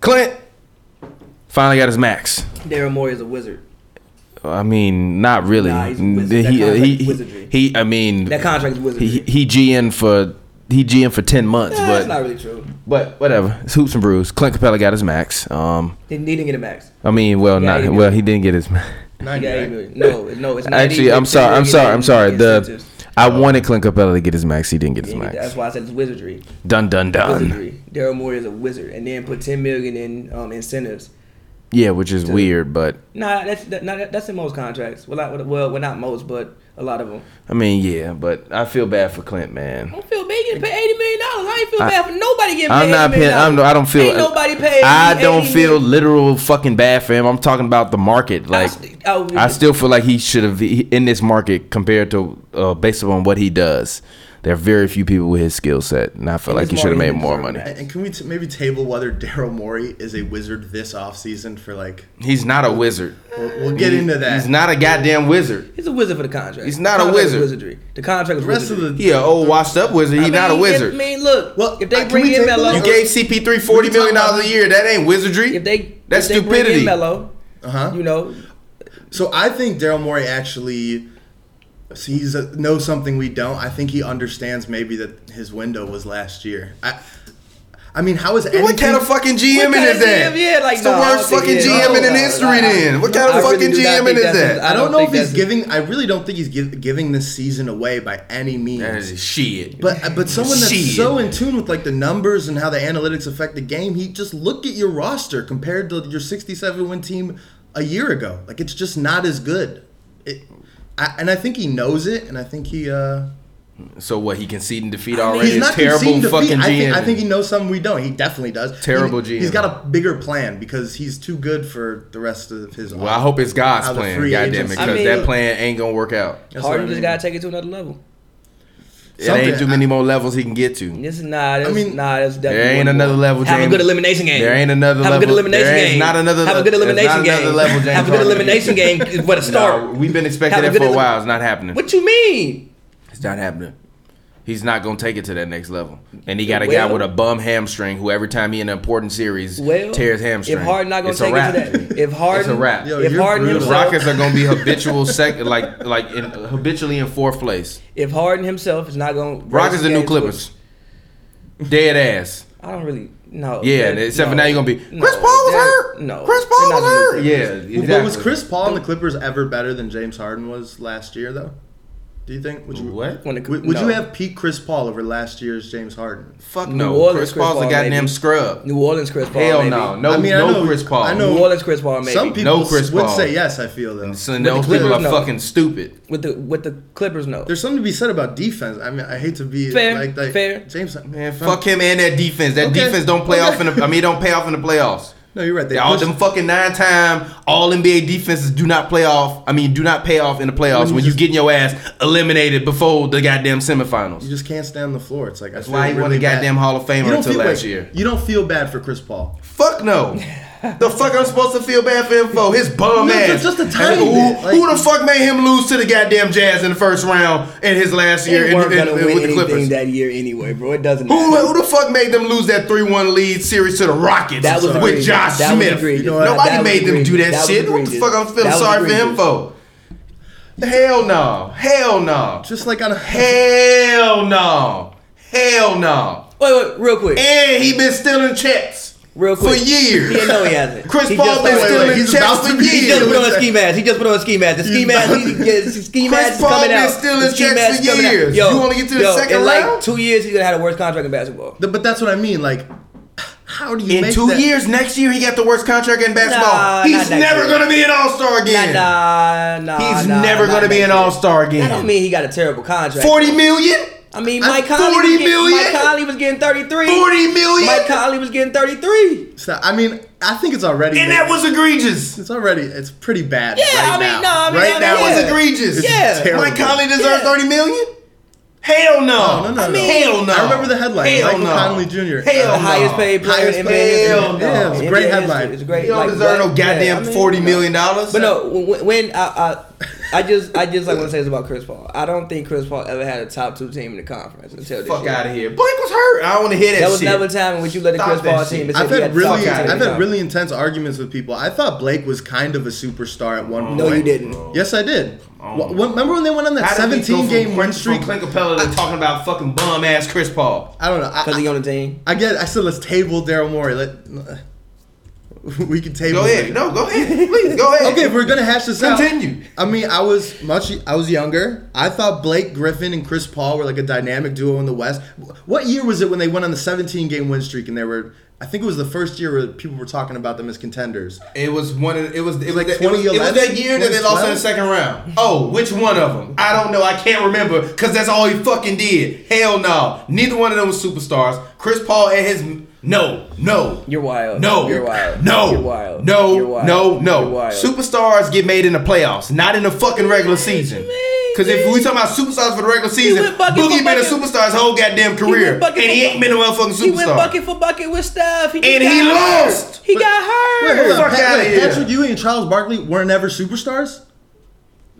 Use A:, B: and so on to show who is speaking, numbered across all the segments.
A: Clint finally got his max.
B: Daryl Morey is a wizard.
A: I mean, not really.
B: Nah, he's a wizard.
A: he,
B: That
A: he,
B: contract is
A: he-
B: wizardry.
A: he- I mean,
B: That contract is wizardry.
A: he, he GN for he GN for ten months,
B: Nah,
A: but
B: that's not really true.
A: but whatever. It's hoops and brews. Clint Capella got his max. Um,
B: They they didn't get a max.
A: I mean, well,
B: Yeah, he
A: not
B: did.
A: well. He didn't get his max.
B: He
C: 90,
B: got eight
C: right?
B: million. No, no, it's not.
A: Actually,
B: They-
A: I'm
B: they-
A: sorry.
B: they
A: I'm
B: get
A: sorry. I'm sorry. The
B: incentives.
A: I wanted Clint Capella to get his max. He didn't get his
B: Yeah, That's
A: max.
B: why I said it's wizardry.
A: Dun dun dun.
B: Wizardry. Daryl Morey is a wizard, and then put ten million in um, incentives.
A: Yeah, which is weird, but
B: Nah, that's that, nah, that- that's in most contracts. Well, not, well, well, not most, but a lot of them.
A: I mean, yeah, but I feel bad for Clint, man.
B: I don't feel bad getting paid eighty million dollars. I ain't feel
A: I-
B: bad for nobody getting paid.
A: I'm not
B: $80 million.
A: paying. I'm, no- I don't feel.
B: Ain't nobody paid.
A: I
B: me
A: don't
B: $80
A: feel
B: million.
A: literal fucking bad for him. I'm talking about the market. Like,
B: st- I would-
A: I still feel like he should have in this market compared to uh, based upon what he does. There are very few people with his skill set, and I feel like he
B: this
A: should have
B: market,
A: made
B: he
A: more
B: deserved
A: money.
B: that.
C: And can we t- maybe table whether Daryl Morey is a wizard this offseason for like?
A: He's not a wizard.
C: We'll, we'll get into that.
A: He's not a goddamn wizard.
B: He's a wizard for the contract.
A: He's not a
B: Contract is
A: wizard.
B: Wizardry. The contract is
C: The rest of the
A: He an old washed up wizard. He's not a wizard.
B: I mean, look.
C: Well,
B: if
C: uh,
B: they
C: can
B: bring
C: we
B: in
C: take a
B: Melo,
C: look?
A: You gave CP3 forty million dollars a year. That ain't wizardry.
B: if they
A: that's
B: if they Bring
A: stupidity.
B: in Melo,
C: Uh-huh.
B: you know,
C: So I think Daryl Morey actually sees knows something we don't. I think he understands maybe that his window was last year. I, I mean, how is anything?
A: What kind of fucking GM
B: kind
A: is
B: of
A: that?
B: GM? Yeah, like,
A: it's the
B: no, I
A: worst
B: don't
A: fucking
B: think it is.
A: GM in
B: No, no,
A: history.
B: no, no.
A: then what kind
B: I
A: of
B: really
A: fucking
B: do not
A: GM
B: think
A: is
B: that's
A: that?
C: I don't,
B: I don't
C: know if
B: think
C: he's
B: that's-
C: giving. I really don't think he's give, giving this season away by any means.
A: That is shit.
C: But but someone that's
A: Shit.
C: so in tune with like the numbers and how the analytics affect the game, he just look at your roster compared to your 67 win team a year ago. Like it's just not as good. It, I, and I think he knows it, and I think he uh,
A: so what? He conceding defeat
B: mean,
A: already.
C: he's not
A: terrible
C: conceding defeat.
A: fucking
C: I think,
A: GM.
C: I think he knows something we don't. He definitely does.
A: Terrible
C: He-
A: GM.
C: He's got a bigger plan because he's too good for the rest of his.
A: well, I hope it's God's
C: Out of
A: plan.
C: free
A: Goddamn it,
C: agency.
A: because
B: I mean-
A: that plan ain't gonna work out.
C: That's what I
B: Harden
C: mean.
B: just gotta take it to another level.
A: It
C: Something-
A: ain't too many more levels he can get to.
B: This is nah. This,
C: I mean,
B: nah. This definitely
A: There ain't
B: one more.
A: another level,
B: Have a
A: James.
B: good elimination game.
A: There ain't another
B: Have a good
A: level.
B: elimination
A: There
B: game.
A: is not another
B: Have a
A: level-
B: good
A: there's not
B: elimination
A: another
B: game.
A: level, James
B: Have a good
A: Harden.
B: elimination game is where to
A: Nah,
B: start.
A: we've been expecting
B: Have a
A: that
B: good
A: for a
B: elim-
A: while. It's not happening.
B: What you mean?
A: It's not happening. He's not gonna take it to that next level. And he got a guy
B: Well-
A: with a bum hamstring who every time he in an important series
B: Well,
A: tears hamstring.
B: if Harden not gonna
A: It's a
B: take
A: wrap.
B: it to that, if Harden,
A: it's a wrap.
C: Yo,
B: if
C: you're
B: Harden
C: brutal.
A: the
B: himself,
A: Rockets are gonna be habitual second, like like in, habitually in fourth place.
B: if Harden himself is not gonna,
A: Rockets the new Clippers. Dead ass.
B: I don't really know.
A: Yeah, except for now you're gonna be
B: No,
A: Chris Paul was
B: they're-
A: hurt.
B: no,
A: Chris
B: they're
A: Paul was
B: not the new
A: hurt. Yeah,
B: Clippers.
A: exactly.
C: But was Chris Paul and the Clippers ever better than James Harden was last year, though? Do you think? Would you,
A: What?
B: When the-
C: Would, would you
B: no.
C: have peak Chris Paul over last year's James Harden?
A: Fuck
B: New
A: no.
B: Orleans
A: Chris
B: Chris
A: Paul's a
B: Paul,
A: goddamn
B: maybe.
A: scrub.
B: New Orleans Chris Paul.
A: Hell
B: maybe.
A: no, no,
C: I mean, I
A: no
C: know-
A: Chris Paul.
C: I know-
B: New Orleans Chris Paul maybe.
C: Some people
A: No Chris
C: would
A: Paul.
C: say yes. I feel though.
A: So
C: With the
A: those people
C: Clippers,
A: are
B: no.
A: fucking stupid.
B: with the with the Clippers no.
C: There's something to be said about defense. I mean, I hate to be
B: Fair,
C: like, like
B: fair.
C: James. Man,
A: Fuck him and that defense. That
C: Okay.
A: defense don't play
C: Okay.
A: off in the. I mean, don't pay off in the playoffs.
C: No, you're right. They
A: all
C: pushed-
A: them fucking nine time all NBA defenses do not play off. I mean, do not pay off in the playoffs when,
C: When
A: you
C: you just-
A: getting your ass eliminated before the goddamn semifinals.
C: you just can't stand the floor. It's like that's
A: why he won the goddamn Hall of Famer until last year.
C: You don't feel bad for Chris Paul.
A: Fuck no. the fuck I'm supposed to feel bad for him for his bum
C: No,
A: ass.
C: just a
A: And
C: tiny
A: who,
C: bit, like-
A: who the fuck made him lose to the goddamn Jazz in the first round in his last year
B: they
A: in,
B: weren't
A: in-
B: gonna
A: in-
B: win
A: with the
B: anything
A: Clippers?
B: that year anyway, bro. It doesn't.
A: who,
B: matter.
A: who the fuck made them lose that 3-1 lead series to the Rockets
B: That was
A: with
B: egregious.
A: Josh
B: That was
A: Smith?
B: egregious.
C: You know what?
A: Nobody
B: That was
A: made them do that,
B: egregious. That was
A: shit. What the
B: egregious.
A: fuck I'm feeling
B: That was
A: sorry for him
B: egregious.
A: for? Hell no. Hell no.
C: Just like on a
A: Hell no. Hell no.
B: Wait, wait, real quick.
A: And he been stealing checks
B: Real
A: for
B: quick.
A: years.
B: Yeah, no, he hasn't.
A: Chris
B: He
A: Paul
B: just-
A: been
B: wait, wait,
A: stealing
C: wait, he's
A: checks
C: about
A: for
C: to be-
A: years.
B: He just put on a ski mask. He just put on a ski mask. The ski
C: He's
B: mask.
C: about
B: He,
C: to-
B: yeah, the ski
A: Chris
B: mask is
A: Paul
B: coming
A: been
B: out.
A: stealing
B: The ski
A: checks
B: mask
A: for
B: is coming out.
A: years. You only get to the second
B: in
A: round?
B: like two years, he's gonna have the worst contract in basketball.
C: The- But that's what I mean. Like, how do you
A: In
C: make
A: two
C: that?
A: years, next year he got the worst contract in basketball.
B: Nah,
A: He's
B: not next
A: never
B: year.
A: gonna be an All Star again.
B: Nah, nah, nah.
A: He's
B: nah,
A: never
B: nah,
A: gonna be
B: nah.
A: an All Star
B: That
A: again.
B: don't mean he got a terrible contract.
A: Forty million?
B: I mean,
A: Uh,
B: Mike Conley.
A: 40
B: was getting-
A: million?
B: Mike Conley was getting thirty-three.
A: Forty million?
B: Mike Conley was getting thirty-three.
C: So, I mean, I think it's already.
A: and that was egregious.
C: it's already. It's pretty bad.
B: Yeah,
C: right
B: I mean,
C: now.
B: no, I mean,
C: right
B: I
C: now
B: mean,
C: it's
A: That
B: yeah.
A: was egregious.
B: Yeah.
C: Terrible.
A: Mike Conley deserved
B: Yeah.
A: thirty million? Hell no.
C: No, no, no,
A: I
C: no.
A: mean, Hell no.
C: I remember the headline,
A: Hell
C: Michael
A: no.
C: Conley Jr.
A: Hell
C: Uh,
B: The highest paid player
C: Highest
B: in NBA
C: paid,
B: history.
A: hell no.
B: No,
C: Yeah, it was a
B: NBA
C: great
B: history.
C: headline.
B: It's
A: He
B: great.
A: don't
B: like,
A: deserve
B: what?
A: no goddamn
B: Yeah, I mean,
A: forty
B: no.
A: million dollars.
B: But no, when when I, I I just, I just like want to say this about Chris Paul. I don't think Chris Paul ever had a top two team in the conference until this
A: Fuck
B: year.
A: out of here. Blake was hurt. I don't want to hear that,
B: That was
A: shit.
B: never a time when you let a
A: Stop
B: Chris
A: that
B: Paul
A: shit.
B: team. and said
C: I've
B: he
C: had
B: a top
C: really,
B: two team.
C: I've
B: No.
C: had really intense arguments with people. I thought Blake was kind of a superstar at
A: Oh.
C: one point.
B: No, you didn't.
C: Yes, I did.
A: on.
C: Wh- wh- remember when they went on that
A: Oh How did we go
C: 17
A: from
C: game
A: Clint-
C: win
A: from
C: streak?
A: Clint Capella to talking about fucking bum ass Chris Paul.
C: I don't know. I,
B: Cause he on the team.
C: I get. I said let's table Daryl Morey. Let we can table.
A: Go ahead.
C: him.
A: No, go ahead. Please go ahead.
C: Okay, if we're gonna hash this out.
A: Continue.
C: I mean, I was much. I was younger. I thought Blake Griffin and Chris Paul were like a dynamic duo in the West. What year was it when they went on the 17 game win streak and they were? I think it was the first year where people were talking about them as contenders.
A: It was one. Of, it was. It was like it was,
C: 2011?
A: it was that year that they lost in the
C: 2012?
A: second round. Oh, which one of them? I don't know. I can't remember because that's all he fucking did. Hell no. Neither one of them was superstars. Chris Paul and his no, no.
B: You're wild.
A: No,
B: You're wild.
A: No,
B: You're wild.
A: No,
B: You're wild.
A: no, no.
B: You're wild.
A: Superstars get made in the playoffs, not in the fucking regular season. Because if we talking about superstars for the regular season,
B: went bucket
A: Boogie
B: for
A: been a
B: bucket.
A: superstar his whole goddamn career, and
B: bucket
A: he
B: for
A: ain't been a motherfucking superstar.
B: He went bucket for bucket with stuff. He just
A: And he
B: got hurt.
A: lost.
B: He got hurt.
C: Wait, hold on.
A: Fuck
C: Pat-
A: outta
C: wait,
A: here.
C: Patrick Ewing and Charles Barkley weren't ever superstars.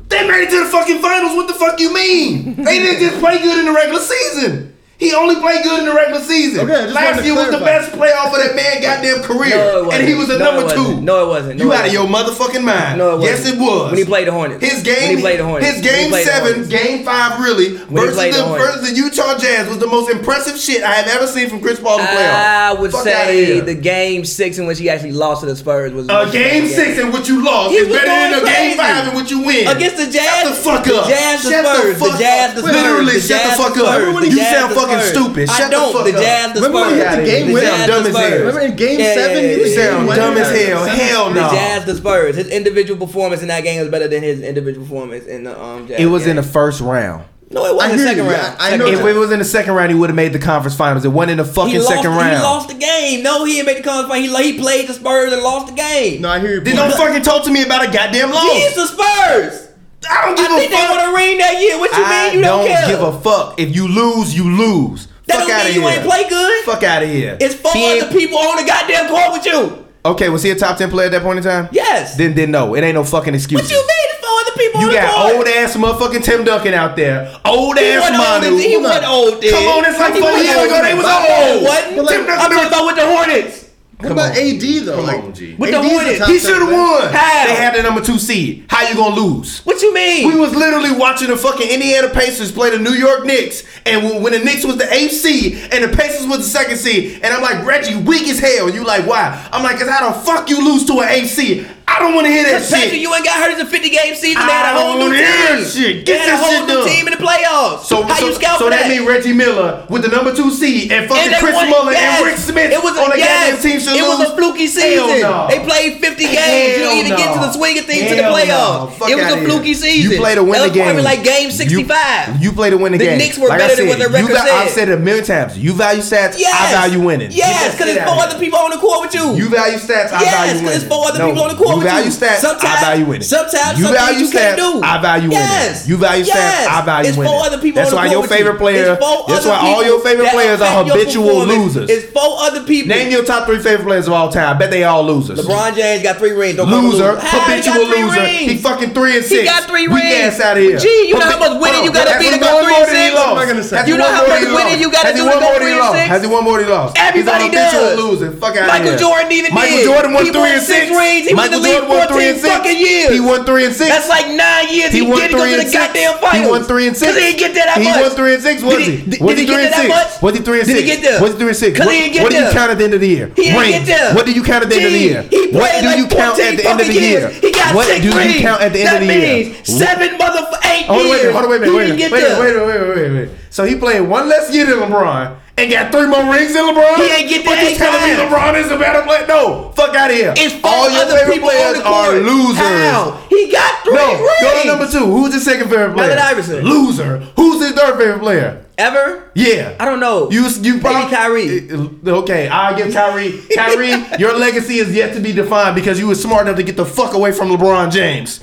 A: They made it to the fucking finals. What the fuck you mean? They didn't just play good in the regular season. He only played good in the regular season.
C: Okay, I just wanted
A: Last
C: to
A: year was the best
C: clarify.
A: playoff of that man goddamn career,
B: No, it wasn't.
A: and he was the
B: No, it
A: number
B: wasn't.
A: two.
B: No, it wasn't. No,
A: you
B: it
A: out of your motherfucking mind?
B: No, it wasn't.
A: Yes, it was.
B: When he played the Hornets.
A: his game,
B: When he played the Hornets.
A: his
B: When he
A: game
B: played the
A: seven,
B: Hornets.
A: game five, really
B: When he
A: versus
B: played
A: the,
B: the Hornets.
A: versus the Utah Jazz was the most impressive shit I have ever seen from Chris Paul in the playoff.
B: I would
A: Fuck outta
B: say
A: here.
B: the game six in which he actually lost to the Spurs was
A: A game six in which you lost
B: He
A: is
B: was
A: better than a
B: going
A: game
B: crazy.
A: five in which you win.
B: Against the Jazz?
A: Shut the fuck
B: The
A: up.
B: Jazz, the
A: shut
B: Spurs, the
A: fuck
B: Jazz,
A: up.
B: the Spurs,
A: Literally,
B: the
A: shut
B: Jazz,
A: the fuck
B: the
A: up.
B: Spurs, the
A: you
B: Jazz,
A: sound
B: the
A: fucking
B: Spurs.
A: stupid.
B: I
A: Shut
B: don't,
A: the fuck
B: the
A: up.
B: Jazz, the
C: Remember when
B: Spurs.
C: he hit the game
A: You
C: winner?
A: sound dumb as
B: Spurs.
A: hell.
C: Remember in Game
B: Yeah,
C: Seven,
B: yeah, yeah,
C: he
A: You
C: was
B: yeah,
C: hitting
A: sound
C: winners.
A: dumb as hell. Hell
B: The
A: no.
B: Jazz, the Spurs. His individual performance in that game was better than his individual performance in the um. Jazz
A: It was in the
B: game.
A: first round.
B: no, it
C: I
B: wasn't
C: hear
B: second
C: you.
B: round.
C: I- I
B: Second
C: know
B: round.
A: If it was in the second round, he would have made the conference finals. It wasn't in the fucking
B: he
A: second
B: lost,
A: round.
B: He lost the game. No, he didn't make the conference. final. He lo- he played the Spurs and lost the game.
C: No, I hear you.
A: Then don't fucking talk to me about a goddamn loss.
B: he's the Spurs.
A: I don't
B: I
A: give a
B: think they
A: fuck.
B: won a ring that year. What you
A: I
B: mean? You don't, care.
A: give a fuck. If you lose, you lose.
B: That
A: fuck
B: don't
A: out of
B: mean
A: here.
B: you ain't play good.
A: Fuck out of here.
B: It's four
A: He ain't-
B: other people on the goddamn court with you.
A: Okay, was he a top ten player at that point in time?
B: Yes.
A: Then, then no, it ain't no fucking excuse.
B: What you mean? It's four other people on
A: You
B: the court.
A: got old ass motherfucking Tim Duncan out there, old
B: He
A: ass
B: wasn't old
A: Manu.
B: then. He wasn't old then.
A: Come on, it's like
B: He
A: four
B: wasn't
A: years
B: old
A: ago.
B: then.
A: They was
B: No,
A: old.
B: it wasn't.
A: Tim
C: Tim
A: Duncan
B: I'm talking
A: was
B: about with the Hornets.
C: What about AD though?
A: Come
C: like,
A: on, G.
B: With the
C: AD 's
B: Hornets,
C: top
A: He
C: ten
A: should have
C: player.
A: won.
B: How?
A: They had the number two seed. How you gonna lose?
B: What you mean?
A: We was literally watching the fucking Indiana Pacers play the New York Knicks, and when, when the Knicks was the eighth seed and the Pacers was the second seed, and I'm like Reggie, weak as hell. And you like why? I'm like, cause how the fuck you lose to an eighth seed? I don't want to hear that
B: Because
A: shit.
B: Patrick Ewing got hurt in the 50 game season. They
A: I
B: had a whole
A: don't
B: new
A: hear
B: team.
A: shit. Get
B: They had
A: that
B: a whole
A: shit
B: new
A: done.
B: team in the playoffs.
A: So,
B: How
A: so,
B: you scout
A: so
B: for
A: that,
B: that?
A: means Reggie Miller with the number two seed and fucking
B: And they
A: Chris
B: won-
A: Muller
B: yes.
A: and Rick Smith
B: It was a,
A: on the
B: yes,
A: goddamn team should
B: It
A: lose.
B: was a fluky
A: Hell
B: season.
A: no.
B: They played 50 games.
A: Hell
B: you either get to
A: no.
B: the swing of things to the
A: Hell no.
B: playoffs.
A: Fuck
B: It was
A: outta
B: a fluky
A: here.
B: season.
A: You play to win
B: That
A: the
B: was
A: game.
B: Probably like game
A: You-
B: 65.
A: You, play to win the,
B: The
A: game.
B: Knicks were
A: Like I
B: better than what
A: said,
B: their
A: you
B: record
A: got- I've
B: said.
A: said it a million times. You value stats.
B: Yes.
A: I value winning.
B: Yes, because it's
A: Get
B: four
A: out of
B: other
A: here.
B: people on the court with you.
A: You value stats. I
B: Yes,
A: value
B: 'cause
A: winning.
B: it's four other people on the court
A: You
B: with
A: value
B: you.
A: stats. I
B: Sometimes-
A: value winning.
B: sometimes
A: you
B: some
A: value
B: things you
A: stats.
B: can't do.
A: I value
B: Yes.
A: winning. You value
B: Yes.
A: stats. I value
B: It's four
A: winning.
B: other people
A: That's
B: on the
A: why
B: court
A: your
B: with you.
A: favorite player.
B: It's four
A: That's
B: other
A: why all
B: people
A: your favorite
B: that
A: players are
B: affect your
A: habitual
B: performance.
A: losers.
B: It's four other people.
A: Name your top three favorite players of all time. I bet they all losers.
B: LeBron James got three rings. Don't call him a
A: Loser,
B: loser. How he got
A: habitual
B: three
A: loser.
B: rings?
A: He fucking three and six.
B: He got three
A: Weak
B: rings.
A: ass out of here.
B: Gee, you know how much
A: Hold
B: winning you
A: on.
B: gotta
A: That's
B: be to
A: one
B: go
A: more
B: three
A: than
B: and
A: he
B: six?
A: lost.
C: What am I gonna say?
A: That's
C: You
A: one
C: know
A: more
B: how
A: than
B: much
A: he
B: winning
A: lost.
B: you gotta
A: Has he
B: do to
A: won
B: go
A: more than
B: three
A: he
B: and
A: lost?
B: six?
A: Has he won more than he lost? He's
B: Everybody
A: on a bitch
B: does.
A: on losing. Fuck out
B: Michael
A: here.
B: Jordan even
A: Michael
B: did.
A: Jordan won
B: He
A: three
B: won
A: and
B: six
A: six.
B: rings. He was in
A: Michael
B: the league
A: Jordan won three
B: 14
A: and six.
B: fucking years.
A: He won three and six.
B: That's like nine years. He,
A: He won
B: didn't go
A: three
B: to the
A: and
B: goddamn
A: six.
B: finals.
A: He won three and six.
B: Cause he didn't get that
A: He
B: much.
A: won three and six. Was
B: Did
A: he?
B: he- did-
A: was
B: did
A: three
B: he get
A: and
B: that
A: six?
B: much?
A: Was he three and
B: Did
A: six?
B: he get there?
A: Was he three and six?
B: Cause
A: What,
B: he didn't get
A: what do you
B: there.
A: count at the end of the year?
B: He didn't
A: Rings.
B: get there.
A: What do you count at the end of the
B: Gee,
A: year?
B: he
A: What
B: played
A: do
B: like
A: you count
B: 14
A: at the end of the
B: fucking
A: year?
B: years. He got
A: What
B: six
A: do you
B: rings.
A: count at the end
B: that
A: of the year?
B: means seven motherfucking eight
A: Hold on, wait a
B: years.
A: minute, hold on, wait a minute,
B: He
A: wait a minute,
B: didn't get
A: wait a
B: there.
A: minute, wait a minute, wait a minute, wait a minute. So he played one less year than LeBron and got three more rings than LeBron.
B: He ain't get
A: But
B: that
A: you telling me
B: time.
A: LeBron is a better player? No, fuck out of here.
B: It's four
A: All your
B: other
A: favorite
B: people
A: players
B: on the court.
A: are losers.
B: How? He got three
A: No,
B: rings.
A: go to number two. Who's the second favorite player?
B: Allen Iverson.
A: Loser. Who's his third favorite player?
B: Ever?
A: Yeah.
B: I don't know.
A: You, you
B: Maybe
A: probably
B: Kyrie.
A: Uh, Okay, I'll give Kyrie. Kyrie, your legacy is yet to be defined because you were smart enough to get the fuck away from LeBron James.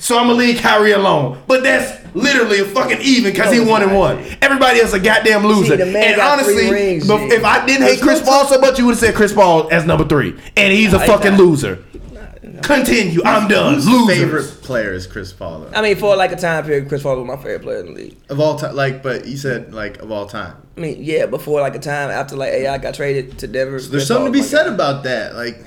A: So I'm gonna leave Kyrie alone. But that's literally a fucking even because he
B: No, it's
A: one and
B: not,
A: one. Everybody else a goddamn loser.
B: the man
A: and
B: got three
A: honestly,
B: rings,
A: bef-
B: G.
A: if I didn't hate Chris Paul so much, you would have said Chris Paul as number three, and he's a
B: I like
A: fucking
B: that.
A: loser. Continue. I'm done. Losers.
C: Favorite player is Chris Paul. Though.
B: I mean, for like a time period, Chris Paul was my favorite player in the league.
C: Of all time, like, but you said like of all time.
B: I mean, yeah, before like a time after like AI got traded to Denver.
C: There's something to be said about that. Like,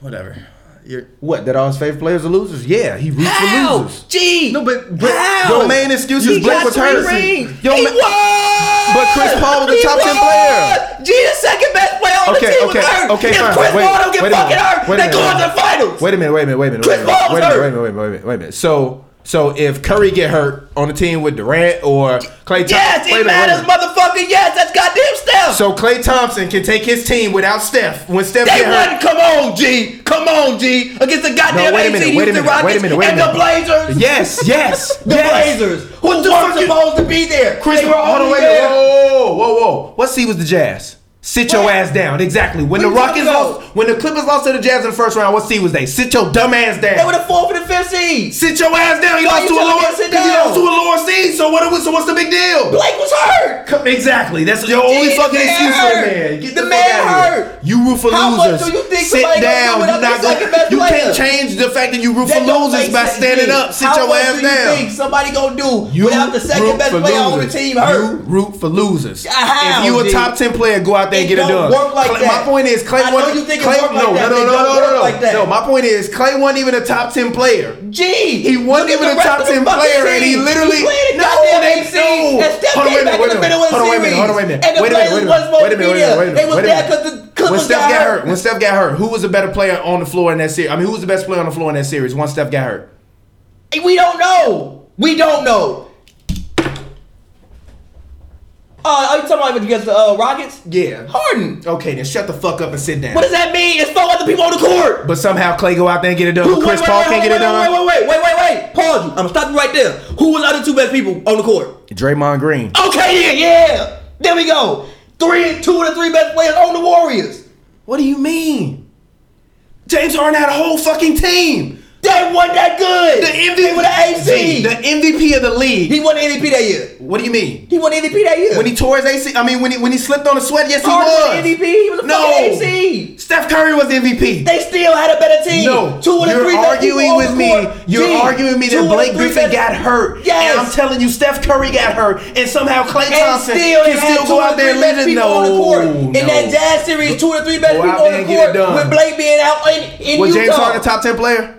C: whatever. You're
A: What? That all his favorite players are losers? Yeah, he roots for
B: How?
A: losers.
B: Gee.
C: no, but but
B: How?
C: your main excuse
B: he
C: is Blake
B: got
C: was
B: three
C: hurt.
B: rings.
A: Yo,
B: he
A: ma-
B: won!
A: But Chris Paul was the
B: He
A: top 10 player.
B: won! Gee, the second best player on the
A: Okay,
B: team
A: okay,
B: was hurt.
A: okay,
B: if
A: fine.
B: Chris
A: Wait,
B: Paul don't get
A: wait a minute,
B: fucking hurt,
A: wait a
B: they
A: minute,
B: go out to
A: wait
B: the
A: a minute.
B: finals.
A: Wait a minute, wait a minute, wait a minute.
B: Chris
A: wait a minute,
B: Paul's
A: wait a minute,
B: hurt.
A: wait a minute, wait a minute, wait a minute, wait a minute. So so if Curry get hurt on the team with Durant or Clay Thompson,
B: Yes,
A: wait a minute, wait a
B: it
A: minute.
B: matters, motherfucker. Yes, that's goddamn Steph.
A: So Clay Thompson can take his team without Steph when Steph
B: They
A: get hurt.
B: won. Come on, G. Come on, G. Against the goddamn
A: wait a
B: 18
A: minute, wait a
B: Houston
A: minute,
B: Rockets
A: wait a minute, wait a
B: and the
A: minute.
B: Blazers.
A: Yes, yes,
B: The
A: yes.
B: Blazers. Who the fuck supposed to be there?
A: Chris,
B: they were
A: hold on,
B: only
A: wait,
B: there.
A: whoa, whoa, whoa, whoa. What seed was the Jazz? Sit your
B: What?
A: ass down. Exactly. When the
B: What
A: Rockets
B: you talking about?
A: lost, when the Clippers lost to the Jazz in the first round, what seed was they? Sit your dumb ass down.
B: They were the fourth and the fifth seed.
A: Sit your ass down. You
B: Why
A: lost to a
B: you telling me
A: lower
B: to sit
A: seed. You
B: down?
A: lost to a lower seed. So what? So what's the big deal?
B: Blake was hurt.
A: Come- Exactly. That's your only
B: the
A: fucking
B: man
A: excuse for the
B: hurt.
A: man. Get the,
B: The
A: fuck
B: man
A: out of here.
B: hurt.
A: You root for
B: How much
A: losers.
B: do you think
A: Sit
B: somebody gonna
A: down.
B: do
A: You're
B: without
A: not
B: their
A: going.
B: second best
A: You
B: player?
A: can't change the fact that you root for
B: That don't
A: losers
B: make
A: by
B: sense,
A: standing
B: G.
A: up. Sit
B: How
A: your
B: much
A: ass
B: do you
A: down.
B: think somebody gonna do
A: You
B: without the
A: root
B: second best
A: for
B: player on the
A: losers.
B: team hurt?
A: You root for losers.
B: How,
A: if you a
B: G?
A: top ten player, go out there and
B: It
A: get it
B: don't
A: done.
B: work like
A: Clay,
B: that.
A: My point is, Clay
B: I know
A: wasn't.
B: you think it
A: Clay,
B: work like
A: no, no,
B: that, but
A: no, no,
B: it don't
A: no,
B: work
A: no, no.
B: like that.
A: No, my point is, Clay wasn't even a top ten player.
B: Gee,
A: He wasn't
B: look at
A: even
B: the
A: a top
B: rest of
A: 10
B: the fucking
A: player, and he
B: team.
A: literally-
B: he played in
A: No,
B: goddamn
A: they-
B: eight seed,
A: no.
B: and Steph
A: Hold on, wait a
B: came back
A: minute, wait a
B: in the middle of the
A: minute, hold on, wait a
B: series.
A: minute, hold on, wait a minute,
B: And the
A: wait a minute,
B: Blazers
A: wait a
B: wasn't supposed
A: minute,
B: to be
A: wait a minute,
B: there.
A: wait a
B: They was
A: minute,
B: there
A: wait a
B: because the
A: When
B: Clippers
A: Steph
B: got
A: got hurt,
B: hurt.
A: when Steph got hurt, who was the better player on the floor in that series? I mean, who was the best player on the floor in that series? Once Steph got hurt,
B: Hey, We don't know. We don't know. Uh, are you talking about against the uh, Rockets?
A: yeah.
B: Harden.
A: Okay, then shut the fuck up and sit down.
B: What does that mean? It's four other people on the court.
A: but somehow Clay go out there and get it done.
B: Who-
A: but Chris
B: wait,
A: Paul
B: wait,
A: can't
B: wait,
A: get it
B: wait,
A: done.
B: Wait, wait, wait, wait, wait, wait. Pause you. I'm gonna stop you right there. Who was the other two best people on the court?
D: Draymond Green.
B: Okay, yeah, yeah. There we go. Three, two of the three best players on the Warriors.
A: What do you mean? James Harden had a whole fucking team.
B: They weren't that good.
A: The
B: They were the
A: MVP,
B: eighth seed.
A: the MVP of the league.
B: He won the MVP that year.
A: what do you mean?
B: He won the MVP that year.
A: When he tore his AC, I mean when he when he slipped on the sweat, yes he
B: Harden won
A: was.
B: the MVP, he was a
A: no.
B: fucking eighth seed.
A: Steph Curry was the MVP.
B: They still had a better team.
A: No,
B: two of the
A: you're
B: three best people
A: arguing
B: on
A: with
B: the
A: me.
B: court.
A: You're
B: Gee,
A: arguing me
B: two
A: that
B: of the
A: Blake
B: three
A: Griffin
B: best-
A: got hurt.
B: Yes.
A: and I'm telling you, Steph Curry got hurt, and somehow Clay
B: and
A: Thompson
B: still,
A: can still
B: two
A: go
B: or
A: out there
B: three
A: and
B: best
A: let it
B: people
A: know.
B: on the court. In that
A: no.
B: Jazz series, two or three
A: Go
B: best people
A: out
B: on
A: there
B: the
A: and get it
B: court
A: done.
B: with Blake being out in, in
A: Was
B: Utah.
A: James Harden a top ten player?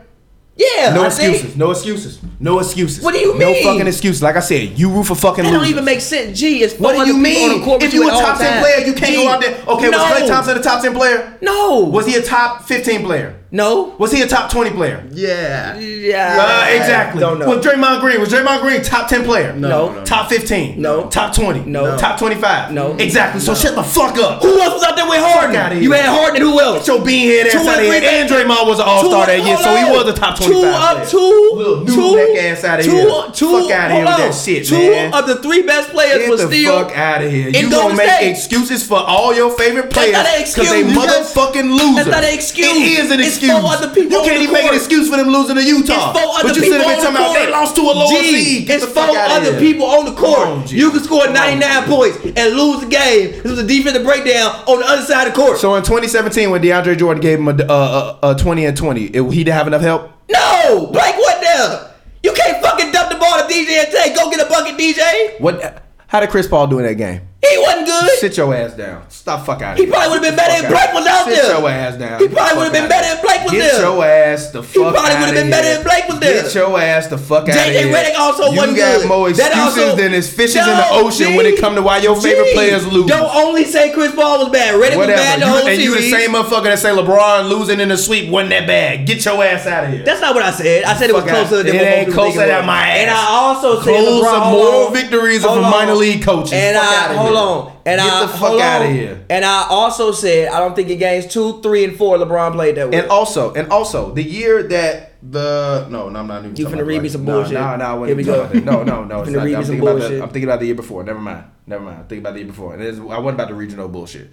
B: Yeah,
A: No
B: I think-
A: excuses. No excuses. No excuses.
B: What do you
A: No
B: mean?
A: fucking excuses. Like I said, you root for fucking
B: That
A: losers.
B: don't even make sense. G is
A: what do you mean? If you a top ten player, you can't go out there. Okay,
B: no.
A: was Clay Thompson a top ten player?
B: No.
A: Was he a top fifteen player?
B: no?
A: Was he a top twenty player?
C: Yeah.
B: yeah.
A: Uh, exactly.
B: Don't know.
A: Was Draymond Green? Was Draymond Green top ten player?
B: No.
A: Top fifteen?
B: No.
A: Top twenty?
B: No.
A: Top twenty-five?
B: No.
A: Exactly. So shut the fuck up.
B: who else was out there with Harden?
A: outta here.
B: You had Harden and who else?
A: Get your being head ass
B: Two and
A: out of here.
B: three-
A: And Draymond was an All
B: Two-
A: Star that year,
B: hold
A: so he
B: on.
A: was a top
B: Two
A: twenty-five.
B: of
A: player.
B: two,
A: Little
B: two,
A: noob ass outta
B: two,
A: here.
B: Two,
A: Fuck outta here with
B: hold
A: that
B: on.
A: shit,
B: two
A: man.
B: of the three best players
A: Get
B: was
A: the
B: still
A: fuck out of here.
B: in
A: You gonna
B: Golden
A: make
B: State.
A: excuses for all your favorite
B: That's
A: players
B: not an
A: because they
B: excuse.
A: motherfucking losers.
B: That's not an excuse.
A: It is an
B: It's
A: excuse.
B: four other people
A: you
B: on
A: can't
B: the
A: even make an
B: court.
A: excuse for them losing to Utah.
B: It's four other
A: but you
B: people
A: sitting there
B: on
A: talking
B: the
A: about
B: court.
A: they lost to a lower
B: G,
A: seed. Get
B: It's
A: the
B: four
A: fuck outta
B: other
A: here.
B: people on the court.
A: Come on, G.
B: you can score
A: Come on,
B: 99
A: G.
B: points and lose the game. This was a defensive breakdown on the other side of the court.
A: So in 2017, when DeAndre Jordan gave him a, uh, a, a, a 20 and 20, it, he didn't have enough help.
B: no, Blake, what the? You can't fucking dump the ball to DJ and say, go get a bucket, DJ.
A: What? How did Chris Paul do in that game?
B: He wasn't good.
A: Sit your ass down. Stop fuck out of
B: He
A: here.
B: probably would've been
A: Get the fuck
B: better if
A: outta
B: Blake was
A: here.
B: out
A: Sit
B: there.
A: your ass down.
B: He
A: Get the
B: probably
A: fuck
B: would've been
A: outta
B: better
A: here.
B: if Blake was
A: Get
B: there.
A: your ass the fuck
B: He probably
A: outta
B: would've been
A: here.
B: better if Blake was there.
A: Get your ass the fuck out of
B: JJ
A: here.
B: Redick also
A: you
B: wasn't
A: got
B: good.
A: more
B: That
A: excuses
B: also-
A: than is fishes in the
B: No,
A: ocean when it
B: G.
A: come to why your favorite
B: Gee,
A: players lose.
B: Don't only say Chris Paul was bad. Reddick was bad
A: Whatever.
B: the
A: You-
B: whole
A: and you
B: series.
A: the same motherfucker that say LeBron losing in the sweep wasn't that bad. Get your ass out of here.
B: That's not what I said. I said it was
A: Fuck out.
B: closer than
A: It
B: what most
A: ain't
B: people think
A: closer
B: it
A: than
B: was.
A: my ass.
B: And I also said
A: Close
B: LeBron,
A: some
B: hold
A: moral
B: on.
A: victories
B: Hold
A: of
B: on.
A: minor league coaches.
B: And
A: Fuck
B: I
A: outta
B: hold
A: here.
B: on. And
A: Get
B: I
A: the fuck
B: hold
A: outta
B: on.
A: here.
B: And I also said I don't think in games two, three, and four LeBron played that way.
A: And also, and also, the year that the no, no, I'm not even.
B: You
A: talking
B: finna
A: about
B: read
A: the
B: me some
A: Lakers.
B: bullshit.
A: No, no, no I
B: Here
A: wasn't
B: we
A: even talking
B: go.
A: about that. No, no, no.
B: You
A: It's
B: finna
A: not,
B: read
A: I'm,
B: me some
A: thinking about the,
B: bullshit.
A: I'm thinking about the year before. Never mind. Never mind. I'm thinking about the year before. And it's- I wasn't about the regional bullshit.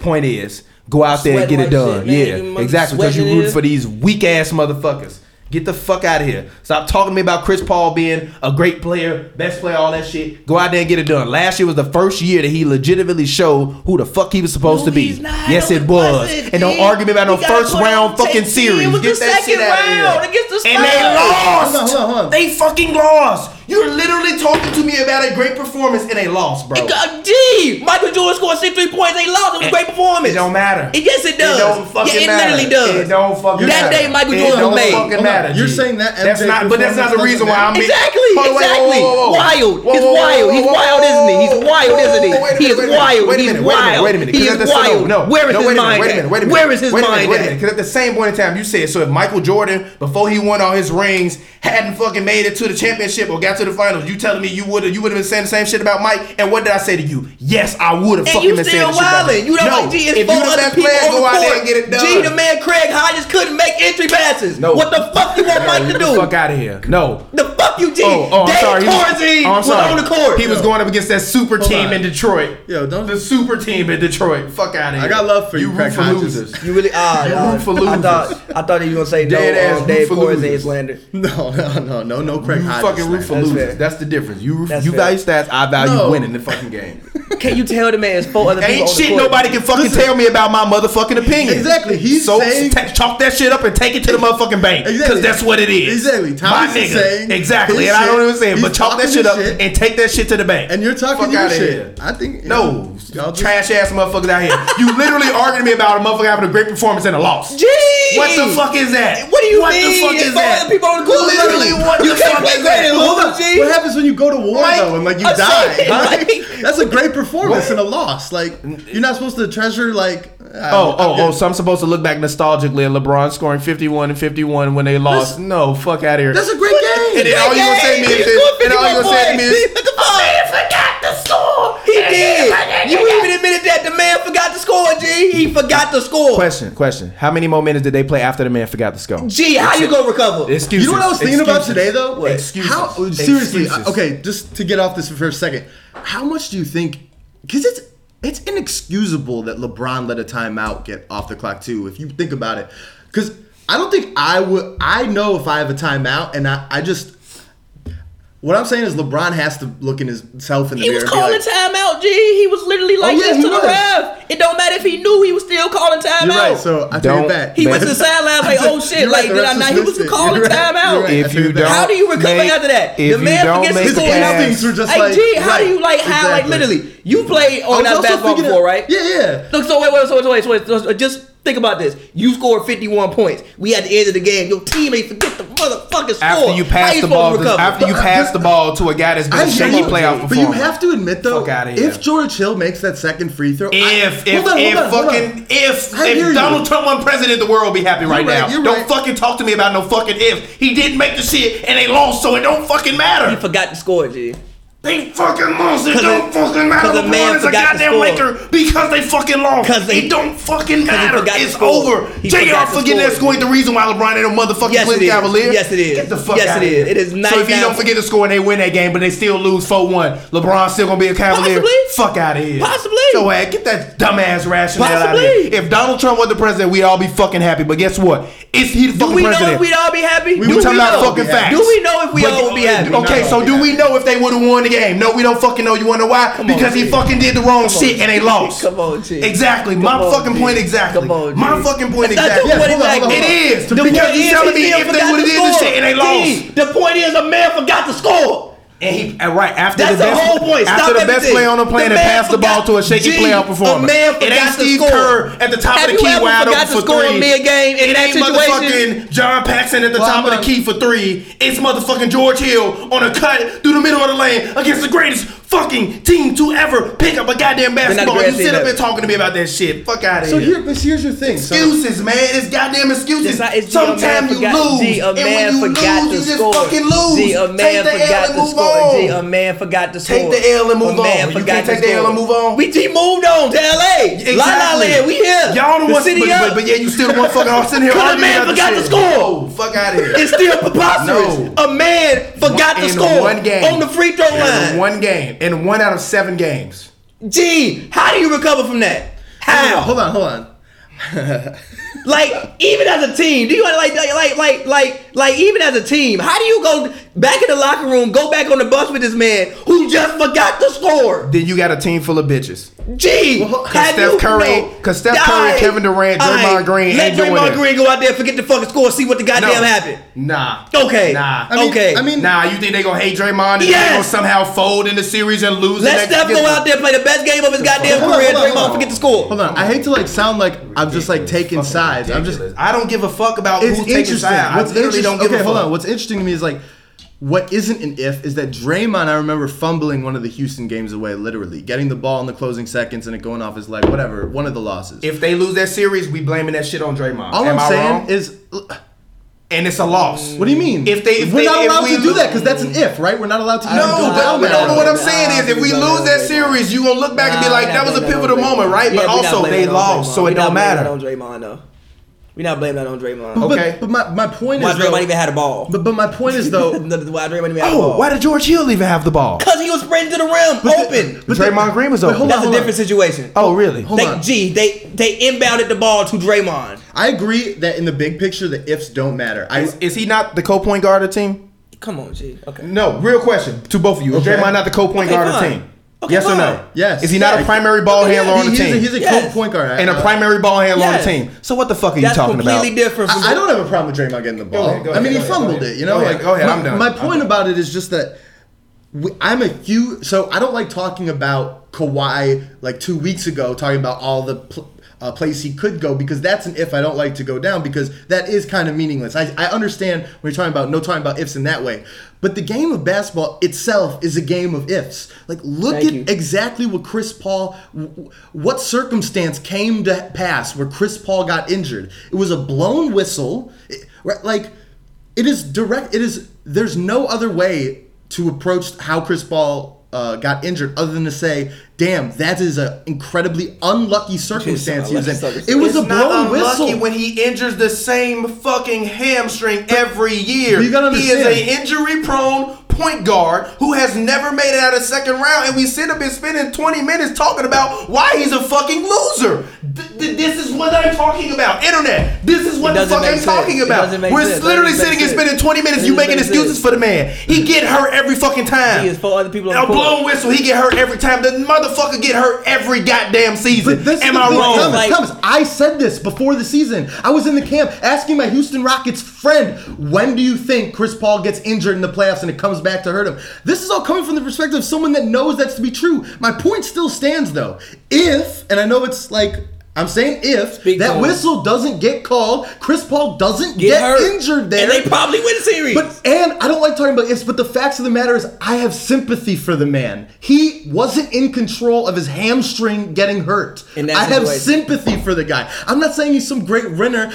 A: Point is, go out there and
B: Sweating
A: get it
B: like
A: done.
B: shit, man. You
A: yeah,
B: mother-
A: exactly. Because you
B: sweating it
A: root
B: is.
A: for these weak ass motherfuckers. Get the fuck out of here. Stop talking to me about Chris Paul being a great player, best player, all that shit. Go out there and get it done. Last year was the first year that he legitimately showed who the fuck he was supposed
B: No,
A: to be.
B: he's not.
A: Yes,
B: No,
A: it
B: he
A: was.
B: wasn't,
A: and don't
B: dude.
A: argue me about no
B: We gotta
A: first
B: put
A: round
B: on tape.
A: fucking
B: It
A: series.
B: was
A: Get
B: the
A: that shit
B: second
A: out
B: round
A: of here.
B: against the
A: and they
B: Spurs.
A: lost.
C: Hold on, hold on, hold on.
A: They fucking lost. You're literally talking to me about a great performance and they lost, bro.
B: God, gee, Michael Jordan scored 63 points. They lost. It was a great performance.
A: It don't matter.
B: It- yes, it does.
A: It don't fucking
B: yeah, it
A: matter.
B: literally
A: It
B: does.
A: don't fucking
B: That
A: matter.
B: day, Michael
A: It
B: Jordan
A: don't
B: made.
A: fucking
C: Hold on.
A: matter. G.
C: You're saying that
A: That's
C: MJ
A: not. But that's not the
C: performance
A: reason why
C: doesn't
A: I'm
C: matter.
B: Exactly,
A: Hold on, wait,
B: exactly.
A: whoa, whoa, whoa.
B: Wild.
A: Whoa,
B: He's
A: whoa,
B: wild.
A: whoa,
B: He's
A: whoa,
B: wild,
A: whoa,
B: isn't he? He's
A: whoa,
B: wild,
A: whoa,
B: isn't he?
A: wait a
B: He
A: minute,
B: is
A: wait a minute,
B: wild.
A: wait a
B: He's
A: minute, wait a minute,
B: wild.
A: Wait a minute. 'cause
B: He is
A: that's the same-
B: wild.
A: No,
B: Where is
A: no,
B: his
A: wait a minute,
B: mind
A: Wait a
B: at?
A: minute. Wait a minute.
B: Where is his
A: wait a minute,
B: mind
A: Wait a
B: at?
A: minute. Because at the same point in time, you said so. If Michael Jordan, before he won all his rings, hadn't fucking made it to the championship or got to the finals, you telling me you would have you would have been saying the same shit about Mike? And what did I say to you? Yes, I would have
B: And
A: fucking
B: you
A: been saying the
B: still
A: shit about
B: wildin'.
A: him.
B: You don't
A: no,
B: like G. It's
A: If
B: four
A: you the
B: other
A: best
B: people
A: player,
B: on
A: go
B: the
A: out there
B: court.
A: and get it done.
B: G, the man Craig Hodges couldn't make entry passes.
A: No.
B: What the fuck you want Mike to
A: Get the fuck
B: do?
A: out of here. No.
B: The fuck you did.
A: Oh, oh, I'm
B: Dave
A: sorry. He was-
B: Corzine
A: oh, I'm
B: was
A: sorry.
B: on the court.
A: He was going up against that super team
C: on.
A: in Detroit.
C: Yo, don't-
A: the super team in Detroit. Fuck out of here.
C: I got love for you,
A: root
C: Craig
A: for
C: Hodges.
A: losers.
B: You really are.
A: root for
B: I
A: losers.
B: thought I thought you were gonna say
A: Dead
B: no.
A: ass
B: Um, Dave
A: root for
B: Corzine
A: losers.
B: slander.
C: No, no, no, no, no, Craig
A: You
C: Hodges.
A: fucking root for
C: slander.
B: That's
A: losers.
B: fair.
A: That's the difference. You
B: That's
A: you
B: fair.
A: value stats. I value
C: No.
A: winning the fucking game.
B: Can you tell the man it's four other people
A: Ain't
B: on the
A: shit
B: court?
A: nobody can fucking tell me about my motherfucking opinion.
C: Exactly. He's
A: so
C: saying-
A: ta- chalk that shit up and take it to the motherfucking bank because
C: Exactly.
A: that's what it is.
C: Exactly.
A: my
C: Thomas
A: nigga.
C: is saying
A: exactly.
C: his
A: And I don't
C: shit.
A: even say it,
C: He's
A: but chalk that
C: talking
A: shit
C: his
A: up
C: shit.
A: and take that shit to the bank.
C: And you're talking
A: Fuck
C: your
A: outta
C: shit.
A: here.
C: I think
A: No,
C: y'all just-
A: trash ass motherfuckers out here. You literally arguing to me about a motherfucker having a great performance and a loss.
B: Gee!
A: What the fuck is that?
B: What do you
A: what
B: mean?
A: the fuck
B: It's
A: is
B: all
A: that?
B: the people on the court.
A: Literally, what
B: You
A: the
B: can't
A: fuck
B: play
A: is
B: great
A: that?
B: and lose.
C: Hold up.
B: G.
C: What happens when you go to war
A: Mike,
C: though and like you
B: I'm
C: die?
B: saying,
C: huh?
B: like-
C: That's a great performance and a loss. Like you're not supposed to treasure like. I
A: Oh,
C: don't-
A: oh,
C: I'm-
A: oh! So I'm supposed to look back nostalgically at LeBron scoring 51 and 51 when they lost. no, fuck out of here.
C: That's a great
A: And
C: game.
A: then all you gonna say to me is this. And all you gonna say to me is,
B: man forgot to score. He did. You even admitted that the man forgot to score, G. He forgot to score.
A: Question, question. How many more minutes did they play after the man forgot the score?
B: G, how you gonna recover?
A: Excuses.
C: You know what I was thinking about today though?
A: What?
C: Like,
A: Excuses.
C: How seriously?
A: Excuses.
C: uh, Okay, just to get off this for a second. How much do you think? Because it's it's inexcusable that LeBron let a timeout get off the clock too. If you think about it, because I don't think I would. I know if I have a timeout and I I just. What I'm saying is LeBron has to look in himself in the
B: He
C: mirror.
B: was
C: and be
B: calling
C: like,
B: timeout, G. Oh, He was literally like
C: yeah,
B: this
C: he
B: to the
C: was.
B: ref. It don't matter if he knew he was still calling timeout.
C: You're right. So I take
A: Don't-
C: it back.
B: he
A: Man.
B: went to the sideline like, oh shit,
C: You're
B: like
C: right,
B: did
C: the
B: I
C: refs
B: not?
C: just
B: He was
C: missed it.
B: calling
C: You're right,
B: timeout.
C: you're right.
A: If you don't,
B: How do you recover
A: make-
B: after that? The
A: If you
B: man
A: don't
B: forgets
A: make
B: his
C: His
A: the
B: score.
C: instincts
A: pass,
C: were just
B: hey
C: like,
B: G, how do
C: right,
B: you like how like
C: exactly.
B: literally you played
C: I was
B: on that
C: also
B: basketball
C: thinking
B: before,
C: of-
B: right?
C: Yeah, yeah.
B: Look, so wait, wait, so wait, so wait, so, so just think about this. You scored 51 points. We at the end of the game, your teammate forget the motherfucking score.
A: after you
B: How
A: pass the
B: supposed
A: ball,
B: to
A: to,
B: recover?
A: after you pass the ball to a guy that's been
C: I
A: a
C: hear
A: shaky
C: you,
A: playoff performer.
C: but you have to admit though,
A: Fuck outta here.
C: if George Hill makes that second free throw,
A: If
C: I,
A: if
C: hold on,
A: if
C: hold on, hold on.
A: fucking if
C: I hear
A: if
C: you.
A: Donald Trump won president, the world would be happy right,
C: You're
A: now.
C: right, you're
A: don't
C: right.
A: fucking talk to me about no fucking if. He didn't make the shit and they lost, so it don't fucking
B: He
A: matter.
B: forgot the score, G.
A: They fucking lost. It
B: 'Cause
A: don't
B: it-
A: fucking matter.
B: 'cause a
A: LeBron
B: man
A: is a
B: forgot to
A: goddamn
B: score.
A: Laker because they fucking lost.
B: 'Cause they-
A: it don't fucking
B: he
A: matter.
B: forgot to
A: It's
B: score.
A: over.
B: He
A: JR
B: forgot to
A: forgetting
B: score.
A: that score ain't the reason why LeBron ain't a motherfucking
B: Yes,
A: Cleveland
B: it is.
A: Cavalier.
B: Yes, it is.
A: Get the fuck
B: Yes,
A: out
B: it
A: here.
B: is. It is
A: So if he
B: 99.
A: don't forget to score and they win that game, but they still lose 4-1, LeBron's still gonna be a Cavalier.
B: Possibly.
A: Fuck out of here.
B: Possibly.
A: So uh, get that dumbass rationale out of
B: Possibly.
A: here. If Donald Trump was the president, we'd all be fucking happy. But guess what? It's he the
B: Do
A: fucking
B: we know
A: president.
B: if we'd all be happy?
A: We
B: do
A: talking about
B: know?
A: fucking facts.
B: Do we know if we all would be happy?
A: Okay, so do we know if they would have won the game? No, we don't fucking know. You wanna know why? because he
B: G.
A: fucking did the wrong shit and they
B: G.
A: lost.
B: Come on, G.
A: Exactly. My
B: Come on,
A: fucking
B: G.
A: point exactly.
B: Come on, G.
A: My fucking point
B: That's
A: exactly.
B: your
C: Yeah,
B: point
C: hold on, hold on,
B: exactly.
C: hold on.
A: It is.
B: The
A: Because
B: point
A: you're
B: is,
A: telling
B: he
A: me
B: still
A: if they
B: forgot
A: would've
B: to
A: did this
B: score.
A: shit and they
B: G,
A: lost.
B: The point is, a man forgot to score.
A: And he and right after
B: That's
A: the
B: the
A: best,
B: whole point. Stop
A: after the best
B: everything.
A: player on the plane and
B: The man
A: pass the ball to a
B: forgot-
A: shaky
B: G,
A: playoff performer.
B: a man
A: it ain't
B: forgot to
A: Steve
B: score.
A: Kerr at the top of
B: Have
A: the
B: you
A: key
B: ever
A: wide
B: forgot
A: open
B: to
A: for
B: score
A: three.
B: mid-game in
A: it
B: that
A: ain't
B: situation?
A: motherfucking John Paxson at the
C: Well,
A: top of the
C: I'm-
A: key for three. It's motherfucking George Hill on a cut through the middle of the lane against the greatest fucking team to ever pick up a goddamn
B: not the
A: basketball. You
B: greatest
A: sit
B: team
A: up
B: ever.
A: here talking to me about that shit. Fuck out of
C: So
A: here.
C: here, but here's your thing. So-
A: Excuses, man. It's goddamn excuses.
B: It's not- it's G, a man
A: Sometimes you
B: forgot-
A: lose.
B: G, a
A: and
B: man
A: when you
B: forgot
A: lose,
B: to
A: you just
B: score.
A: fucking lose.
B: G, a
A: Take
B: man
A: the L
B: forgot
A: and
B: to
A: move
B: score.
A: on.
B: G, a man forgot to score.
A: Take the L and move
B: a man
A: on. You
B: Forgot
A: can't
B: to
A: take the
B: score.
A: L and move on.
B: We G moved on to L.A.
A: Exactly.
B: La La Land, we here.
A: Y'all the,
B: the
A: ones,
B: city
A: but,
B: up.
A: but, but yeah, you still the one fucking all sitting here.
B: Cause a
A: arguing
B: man
A: about
B: forgot
A: this
B: to
A: shit.
B: score.
A: Oh, fuck out of here.
B: It's still preposterous.
A: No.
B: A man forgot to
A: In
B: score
A: one game.
B: on the free throw
A: in
B: line.
A: one game, in one out of seven games.
B: G, how do you recover from that? How?
C: Hold on, hold on.
B: like even as a team, do you wanna, like like like like like even as a team? How do you go back in the locker room, go back on the bus with this man who just forgot to score?
A: Then you got a team full of bitches.
B: Gee,
A: Cause
B: have
A: Steph
B: you-
A: Curry-
B: no.
A: cause Steph Curry,
B: Aight,
A: Kevin Durant, Draymond
B: aight.
A: Green
B: Let
A: ain't doing
B: Draymond
A: it.
B: Green go out there, forget the fucking score, see what the goddamn happened.
A: Nah.
B: Okay.
A: Nah.
C: I mean,
B: Okay.
C: I mean,
A: Nah, you think they gonna hate Draymond? And
B: Yes.
A: They gonna somehow fold in the series and lose? the
B: Let
A: next-
B: Steph go out there play the best game of his goddamn
C: Hold on,
B: career.
C: hold on, hold
B: Draymond
C: on.
B: forget the score.
C: Hold on, I hate to like sound like I'm just like taking
A: Fucking
C: sides. I'm just
A: ridiculous. I don't give a fuck about
C: it's
A: who's taking
C: interesting.
A: sides. I
C: What's
A: literally
C: interesting?
A: don't give
C: okay,
A: a fuck.
C: hold on. What's interesting to me is like, what isn't an if is that Draymond. I remember fumbling one of the Houston games away, literally getting the ball in the closing seconds and it going off his leg. Whatever, one of the losses.
A: if they lose that series, we blaming that shit on Draymond.
C: All
A: Am
C: I'm
A: I
C: saying
A: wrong?
C: is,
A: and it's a loss.
C: what do you mean?
A: If they- if
C: we're
A: they-
C: not
A: if
C: allowed
A: we
C: to do that
A: lose-
C: because that's an if, right? We're not allowed to.
A: No,
C: even go
A: Oh, but,
C: down
A: but
C: that
A: no, but what I'm
C: road.
A: saying is, if we lose that series, you gonna look back and be like, that was a pivotal moment, right?
B: Yeah,
A: But
B: we not
A: also,
B: blaming
A: they
B: that on Draymond.
A: lost, so
B: We
A: it
B: not
A: don't
B: blaming that
A: matter. Oh,
B: On Draymond though, we not blaming that on Draymond.
C: But-
A: Okay.
C: But, my, my point
B: Why
C: is though,
B: Draymond even had a ball?
C: But but my point is though.
B: Another- Why Draymond even had a
A: Oh,
B: ball?
A: why did George Hill even have the ball?
B: Because he was sprinting to the rim, open.
C: but
A: Draymond Green was
C: but
A: open.
C: hold on,
B: That's a
C: hold on.
B: different situation.
A: Oh, really?
C: Hold
B: they,
C: on.
B: Gee, they they inbounded the ball to Draymond.
C: I agree that in the big picture, the ifs don't matter. I,
A: Is, is he not the co-point guard of the team?
B: Come on, G. Okay.
A: No, real question to both of you. Is
C: Okay.
A: Draymond not the co-point
B: Okay,
A: guard of the
B: fine.
A: team?
B: Okay,
A: yes or
B: fine.
A: no?
C: Yes.
A: Is he not a
C: Yeah.
A: primary ball
B: Okay, yeah.
A: handler on the
C: He- he's,
A: team?
C: a, he's a
B: Yes.
C: cold point guard. I-
A: and a
C: I-
A: primary ball handler on
B: Yes.
A: the team. So what the fuck are you
B: That's
A: talking about?
B: completely different. From
C: I, I don't have a problem with Draymond getting the ball.
A: Go ahead, go
C: I mean,
A: ahead,
C: he
A: go ahead,
C: fumbled
A: go ahead.
C: it. You know,
A: Go ahead,
C: like
A: go ahead,
C: my,
A: I'm done.
C: My
A: I'm
C: point about it is just that we, I'm a huge. So I don't like talking about Kawhi like two weeks ago, talking about all the. Pl- uh, place he could go because that's an if I don't like to go down because that is kind of meaningless. I, I understand when you're talking about no talking about ifs in that way, but the game of basketball itself is a game of ifs. Like look
B: Thank
C: at
B: you.
C: exactly what Chris Paul, w- what circumstance came to pass where Chris Paul got injured. It was a blown whistle. It- right, like, it is direct. It is. There's no other way to approach how Chris Paul uh, got injured other than to say, "Damn, that is an incredibly unlucky circumstance he was in."
B: unlucky
C: It was
A: It's
C: a blown
A: not unlucky
C: whistle.
A: when he injures the same fucking hamstring every year.
C: but you gotta
A: he is
C: understand.
A: an injury-prone point guard who has never made it out of second round, and we sit up and spending 20 minutes talking about why he's a fucking loser. Th- th- this is what I'm talking about, internet. This is what
B: It
A: the
B: doesn't
A: fuck I'm
B: make
A: talking
B: sense. It
A: about.
B: doesn't make
A: We're
B: sense. That
A: literally
B: doesn't make
A: sitting and
B: sense.
A: spending 20 minutes.
B: That
A: You
B: doesn't
A: making
B: make
A: excuses
B: sense.
A: for the man. He get hurt every fucking time.
B: He is for other people on
A: A
B: the court.
A: blown whistle. He get hurt every time. The motherfucker get hurt every goddamn season.
C: But this
A: Am
C: is the
A: I
C: thing,
A: wrong?
C: Thomas,
B: Like-
C: Thomas, I said this before the season. I was in the camp asking my Houston Rockets friend, when do you think Chris Paul gets injured in the playoffs and it comes back to hurt him? This is all coming from the perspective of someone that knows that's to be true. My point still stands though. If, and I know it's like, I'm saying if
B: Speak
C: that
B: on it.
C: whistle doesn't get called, Chris Paul doesn't get, injured
B: and
C: there.
B: they probably win the series.
C: But and I don't like talking about ifs, but the facts of the matter is I have sympathy for the man. He wasn't in control of his hamstring getting hurt.
B: In that
C: I have
B: situation.
C: sympathy for the guy. I'm not saying he's some great winner.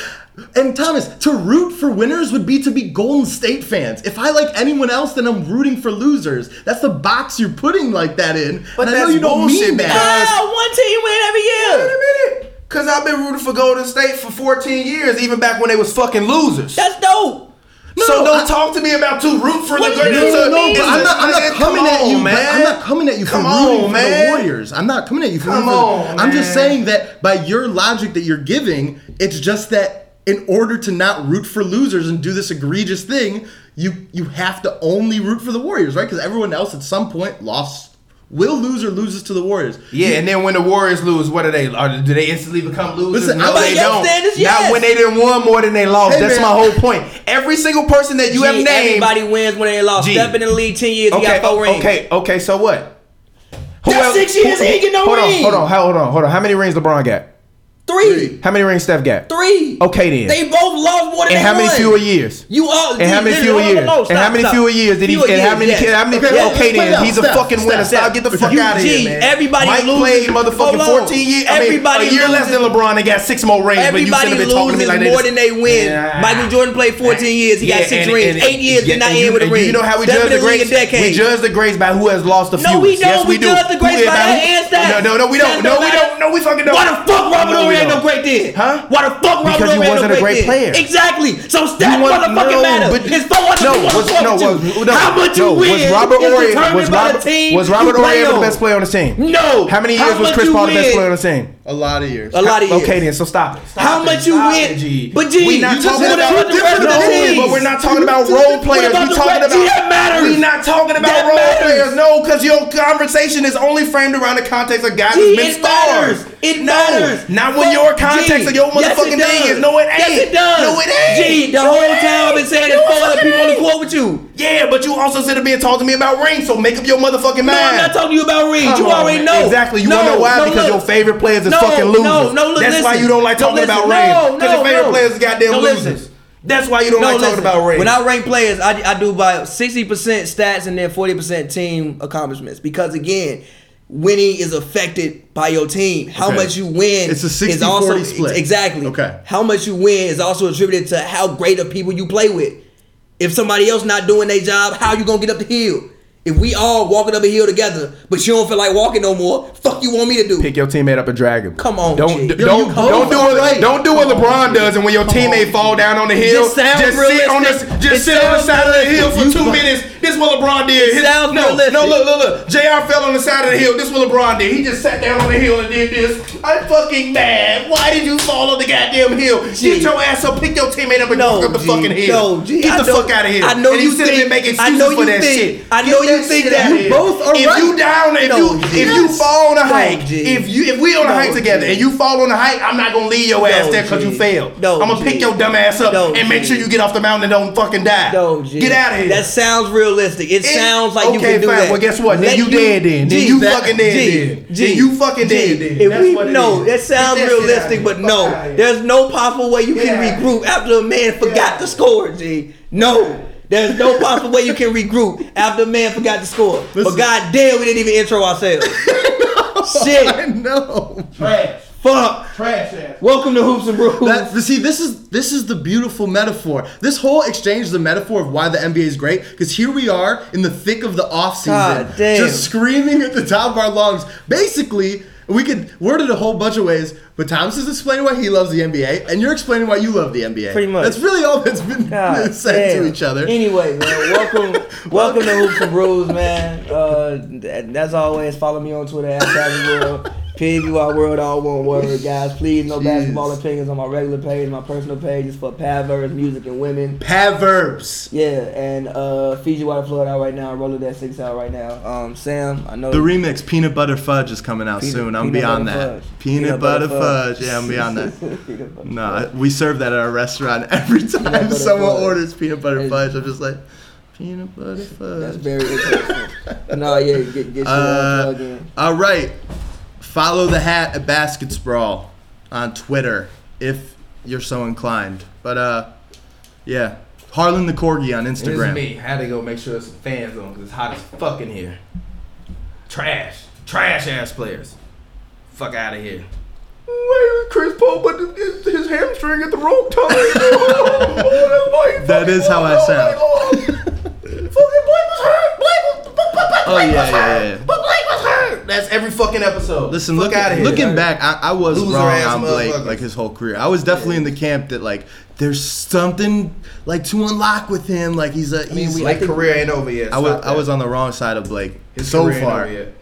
C: And Thomas, to root for winners would be to be Golden State fans. If I like anyone else, then I'm rooting for losers. That's the box you're putting like that in.
A: But
C: and I know
A: that's
C: you don't mean
A: bullshit,
C: that.
A: because-
B: oh, one team win every
A: Wait
B: year.
A: a minute. Cause I've been rooting for Golden State for 14 years, even back when they was fucking losers.
B: That's dope.
A: so
C: no,
A: don't
C: I-
A: talk to me about two root for
B: What
A: the
B: do you
A: greatest.
B: mean?
A: of-
B: No,
C: But I'm not, I'm not
A: Man,
C: coming
A: come
C: at
A: on,
C: you, man. I'm not coming at you for
A: Come
C: rooting
A: on,
C: for
A: man.
C: the Warriors. I'm not coming at you for
A: Come
C: rooting for the,
A: on,
C: I'm just
A: man.
C: saying that by your logic that you're giving, it's just that in order to not root for losers and do this egregious thing, you you have to only root for the Warriors, right? Because everyone else at some point lost, will lose or loses to the Warriors.
A: Yeah, and then when the Warriors lose, what are they? Are, do they instantly become losers?
C: Listen,
A: no,
C: I'm-
A: they
B: Yes,
A: don't.
B: that is yes.
A: Not when they didn't won more than they lost.
C: Hey,
A: That's
C: man.
A: my whole point. Every single person that you have
B: Gee,
A: named,
B: Everybody wins when they lost.
A: Gee.
B: Step in the league ten years, he
A: Okay,
B: got four rings.
A: okay, okay. So what? Who
B: That's
A: else-
B: six years,
A: who-
B: he ain't get no
A: hold
B: ring.
A: on, hold on, how- hold on, hold on. How many rings LeBron got?
B: Three.
A: How many rings Steph got?
B: Three.
A: Okay then.
B: They both lost more than
A: And
B: they
A: how many fewer
B: won.
A: years?
B: You all
A: And how many
B: you-
A: fewer
B: no, no,
A: years?
B: no, no,
A: and how
B: stop,
A: many
B: stop.
A: fewer years did he?
B: Fewer
A: and how
B: years,
A: many?
B: yes.
A: Kids, how many?
C: Okay,
A: Okay,
C: let's play it
A: then
C: out.
A: he's a
C: Stop,
A: fucking winner.
C: stop.
A: Stop. Get the fuck
B: You-
A: out of here,
B: Gee,
A: man.
B: everybody
A: Mike
B: loses.
A: played motherfucking
B: Hold on.
A: 14 years. I mean,
B: Everybody
A: a year less than
B: loses.
A: LeBron and got six more rings. but you
B: Everybody
A: shouldn't have been talking to me
B: loses
A: like
B: more than they win.
A: Yeah.
B: Michael Jordan played 14 years. He
A: Yeah,
B: got six
A: and-
B: rings.
A: and-
B: Eight years
A: yeah,
B: did not
A: and
B: end
A: you-
B: with a
A: and
B: ring.
A: You know how we
B: Step
A: judge
B: in
A: the
B: league a
A: greats?
B: decade.
A: We judge the greats by who has lost the fewest.
B: No, we don't.
A: Yes,
B: we,
A: we, do.
B: judge the
A: Who
B: greats
A: is
B: by that
A: who-
B: and stats.
A: No, no, no. We don't.
B: Stats
A: No, we
B: matter.
A: don't. No, we fucking don't.
B: Why the fuck Robert
A: No, we
B: Ory ain't no
A: don't.
B: great then?
A: Huh?
B: Why the fuck Robert
A: Because he
B: Ory ain't
A: wasn't
B: no
A: a great
B: great
A: player.
B: then? Exactly. So stats
A: want-
B: motherfucking
A: no,
B: matter.
A: but-
B: it's for what
A: no,
B: you
A: was-
B: want
A: no,
B: to
A: was- no,
B: How much you
A: no, was
B: win
A: Robert
B: is
A: Ory-
B: determined
A: was
B: by
A: Robert-
B: the team
A: Was
B: you
A: Robert
B: play
A: Ory ever the
B: on.
A: best player on the team?
B: No.
A: How many
B: How
A: years was
B: much
A: Chris
B: you
A: Paul the best
B: win?
A: player on the team?
C: A lot of years.
B: A lot of years.
A: Okay, then. So stop it. Stop
B: How
A: it.
B: much you
A: Stop
B: win?
A: it, G.
B: But G,
A: we not
B: you just
A: talking
B: won
A: about
B: with the rest of the
A: No,
B: teams.
A: But we're not talking about role players.
B: about
A: we
B: the
A: talking
B: rest?
A: about
B: Gee, that matters.
A: We not talking about
B: That
A: role
B: matters.
A: players. No, because your conversation is only framed around the context of guys
B: Gee,
A: that's been
B: it matters.
A: stars.
B: It
A: no,
B: matters.
A: Not when
B: Fuck
A: your context
B: G.
A: of your
B: Yes, it
A: motherfucking thing
B: does.
A: is. No, it ain't.
B: Yes, it does.
A: No, it ain't.
B: Gee, the
A: No,
B: whole
A: it
B: time I've been
A: ain't.
B: saying
A: No,
B: there's four other
A: it
B: people on the
A: ain't.
B: court with you.
A: Yeah, but you also sit up here and talk to me about rings, so make up your motherfucking mind.
B: No, I'm not talking to you about Reed.
A: Come
B: you
A: on,
B: already
A: man.
B: know.
A: Exactly. You
B: no,
A: wanna know why?
B: no,
A: because
B: look.
A: your favorite players is
B: No,
A: fucking losers.
B: No, no, look,
A: That's why
B: listen.
A: you don't like
B: No,
A: talking about
B: listen.
A: rings.
B: No,
A: Because your
B: no,
A: favorite
B: no.
A: players is goddamn
B: No, listen.
A: losers. That's why you don't like
B: listen.
A: talking about rings.
B: When I rank players, I, I do by 60% stats and then 40% team accomplishments. Because again, winning is affected by your team. How
C: Okay.
B: much you win
C: It's a
B: is also
C: 60-40 split.
B: Exactly.
C: Okay.
B: How much you win is also attributed to how great of people you play with. If somebody else not doing their job, how you gonna get up the hill? If we all walking up a hill together, but you don't feel like walking no more, fuck you want me to do?
A: Pick your teammate up and drag him.
B: Come on,
A: Don't
B: G.
A: d-
B: Yo,
A: don't don't
C: you both
A: do
C: are
A: what
C: right.
A: don't do what LeBron does, and when your teammate
B: on.
A: fall down on the hill, just,
B: sounds
A: sit on the
B: realistic.
A: just
B: It
A: sit on the
B: sounds
A: side of the hill for
B: realistic.
A: two
B: You-
A: minutes. This is what LeBron did. His-
B: sounds
A: no,
B: realistic.
A: no, look, look, look. Jr. fell on the side of the hill. This is what LeBron did. He just sat down on the hill and did this. I'm fucking mad. Why did you fall on the goddamn hill?
B: G.
A: Get your ass up, pick your teammate up, and
B: No,
A: walk up the
B: G.
A: fucking hill.
B: No, G.
A: Get
B: I
A: the
B: know-
A: fuck out of here.
B: I know
A: And
B: you
A: sit there
B: think-
A: and make
B: I
A: excuses
B: know
A: for
B: you
A: that
B: think-
A: shit.
B: I
A: Get
B: know you think
A: shit
B: that.
A: outta
B: You
A: here.
C: both are
A: if
C: right.
A: you down, if
B: No,
A: you
B: G.
A: if you fall on a
B: No,
A: hike,
B: G.
A: if you if we on a
B: No,
A: hike together
B: G.
A: and you fall on a hike, I'm not gonna leave your ass
B: No,
A: there because
B: G.
A: you failed.
B: No,
A: I'm gonna
B: G.
A: pick your dumb ass up
B: No,
A: and make
B: G.
A: sure you get off the mountain and don't fucking die.
B: No, G.
A: Get out of here.
B: That sounds realistic. It,
A: It-
B: sounds like you
A: okay,
B: can do
A: fine.
B: that.
A: Well, guess what? Then
B: Let
A: you dead then. Then
B: G,
A: you
B: that-
A: fucking dead
B: G,
A: then. Then you fucking dead then.
B: If
A: That's
B: we
A: what it
B: know
A: is.
B: that sounds
A: Get that shit
B: realistic,
A: outta
B: but
A: here. Fuck outta
B: no,
A: here.
B: there's no possible way you can
A: Yeah.
B: regroup after a man forgot
A: Yeah.
B: to score. G, no. There's no possible way you can regroup after a man forgot to score. But
C: Listen.
B: goddamn, we didn't even intro ourselves.
C: I
B: Shit,
C: know.
A: trash,
B: fuck.
A: trash ass.
B: Welcome to Hoops and Brews.
C: That, but see, this is this is the beautiful metaphor. This whole exchange is a metaphor of why the NBA is great. Because here we are in the thick of the
B: God
C: offseason,
B: damn.
C: just screaming at the top of our lungs. Basically, we could word it a whole bunch of ways. But Thomas is explaining why he loves the NBA, and you're explaining why you love the NBA.
B: Pretty much.
C: That's really all that's been
B: God
C: said
B: damn.
C: to each other.
B: Anyway, man, welcome, welcome to Hoops and Brews, man. Uh, th- as always, follow me on Twitter at Savage World. PBY World, all one word, guys. Please, no basketball opinions on my regular page. My personal page is for perverts, music, and women.
C: Perverbs.
B: Yeah, and uh, Fiji Water Flood out right now. Roller that six out right now. Um, Sam, I know
C: The remix "Peanut Butter Fudge" is coming out
B: Peanut-
C: soon. I'm
B: peanut
C: beyond
B: butter
C: that.
B: fudge.
C: Peanut,
B: Peanut butter
C: butter,
B: fudge.
C: fudge. Yeah, I'm beyond that.
B: Peanut butter
C: No, I- we serve that at our restaurant every time
B: butter
C: someone
B: fudge.
C: orders peanut butter
B: It's-
C: fudge. I'm just like, peanut butter
B: That's
C: fudge.
B: very interesting. no, yeah, get get your uh, plug
C: Uh,
B: in.
C: all right, follow the hat at Basket Sprawl on Twitter if you're so inclined. But uh, yeah, Harlan the Corgi on
A: This is
C: Instagram.
A: me. I had to go make sure there's some fans on because it's hot as fuck in here. Trash, trash ass players. Fuck out of here. Chris Paul, but his, his hamstring at the wrong time.
C: That is how I sound.
A: Fucking Blake was hurt. Blake was, but, but, but
C: Oh,
A: Blake
C: yeah,
A: was
C: yeah,
A: hurt.
C: yeah.
A: But Blake was hurt. That's every fucking episode.
C: Listen,
A: Fuck
C: look,
A: outta here.
C: looking back, I, I was
A: Loser
C: wrong
A: ass
C: on Blake
A: motherfuckers.
C: like his whole career. I was definitely in the camp that like there's something like to unlock with him. Like he's a he's
A: His
C: like
A: Blake career ain't over yet.
C: I was
A: Stop
C: I
A: that.
C: was on the wrong side of Blake
A: His
C: so
A: career ain't
C: far.
A: over yet.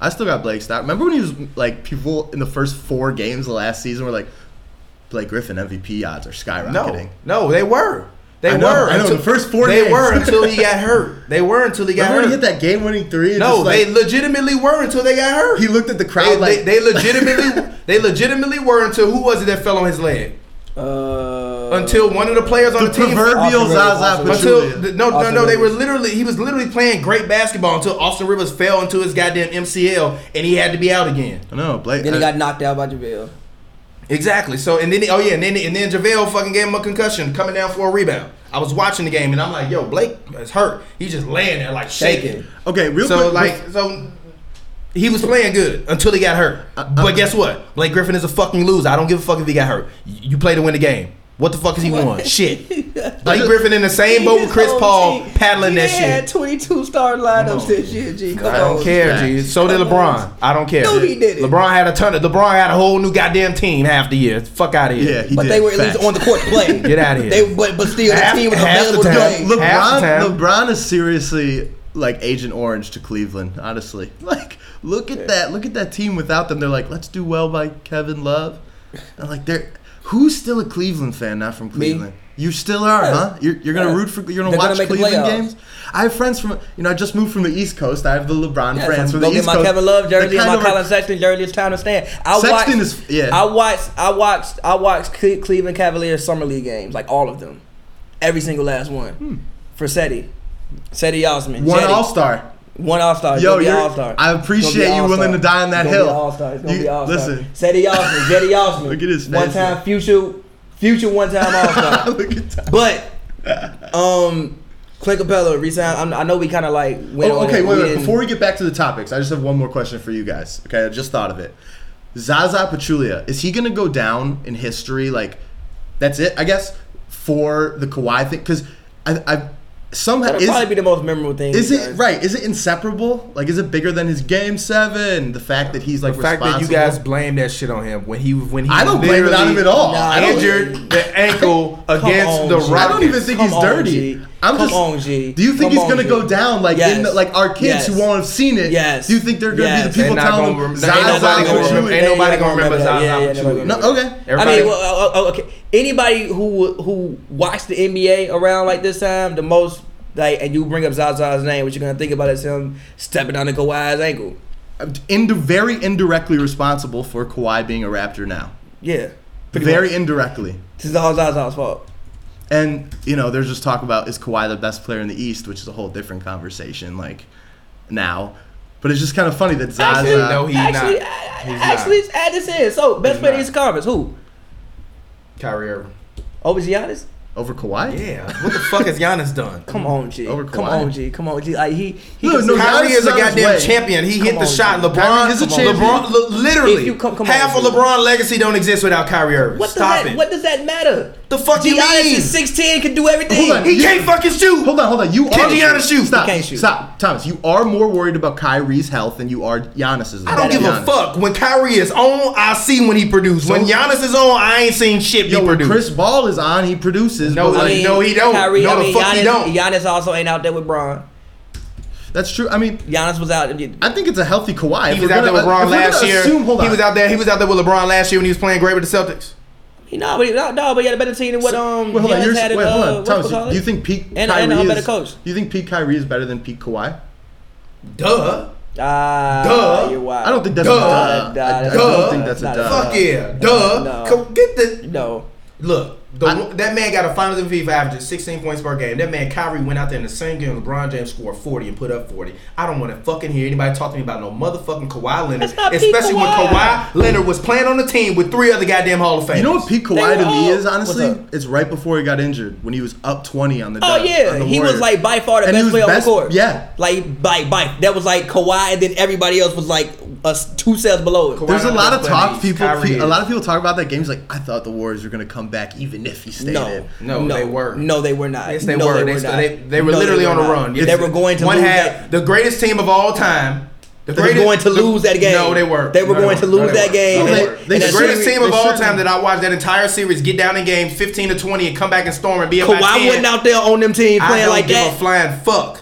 C: I still got Blake Stout. Remember when he was like people in the first four games of last season were like Blake Griffin MVP odds are skyrocketing.
A: No, no, they were. They
C: I know,
A: were.
C: I know, the first four
A: They
C: games.
A: were until he got hurt. They were until he got
C: Remember when he hit
A: hurt.
C: that game winning three? and
A: no,
C: just, like,
A: they legitimately were until they got hurt.
C: he looked at the crowd
A: they,
C: like
A: they, they legitimately they legitimately were until who was it that fell on his leg?
B: Uh,
A: Until one of the players on
C: the
A: the, team
C: proverbial
B: Austin
C: Zaza
B: Rivers,
A: until
C: Pachulia.
A: the, no
B: Austin
A: no no they were
B: Rivers.
A: literally he was literally playing great basketball until Austin Rivers fell into his goddamn MCL and he had to be out again.
C: No, Blake.
B: then he
C: I-
B: got knocked out by JaVale.
A: Exactly. So and then he, oh yeah, and then and then JaVale fucking gave him a concussion coming down for a rebound. I was watching the game and I'm like, yo, Blake is hurt. He's just laying there like shaking.
C: okay, real
A: so
C: quick.
A: like so he was playing good until he got hurt.
C: uh,
A: but guess what? Blake Griffin is a fucking loser. I don't give a fuck if he got hurt. Y- You play to win the game. What the fuck is he won? Shit. Blake Griffin in the same boat with
B: Oh,
A: Chris Paul paddling that shit.
B: 22 star lineups this year, G. Come
A: I don't
B: on,
A: care,
C: Facts.
A: G. So did
B: Come
A: LeBron.
B: on.
A: I don't care.
B: No, he didn't.
A: LeBron had a ton of. LeBron had a whole new goddamn team half the year. Fuck out of here.
C: yeah, he
B: But
C: did.
B: they were at
C: Facts.
B: least on the court playing.
A: Get outta here.
B: They, but, but still, the
A: Half-
B: team was
A: half the
B: available to
A: time.
B: play.
A: Half the time.
C: LeBron, LeBron is seriously like Agent Orange to Cleveland, honestly. Like, look at that. Look at that team without them. They're like, let's do well by Kevin Love. And like, they're who's still a Cleveland fan not from Cleveland? You still are,
B: Yeah.
C: huh? You're, you're gonna
B: Yeah.
C: root for you're gonna
B: They're gonna
C: watch
B: make the
C: Cleveland
B: playoffs.
C: games. I have friends from you know I just moved from the East Coast. I have the LeBron
B: Yeah,
C: friends
B: so
C: from
B: go
C: the
B: get
C: East
B: my
C: Coast.
B: Kevin Love
C: They're
B: jersey and my
C: kinda like-
B: Colin Sexton jersey. It's time to stand. I
C: Sexton
B: watched,
C: is- yeah.
B: I watched. I watched. I watched Cle- Cleveland Cavaliers summer league games, like all of them, every single last one.
A: Hmm.
B: For Seti, Seti Osman,
C: one
B: Jetty.
C: All Star.
B: one all star.
C: Yo,
B: be
C: you're-
B: all star.
C: I appreciate you willing to die on that hill.
B: All star. It's gonna
C: You-
B: be all star.
C: listen.
B: Seti Osman, Jetty Osman.
C: Look at his
B: One
C: face.
B: time future, future one time all star.
C: Look at that.
B: But um, Clint Capella resign. I'm- I know we kind of like went.
C: Oh,
B: on
C: okay,
B: it.
C: wait, wait.
B: didn't-
C: Before we get back to the topics, I just have one more question for you guys. Okay, I just thought of it. Zaza Pachulia, is he gonna go down in history? Like, that's it, I guess, for the Kawhi thing? Because I, I somehow
B: That'll
C: is,
B: probably be the most memorable thing.
C: is
B: he
C: it
B: does.
C: right? Is it inseparable? Like, is it bigger than his game seven? The fact that he's like
A: The fact that you
C: responsible?
A: guys blame that shit on him when he when he
C: I don't blame it on him at all.
B: Nah,
C: I don't
A: injured the ankle
B: Come
A: against
B: on,
A: the
B: G.
C: I don't
A: Rockets.
C: even think
B: Come
C: he's
B: on,
C: dirty.
B: G.
C: I'm
B: Come
C: just.
B: on, G.
C: Do you
B: Come
C: think he's
B: on,
C: gonna
B: G.
C: go down like in the,
B: Yes.
C: like our kids who
B: Yes.
C: won't have seen it?
B: Yes.
C: Do you think they're gonna
B: Yes.
C: be the people
A: They're not
C: telling
A: gonna
C: them
A: rem-
C: Zaza
A: ain't nobody gonna
C: Pachulia?
A: remember- ain't nobody gonna remember
B: that.
A: Zaza
B: Yeah, yeah,
A: Pachulia.
B: nobody
C: No,
B: gonna remember
C: okay.
B: that. I
A: Everybody-
B: mean, well, oh, oh, okay. Anybody who who watched the NBA around like this time, the most like, and you bring up Zaza's name, what you're gonna think about is him stepping on the Kawhi's ankle.
C: Ind- very indirectly responsible for Kawhi being a Raptor now.
B: Yeah, pretty
C: very
B: much.
C: indirectly.
B: This is all Zaza's fault.
C: And, you know, there's just talk about is Kawhi the best player in the East, which is a whole different conversation, like, now. But it's just kind of funny that Zaza.
A: Actually, no, he's
B: actually,
A: not.
B: I, I-
A: He's
B: actually,
A: not.
B: add this in. So best
A: He's
B: player
A: not.
B: in this conference, who?
A: Kyrie Irving.
B: Over Giannis?
C: over Kawhi?
A: Yeah. What the fuck has Giannis done?
B: Come on, G.
C: Over
B: Come
C: Kawhi.
B: on, G. Come on, G. Like he, he
C: No,
B: can-
C: no,
A: Kyrie
C: Giannis
A: is
C: is
A: a
C: on his
A: goddamn
C: way.
A: champion. He hit
B: Come
A: the
B: on,
A: shot.
B: G.
A: LeBron
C: Kyrie is a
A: come on.
C: champion.
A: LeBron li- literally
B: If you come- come
A: half
B: on,
A: of
B: G.
A: LeBron legacy don't exist without Kyrie Irving.
B: What does
A: Stop
B: that?
A: it.
B: What does that matter?
A: the fuck you
B: Giannis
A: mean?
B: is 16, can do everything.
C: Hold on.
A: He can't fucking shoot.
C: Hold on, hold on. You
A: Can
C: are
A: Giannis shoot?
C: Stop.
B: He can't shoot.
C: Stop. Thomas, you are more worried about Kyrie's health than you are Giannis's.
A: I don't
B: That
A: give
B: is
A: a fuck. When Kyrie is on, I see when he produced. When
C: So-
A: Giannis is on, I ain't seen shit
C: Yo,
A: be
C: when
A: produced.
C: Chris Ball is on, he produces.
A: No,
C: but,
A: I
C: like,
A: mean- no, he don't. No, the fuck
B: Giannis,
A: he don't.
B: Giannis also ain't out there with Braun.
C: that's true. I mean,
B: Giannis was out.
C: I think it's a healthy Kawhi. If
A: He was
C: we're
A: out there with
C: gonna- if
A: LeBron
C: we're gonna
A: last year.
C: assume- hold
A: He
C: on.
A: was out there. He was out there with LeBron last year when he was playing great with the Celtics.
B: No, but he, no, no, but he had a better team than what um
C: Wait, hold on.
B: Giannis
C: You're,
B: had.
C: wait,
B: in,
C: hold
B: uh,
C: on.
B: what's
C: Thomas,
B: it called?
C: do you think Pete
B: And- and
C: Kyrie
B: I'm a better
C: is,
B: coach.
C: Do you think Pete Kyrie is better than Pete Kawhi?
A: Duh.
B: Ah,
A: Duh.
B: you're wild.
C: I don't think that's
A: Duh.
C: a duh.
B: Duh.
C: I, I
A: Duh.
C: don't think that's a
B: Not a
C: duh.
B: duh.
A: Fuck yeah. Duh.
B: No.
A: Come get the
B: No,
A: look. The,
C: I-
A: that man got a Finals MVP for averaging 16 points per game. That man Kyrie went out there in the same game. LeBron James scored 40 and put up 40. I don't want to fucking hear anybody talk to me about no motherfucking Kawhi Leonard,
B: That's not peak
A: especially when
B: Kawhi.
A: Kawhi Leonard was playing on the team with three other goddamn Hall of Famers.
C: You know what Pete
B: They
C: Kawhi to me
B: all-
C: is honestly?
B: What's up?
C: It's right before he got injured when he was up twenty on the.
B: Oh
C: dub- on
B: yeah,
C: the
B: he
C: Warriors.
B: was like by far the
C: And he
B: best
C: was
B: player on the
C: best-
B: court.
C: yeah.
B: like by by that was like Kawhi, and then everybody else was like us two cells below it.
A: Kawhi-
C: There's a lot of
A: Kawhi
C: talk
A: is
C: people.
A: Kyrie
C: pe-
A: is.
C: A lot of people talk about that game. He's like, I thought the Warriors were gonna come back even if he stayed
B: No,
C: in.
A: No, they were.
B: No, they were not.
A: Yes, they
B: No,
A: were. They,
B: not.
A: they, they were
B: No,
A: literally on a
B: not.
A: run.
B: They were going to
A: one
B: lose that.
A: half. The greatest team of all time. The
B: They were going to
A: the-
B: lose that game.
A: No, they were.
B: They were
A: No,
B: going
A: weren't.
B: to
A: No,
B: lose
A: they
B: that
A: weren't.
B: game.
A: No, they
C: And-
A: weren't.
C: and
A: the
C: that
A: greatest
C: series-
A: team of
C: they
A: all
C: shouldn't.
A: time that I watched that entire series get down in game 15 to 20 and come back and storm and be about 10.
B: Kawhi wasn't out there on them team
A: I
B: playing
A: don't
B: like
A: give a
B: that.
A: flying fuck.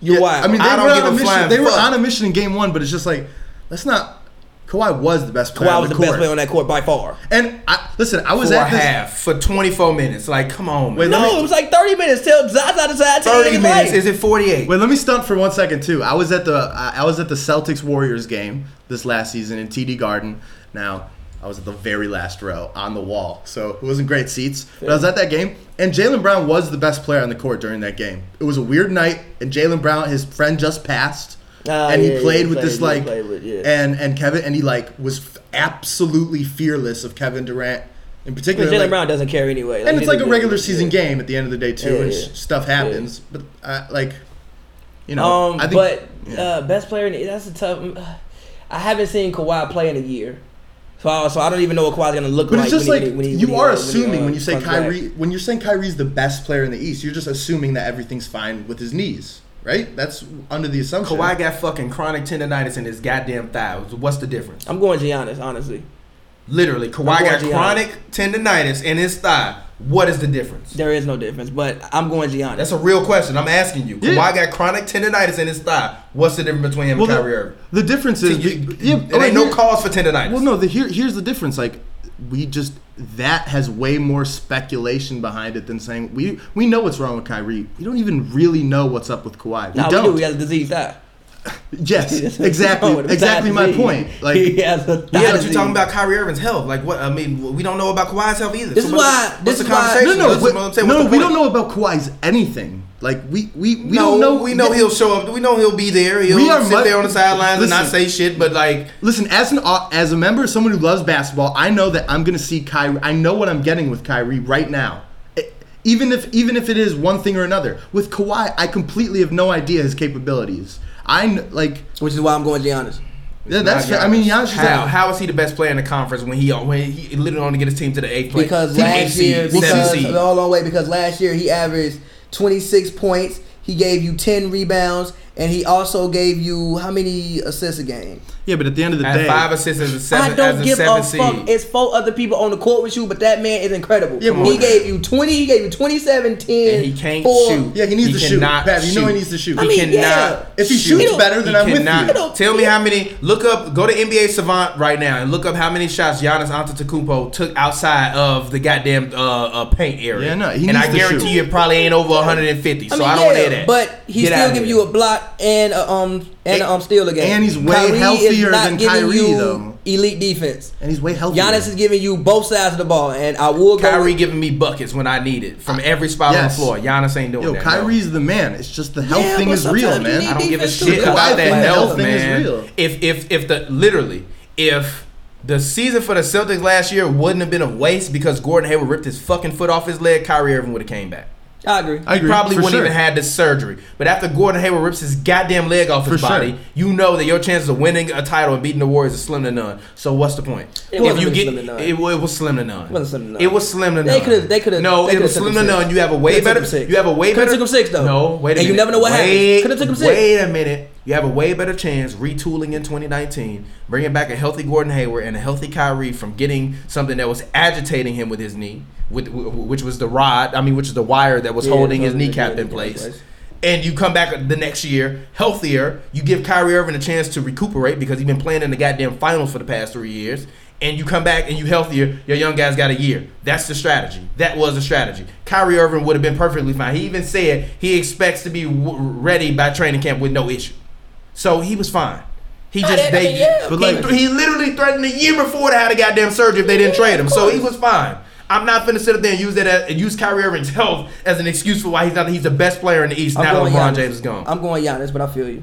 B: You're wild.
C: I mean, they
A: I don't
C: were
A: give
C: on a,
A: a flying
C: mission. They were
A: fuck.
C: on a mission in game one, but it's just like, let's not. Kawhi was the best player.
B: Kawhi
C: on
B: was the
C: court.
B: best player on that court by far.
C: And I, listen, I was
A: For a
C: at this.
A: half. For 24 minutes. Like, come on,
C: Wait,
A: man.
C: let
B: No,
C: me-
B: it was like 30 minutes till Zaza decided
A: 30
B: to end his
A: minutes.
B: life.
A: Is it 48?
C: Wait, let me stunt for one second too. I was at the I I was at the Celtics Warriors game this last season in TD Garden. Now I was at the very last row on the wall, so it wasn't great seats. But I was at that game, and Jalen Brown was the best player on the court during that game. It was a weird night, and Jalen Brown, his friend, just passed,
B: Ah,
C: and
B: yeah,
C: he played
B: yeah,
C: with
B: played-
C: this
B: yeah,
C: like,
B: played with, yeah.
C: and and Kevin, and he like was f- absolutely fearless of Kevin Durant in particular.
B: Jalen
C: like-
B: Brown doesn't care anyway.
C: and it's like
B: he-
C: a regular season game at the end of the day too,
B: Yeah,
C: and
B: yeah.
C: s stuff happens. But uh, like, you know,
B: Um,
C: I think
B: but
C: yeah.
B: uh, best player in the, that's a tough. uh, I haven't seen Kawhi play in a year, so I, so I don't even know what Kawhi's gonna look
C: But
B: like.
C: it's just
B: when
C: like
B: he- when he- when he-
C: you
B: when he,
C: are
B: uh,
C: assuming when,
B: uh,
C: you say
B: comes back.
C: Kyrie, when you're saying Kyrie's the best player in the East, you're just assuming that everything's fine with his knees, right? That's under the assumption.
A: Kawhi got fucking chronic tendonitis in his goddamn thighs. What's the difference?
B: I'm going Giannis, honestly.
A: Literally, Kawhi
B: I'm
A: got
B: going Giannis.
A: chronic tendonitis in his thigh. What is the difference?
B: There is no difference, but I'm going Giannis.
A: That's a real question. I'm asking you.
C: Yeah.
A: Kawhi got chronic tendonitis in his thigh. What's the difference between him
C: Well,
A: and Kyrie
C: the,
A: Irving?
C: the difference is,
A: You-
C: yeah,
A: there
C: okay,
A: ain't no
C: here-
A: cause for tendonitis.
C: Well, no. The here, here's the difference. Like, we just that has way more speculation behind it than saying we we know what's wrong with Kyrie. We don't even really know what's up with Kawhi. We
B: nah,
C: don't.
B: we do. He has a disease thigh.
C: Yes, exactly. exactly my point. Like,
B: he has a thigh
A: Yeah, but you're
B: disease.
A: talking about Kyrie Irving's health. Like, what? I mean, we don't know about Kawhi's health either.
B: This
A: So
B: is
A: what-
B: why-
A: What's
B: this
A: the
B: is why-
A: conversation?
C: no, no,
A: This is
C: but,
A: what I'm saying.
C: no,
A: What's
C: no.
A: the
C: We
A: point?
C: don't know about Kawhi's anything. Like, we we we
A: no,
C: don't know.
A: We know he'll show up. We know he'll be there. He'll
C: We are
A: sit
C: mu-
A: there on the sidelines and not
C: Listen.
A: say shit. But like,
C: Listen, as an au- as a member, someone who loves basketball, I know that I'm going to see Kyrie. I know what I'm getting with Kyrie right now. E- Even if even if it is one thing or another, with Kawhi, I completely have no idea his capabilities. I kn- like
B: Which is why I'm going Giannis.
C: yeah, that's.
A: not
C: fair. I mean, Giannis
A: Giannis.
C: is
A: how,
C: like-
A: how is he the best player in the conference when he when he literally only get his team to the eighth place?
B: Because
A: Team eighth
B: last
A: seed,
B: year,
A: seventh
B: because
A: seed.
B: no, long way. Because last year he averaged 26 points. He gave you 10 rebounds, and he also gave you how many assists a game?
C: yeah, but at the end of the
A: At
C: day,
A: five assists as a seven,
B: I don't
A: as a
B: give
A: seven
B: a
A: seed.
B: fuck. It's four other people on the court with you, but that man is incredible.
C: Yeah, but-
B: he gave you 20. He gave you 27, 10.
A: And he can't
B: four.
A: shoot.
C: yeah, he needs
A: He
C: to shoot.
A: cannot
C: Pat, you know he
A: shoot.
C: needs to shoot.
B: I mean,
A: cannot
B: yeah.
C: if he
B: shoot.
C: shoots better, then
A: He
C: I'm with
A: cannot.
C: you.
B: It'll-
A: Tell me how many. Look up. Go to NBA Savant right now and look up how many shots Giannis Antetokounmpo took outside of the goddamn uh, uh, paint area.
C: Yeah, no, he
A: and
C: needs
A: I
C: to
A: guarantee
C: shoot.
A: you, it probably ain't over 150.
B: I
A: so
B: mean,
A: I don't
B: yeah,
A: want to hear that.
B: But he
A: Get out
B: still
A: of
B: give
A: here.
B: you a block and a, um and a, um steal again.
C: and he's way healthier than Kyrie, though.
B: Elite defense.
C: and he's way healthier.
B: Giannis is giving you both sides of the ball, and I will go.
A: Kyrie
B: with-
A: giving me buckets when I need it from every spot
C: Yes.
A: on the floor. Giannis ain't doing
C: Yo,
A: that. no.
C: Kyrie's the man. It's just the health
B: Yeah,
C: thing
B: but
C: is real,
B: sometimes you
C: man.
B: need
A: I don't give a
B: defense too.
A: shit
B: Kawhi
A: about
C: playing
A: that
C: health
A: health,
C: thing is
A: man.
C: real.
A: If if if the literally if the season for the Celtics last year wouldn't have been a waste because Gordon Hayward ripped his fucking foot off his leg, Kyrie Irving would have came back.
B: I agree.
C: I
A: He
C: agree,
A: probably
C: for
A: wouldn't
C: sure.
A: even had this surgery. But after Gordon Hayward rips his goddamn leg off his
C: For sure.
A: body, you know that your chances of winning a title and beating the Warriors is slim to none. So what's the point?
B: It wasn't
A: you
B: really slim to none.
A: It, wa- it was slim to none.
B: It wasn't slim to none.
A: It was slim to
B: They
A: none.
B: could've- they could've-
A: No,
B: they
A: it was
B: could've
A: slim
B: took
A: to
B: him six.
A: none. You have a way
B: Could've took
A: better.
B: him six.
A: You have a way
B: Could've
A: better.
B: took him six, though.
A: No, wait a minute.
B: And you never know what happens.
A: Wait-
B: Could've took him six.
A: Wait a minute. You have a way better chance retooling in 2019, bringing back a healthy Gordon Hayward and a healthy Kyrie from getting something that was agitating him with his knee, with, which was the rod. I mean, which is the wire that was
B: Yeah,
A: holding his
B: holding his
A: kneecap
B: knee
A: in
B: in
A: place.
B: place.
A: And you come back the next year healthier. You give Kyrie Irving a chance to recuperate because he's been playing in the goddamn finals for the past three years. And you come back and you healthier. Your young guy's got a year. That's the strategy. That was the strategy. Kyrie Irving would have been perfectly fine. He even said he expects to be w- ready by training camp with no issue. So he was fine. He just
B: didn't- I
A: they
B: mean, yeah,
C: But,
A: he,
C: like-
A: he literally threatened a year before to have a goddamn surgery if they didn't trade him. So he was fine. I'm not finna sit up there and use that as, and use Kyrie Irving's health as an excuse for why he's not he's the best player in the East
B: I'm
A: now that
B: going
A: LeBron
B: Giannis.
A: James is gone.
B: I'm Uh, going Giannis, but I feel you.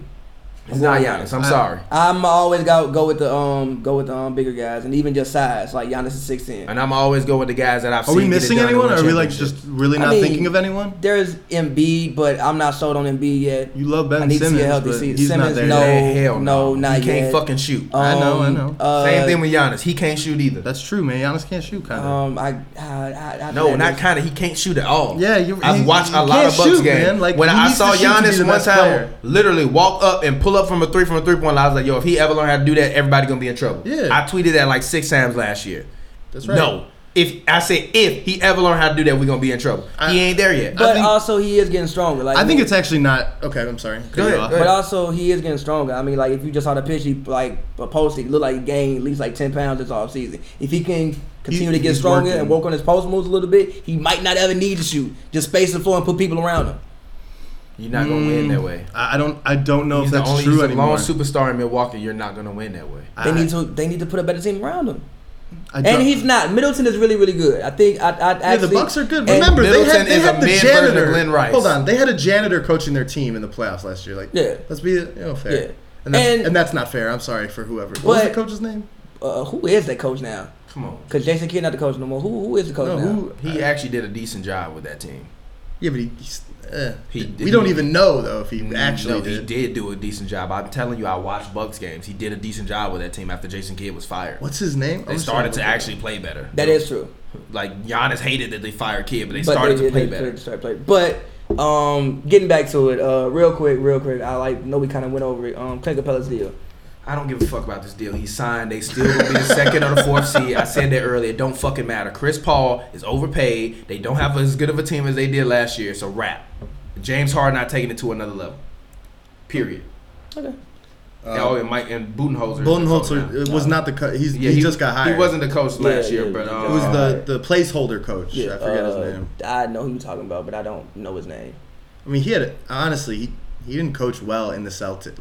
A: it's not
B: going
A: Giannis. I'm
C: I-
A: sorry.
B: I'm always go go with the um go with the um bigger guys, and even just size. Like Giannis is six ten.
A: And I'm always go with the guys that I've
C: Are
A: seen.
C: we
A: get it
C: missing
A: done and
C: anyone?
A: win
C: Or are we like just
A: championships.
C: really
B: I
C: not
B: mean-
C: thinking of anyone?
B: There's Embiid, but I'm not sold on Embiid yet.
C: You love
B: I
C: Ben
B: need to see a
C: Simmons,
B: healthy
C: but
B: season.
C: he's
B: Simmons,
C: not there.
B: no.
C: yet.
A: Man, hell
B: no,
A: no,
B: not
A: he can't
B: yet.
A: fucking shoot.
B: Um,
C: I know, I know.
B: uh,
A: Same thing with Giannis. He can't shoot either.
C: That's true, man. Giannis can't shoot, kind of.
B: Um, I, I, I, I
A: No, not kind of. He can't shoot at all.
C: Yeah, you-
A: I've
C: he-
A: watched
C: he
A: a lot
C: can't
A: of Bucks
C: shoot,
A: games.
C: man. Like,
A: when
C: he
A: I
C: needs
A: saw
C: to shoot to be
A: Giannis
C: the
A: one
C: best
A: time,
C: player.
A: literally walk up and pull up from a three from a three point line, I was like, "Yo, if he ever learned how to do that, everybody gonna be in trouble."
C: Yeah.
A: I tweeted that like six times last year.
C: That's right.
A: No, if I said if he ever learned how to do that, we gonna be in trouble.
C: I-
A: he ain't there yet.
B: But
C: think-
B: also, he is getting stronger. Like
C: I think
B: he-
C: it's actually not. Okay, I'm sorry. Cut
A: Go
C: you
A: ahead,
C: off.
A: go
B: But
A: ahead.
B: also, he is getting stronger. I mean, like if you just saw the pitch, he like a post, he looked like he gained at least like ten pounds this off season. If he can continue
C: He-
B: to get
C: he's
B: stronger
C: working.
B: and work on his post moves a little bit, he might not ever need to shoot. Just space the floor and put people around him.
A: You're not gonna win that way.
C: Mm. I I don't. I don't know
A: He's
C: if
A: the
C: that's
A: only he's
C: true
A: the lone
C: anymore.
A: superstar in Milwaukee. You're not gonna win that way.
B: They
C: I-
B: need to. They need to put a better team around him.
C: I don't-
B: And he's not. Middleton is really, really good. I think. I. I
C: Yeah, the
B: actually-
C: Bucks are good.
B: and-
C: Remember, they
A: Middleton
C: had, they
A: is
C: had
A: a
C: the
A: mid version of
C: janitor.
A: Glenn Rice.
C: Hold on, they had a janitor coaching their team in the playoffs last year. Like,
B: Yeah.
C: let's be you know fair.
B: Yeah.
C: And, that's, and,
B: And-
C: that's not fair. I'm sorry for whoever. What was
B: But-
C: the coach's name?
B: Uh, who is that coach now?
A: Come on.
B: Because Jason Kidd not the coach no more. Who Who is the coach
C: No,
B: now?
C: who?
A: He actually did a decent job with that team.
C: Yeah, but he. He's, eh.
A: He did-
C: we don't even know though if he actually
A: no,
C: did.
A: he did do a decent job. I'm telling you, I watched Bucks games. He did a decent job with that team after Jason Kidd was fired.
C: What's his name?
A: They
C: I'm
A: started to
C: sorry.
A: actually play better.
B: That is true.
A: like Giannis hated that they fired Kidd, but they started to play better.
B: started to play. But um, getting back to it, uh, real quick, real quick. I like know we kind of went over it. Um, Clint Capella's deal.
E: I don't give a fuck about this deal. He signed. They still gonna be the second or the fourth seed. I said that earlier. It don't fucking matter. Chris Paul is overpaid. They don't have as good of a team as they did last year. So wrap. James Harden not taking it to another level. Period. And, oh,
C: Uh,
E: and Mike and Budenholzer. is the coach now.
C: Budenholzer uh, was not the co- he's he, just got hired.
E: He wasn't the coach
B: Yeah,
E: last year,
B: yeah,
E: but
B: he
E: uh,
C: It was the the placeholder coach.
B: Yeah,
C: I forget
B: uh,
C: his name.
B: I know who you're talking about, but I don't know his name.
C: I mean, he had honestly he, he didn't coach well in the Celtics.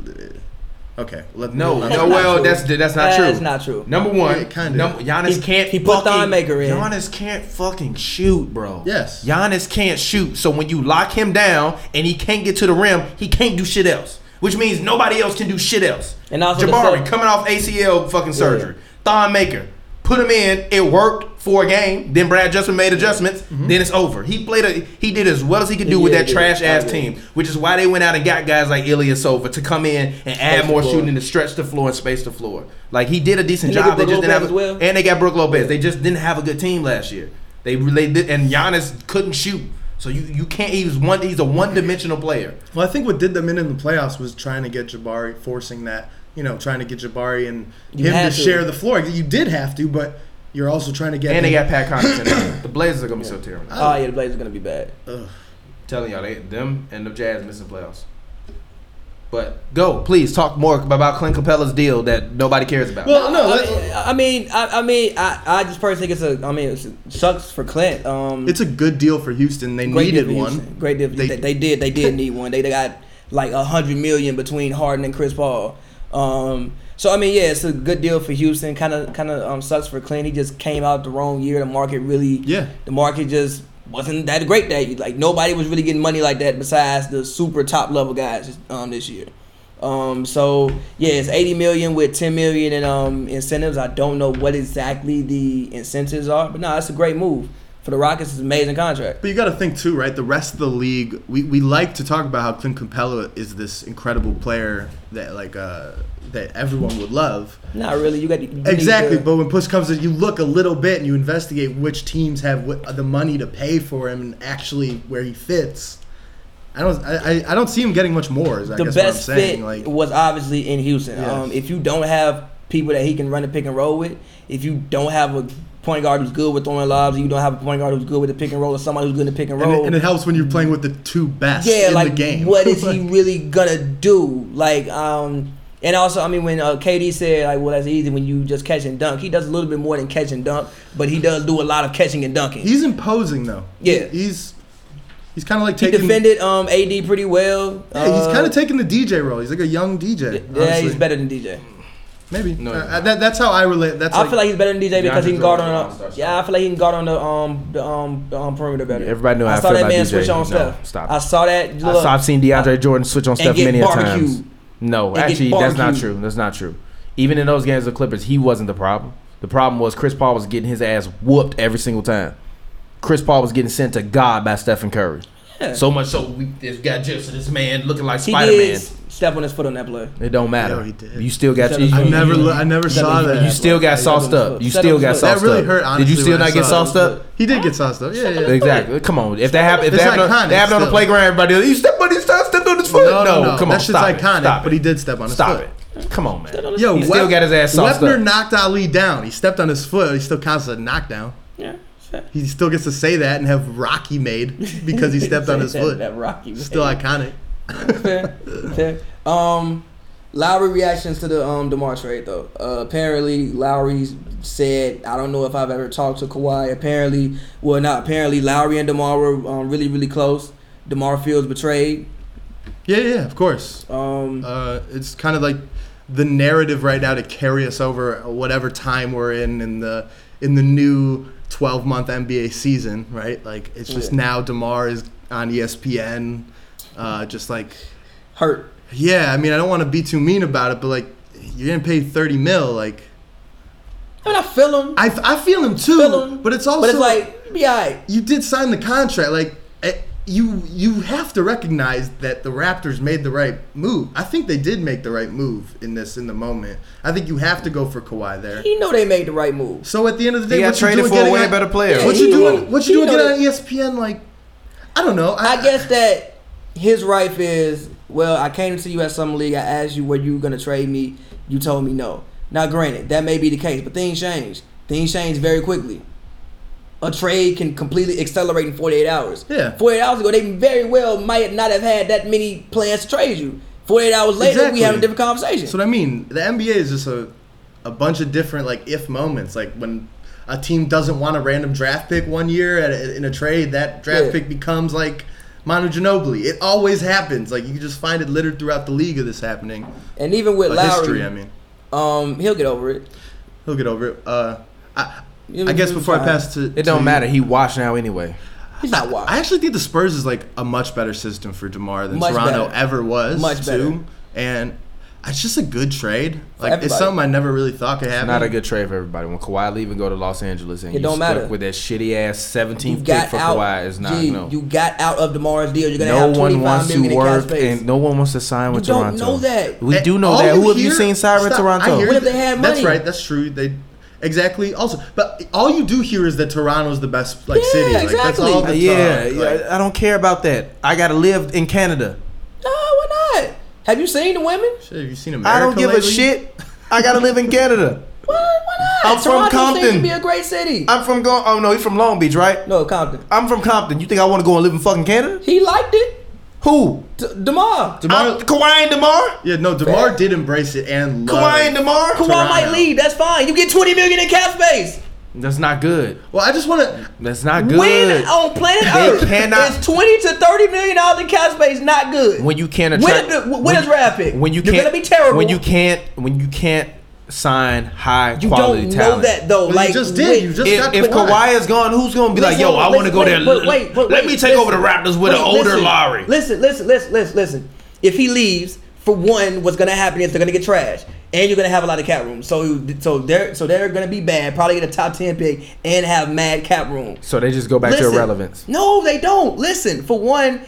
C: Okay, let
E: no,
C: let-
E: no.
B: not
E: Well,
B: true.
E: that's that's not
B: That's
E: true.
B: not true.
E: Number one,
C: Yeah, kinda.
E: number- Giannis
B: He-
E: can't.
B: he put
E: fucking-
B: Thonmaker in.
E: Giannis can't fucking shoot, bro.
C: Yes.
E: Giannis can't shoot. So when you lock him down and he can't get to the rim, he can't do shit else. Which means nobody else can do shit else.
B: And also the
E: Jabari
B: Celt-
E: coming off ACL fucking surgery. Thonmaker put him in. It worked for a game. Then Brad Justman made adjustments.
C: Mm-hmm.
E: Then it's over. He played. A, he did as well as he could do with
B: Yeah,
E: that
B: yeah,
E: trash ass
B: I agree.
E: team, which is why they went out and got guys like Ilya Sova to come in and add
B: the
E: more
B: floor.
E: shooting to stretch the floor and space the floor. Like he did a decent
B: And they
E: job. They
B: got
E: just
B: Brook
E: didn't have.
B: Lopez as well.
E: And they got Brooke Lopez. They just didn't have a good team last year. They they did, and Giannis couldn't shoot. So you, you can't. He's one. He's a one dimensional player.
C: Well, I think what did them in in the playoffs was trying to get Jabari, forcing that, you know, trying to get Jabari and
B: You
C: him to,
B: had to.
C: share the floor. You did have to, but you're also trying to get.
E: And they
C: him-
E: got Pat Connaughton. the Blazers are gonna be so terrible. now.
B: Oh yeah, the Blazers are gonna be bad.
E: telling y'all, they them and the Jazz missing playoffs. But go, please talk more about Clint Capella's deal that nobody cares about.
C: Well, no,
B: I
C: let-
B: mean, I mean, I, I mean, I, I just personally think it's a. I mean, it's, it sucks for Clint. Um,
C: it's a good deal for Houston. They
B: deal
C: needed
B: for
C: one.
B: Houston. Great deal. for-
C: They-
B: They, they, did. They did need one. They, they got like a hundred million between Harden and Chris Paul. Um, so I mean, yeah, it's a good deal for Houston. Kind of, kind of um, sucks for Clint. He just came out the wrong year. The market really,
C: Yeah.
B: the market just wasn't that great that year. Like nobody was really getting money like that besides the super top level guys um, this year. Um, so yeah, it's 80 million with 10 million in um incentives. I don't know what exactly the incentives are, but no, it's a great move for the Rockets. It's an amazing contract.
C: But you got to think too, right? The rest of the league, we, we like to talk about how Clint Capella is this incredible player that like uh, that everyone would love.
B: Not really. You got you need
C: Exactly,
B: to-
C: but when push comes to you look a little bit and you investigate which teams have wh- the money to pay for him and actually where he fits. I don't, I, I- I don't see him getting much more. Is I
B: the
C: guess
B: best
C: what I'm saying.
B: fit
C: like,
B: was obviously in Houston.
C: Yeah.
B: Um, if you don't have people that he can run the pick and roll with, if you don't have a point guard who's good with throwing lobs, you don't have a point guard who's good with the pick and roll, or somebody who's good in the pick and
C: and,
B: roll.
C: it, and it helps when you're playing with the two best
B: yeah,
C: in
B: like
C: the game.
B: what is he
C: Like,
B: really gonna do? Like, um, and also, I mean, when uh, KD said like, "Well, that's easy when you just catch and dunk," he does a little bit more than catch and dunk, but he does do a lot of catching and dunking.
C: he's imposing though.
B: Yeah.
C: he's he's kind of like
B: he
C: taking.
B: defended um AD pretty well.
C: Yeah, he's
B: Uh,
C: kind of taking the DJ role. He's like a young DJ.
B: yeah, he's
C: honestly.
B: better than DJ.
C: Maybe.
E: No,
C: Uh,
E: he's
C: uh, that, that's how I relate. That's
B: I feel like he's better than DJ because he
E: DeAndre
B: can guard on.
E: Jordan's an
B: A,
E: all-star
B: yeah, I feel like he can guard on the um the um, the, um perimeter better.
A: Everybody know how I
B: saw
A: feel
B: that
A: about
B: man
A: DJ.
B: switch on
A: No,
B: Steph.
A: stop.
B: I saw that. Look,
A: I, have seen DeAndre Jordan switch on Steph
B: get
A: many a times.
B: barbecued.
A: No,
B: And get
A: actually, that's not
B: barbecued.
A: true. That's not true. Even in those games with Clippers, he wasn't the problem. The problem was Chris Paul was getting his ass whooped every single time. Chris Paul was getting sent to God by Stephen Curry.
B: Yeah.
A: So much so we just got gyps to this man looking like
B: he
A: Spider Man.
B: did step on his foot on that play.
A: It don't matter.
C: No, he did.
A: You still got
B: Set
A: you,
B: his
C: I
B: foot.
A: you,
C: never,
B: He-
C: lo- I never
B: he-
C: saw
B: he-
C: that.
B: you
A: still got
B: Set
A: sauced
B: his foot.
A: up. You
B: Set
A: still
B: his
A: got
B: foot.
A: sauced
B: That
A: up.
C: really hurt, honestly,
A: Did you still
C: when I
A: not get
C: saw it.
A: sauced up?
C: he did get sauced up. Yeah, yeah. yeah.
A: Exactly. Come on. If that happened, if
C: It's
A: that happened,
C: iconic
A: on- that happened on the
C: still.
A: playground, everybody you stepped on his foot, stepped on his foot. No, come on.
C: That shit's
A: stop it.
C: iconic,
A: Stop it.
C: but he did step on his
A: Stop
C: foot.
A: it. Come on, man.
C: Yo,
A: he still
C: Web-
A: got his ass sauced
C: Webner
A: up.
C: knocked Ali down. He stepped on his foot. He still counts as a knockdown.
B: Yeah.
C: He still gets to say that and have Rocky made because he stepped on his
B: That-
C: foot.
B: That Rocky. man.
C: Still iconic.
B: fair, fair. Um, Lowry reactions to the um Demar trade though. Uh, apparently Lowry said, I don't know if I've ever talked to Kawhi. Apparently, well, not apparently. Lowry and Demar were um, really, really close. Demar feels betrayed.
C: Yeah, yeah, of course.
B: Um,
C: Uh, it's kind of like the narrative right now to carry us over whatever time we're in in the in the new 12 month NBA season, right? Like it's just
B: Yeah.
C: now Demar is on E ESPN, uh, just like
B: hurt.
C: yeah. I mean, I don't want to be too mean about it, but like you're gonna pay 30 mil, like.
B: I mean, I feel him,
C: I, f- I feel him too,
B: Feel him,
C: but it's also
B: but it's like, be alright.
C: you did sign the contract. Like eh, you you have to recognize that the Raptors made the right move. I think they did make the right move in this in the moment. I think you have to go for Kawhi there.
B: You know they made the right move.
C: So at the end of the
E: He
C: day,
E: got
C: what you
E: traded
C: doing
E: for a
C: getting
E: way
C: on-
E: better player.
C: What
B: Yeah,
C: you
B: he
C: doing?
B: know-
C: What you
B: he
C: doing? Get
B: know
C: on E ESPN like I don't know.
B: I guess that his rife is well. I came to you at summer league. I asked you were you gonna trade me. You told me no. Now, granted, that may be the case, but things change. Things change very quickly. A trade can completely accelerate in 48 hours.
C: Yeah.
B: 48 hours ago, they very well might not have had that many plans to trade you. 48 hours later,
C: Exactly.
B: we have a different conversation.
C: So what I mean, the NBA is just a a bunch of different like if moments, like when a team doesn't want a random draft pick one year at a, in a trade, that draft
B: Yeah.
C: pick becomes like Manu Ginobili. It always happens. Like you can just find it littered throughout the league of this happening.
B: and even with
C: A
B: Lowry,
C: history, I mean.
B: um, he'll get over it.
C: He'll get over it. Uh, I,
B: Yeah,
C: I guess
B: he's
C: before I
B: fine.
C: pass to
A: It don't matter. He washed now anyway.
B: He's not washed.
C: I actually think the Spurs is like a much better system for Demar than
B: Much
C: Toronto
B: better.
C: ever was.
B: Much
C: too.
B: better.
C: And it's just a good trade. Like it's
B: everybody.
C: something I never really thought could happen.
A: Not a good trade for everybody. When Kawhi leave and go to Los Angeles, and
B: It
A: you
B: don't
A: stuck
B: matter.
A: with that shitty ass
B: you
A: 17th pick
B: got
A: for
B: out.
A: Kawhi is not
B: G,
A: no.
B: You got out of Demar's deal. You're gonna
A: no
B: have
A: one
B: 25
A: wants to
B: million in cap
A: work,
B: space.
A: and no one wants to sign with
B: You don't
A: Toronto.
B: know that.
A: We
C: And
A: do know
C: all
A: that. Who have you
C: hear-
A: seen sign with
C: Stop, I
A: Toronto?
C: hear
B: What if
C: that.
B: they had
C: That's
B: money?
C: right. That's true. They exactly. Also, but all you do hear is that Toronto's the best like
B: Yeah,
C: city. Like, That's
B: exactly.
C: all the
A: yeah,
C: talk.
A: yeah,
C: Like,
A: I don't care about that. I gotta live in Canada.
B: No, why not? Have you seen the women?
C: shit, have you seen
A: I
C: America
A: don't give
C: lately?
A: a shit. I gotta live in Canada.
B: Why, why not?
A: I'm from
B: Toronto Seems
A: Compton.
B: to be a great city.
A: I'm from going. Oh no, you from Long Beach, right?
B: no, Compton.
A: I'm from Compton. You think I want to go and live in fucking Canada?
B: He liked it.
A: Who?
B: D- Demar.
C: Demar-
A: I'm- Kawhi and Demar.
C: Yeah, no, Demar did embrace it and love.
A: Kawhi and Demar.
B: Kawhi
C: Toronto.
B: might leave. That's fine. You get 20 million in cap space.
A: That's not good.
C: Well, I just want to.
A: That's not good.
B: When on planet
A: They
B: Earth
A: cannot-
B: is 20 to 30 million dollars in cap space not good?
A: when you can't
B: When
A: attract
B: a- when a draft pick,
A: when you
B: you're
A: can't
B: gonna be terrible.
A: when you can't when you can't sign high
B: you
A: quality
B: don't know
A: talent.
B: that though.
C: Well,
B: like
C: you just did.
B: when-
C: you just got
A: If, if Kawhi is gone, who's gonna be like,
B: Listen,
A: yo, I want to
B: listen,
A: go
B: wait,
A: there.
B: wait, wait, wait,
A: Let me
B: wait,
A: take over the
B: listen.
A: Raptors with an
B: Wait,
A: older
B: listen,
A: Lowry.
B: Listen, listen, listen, listen, listen. If he leaves, for one, what's gonna happen is they're gonna get trashed, and you're gonna have a lot of cap room. So, so they're so they're gonna be bad. Probably get a top ten pick and have mad cap room.
A: So they just go back to
B: Listen,
A: irrelevance.
B: No, they don't. Listen, for one,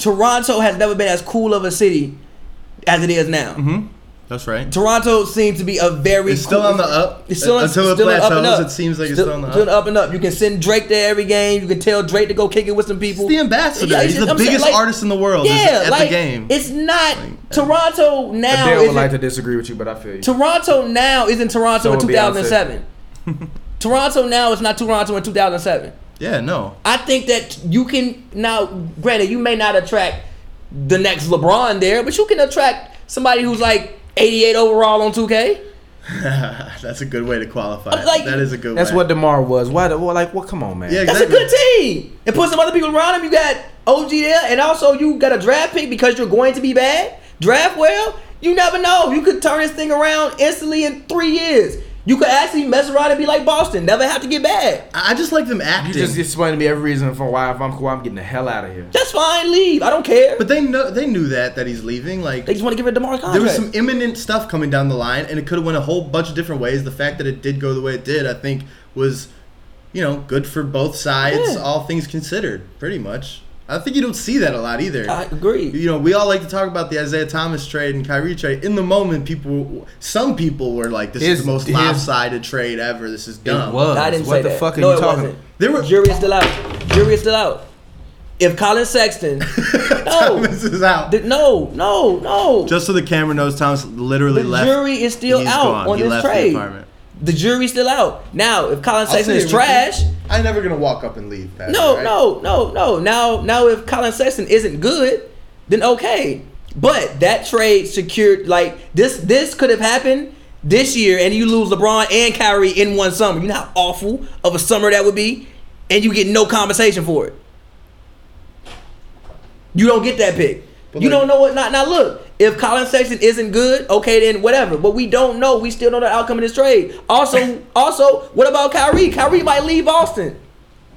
B: Toronto has never been as cool of a city as it is now.
A: Mm-hmm.
C: that's right.
B: Toronto seems to be a very
C: It's still
B: cool-
C: on the up.
B: It's still on,
C: Until it
B: still on up and
C: plateaus,
B: up.
C: it seems like it's still on the up.
B: and up. You can send Drake there every game. You can tell Drake to go kick it with some people.
C: He's the ambassador.
B: Yeah,
C: He's the
B: I'm saying,
C: biggest
B: like-
C: artist in the world. is
B: Yeah,
C: at
B: like
C: the game.
B: it's not Toronto now.
A: Adele would
B: isn't-
A: like to disagree with you, but I feel you.
B: Toronto now isn't Toronto
A: So
B: in
A: would Beyonce.
B: 2007. Toronto now is not Toronto in 2007.
C: yeah, no.
B: I think that you can now. Granted, you may not attract the next LeBron there, but you can attract somebody who's like 88 overall on 2K.
C: that's a good way to qualify. it.
B: Like-
C: that is a good.
A: That's
C: way.
A: what Demar was. Why? the- Well, like, well, come on, man.
C: Yeah,
B: That's
C: exactly.
B: a good team. And put some other people around him. You got OG there, and also you got a draft pick because you're going to be bad. Draft well. You never know. You could turn this thing around instantly in three years. You could actually mess around and be like Boston. Never have to get bad.
C: I I just like them acting.
A: You just explained to me every reason for why if I'm Kawhi, I'm getting the hell out of here.
B: That's fine. Leave. I don't care.
C: But they know they knew that that he's leaving. Like
B: they just want to give it to Demar contract.
C: there was some imminent stuff coming down the line, and it could have went a whole bunch of different ways. The fact that it did go the way it did, I think, was you know good for both sides,
B: Yeah.
C: all things considered, pretty much. I think you don't see that a lot either.
B: I agree.
C: you know, we all like to talk about the Isaiah Thomas trade and Kyrie trade. In the moment, people, some people were like, "This
A: His-
C: is the most
A: his-
C: lopsided trade ever. This is dumb."
B: I didn't
A: what
B: say
A: the
B: that.
A: fuck are
B: no,
A: you
B: it
A: talking?
B: Wasn't.
C: There were-
B: jury is still out. Jury is still out. If Colin Sexton, no,
C: Thomas is out.
B: Th- no, no, no.
C: Just so the camera knows, Thomas literally
B: the
C: left.
B: jury is still
C: He's
B: out
C: gone.
B: on
C: He
B: this
C: left the
B: trade.
C: apartment.
B: The, jury's still out. Now, if Colin
C: I'll
B: Sexton
C: say
B: is
C: it,
B: trash,
C: Ricky. I'm never gonna walk up and leave. Patrick,
B: no,
C: right?
B: no, no, no. Now, now if Colin Sexton isn't good, then okay. But that trade secured like this. This could have happened this year, and you lose LeBron and Kyrie in one summer. You know how awful of a summer that would be, and you get no compensation for it. You don't get that pick.
C: But
B: you
C: like-
B: don't know what. Now, now look, if Colin Sexton isn't good, okay, then whatever. But we don't know. We still don't know the outcome of this trade. Also, also, what about Kyrie? Kyrie might leave Boston.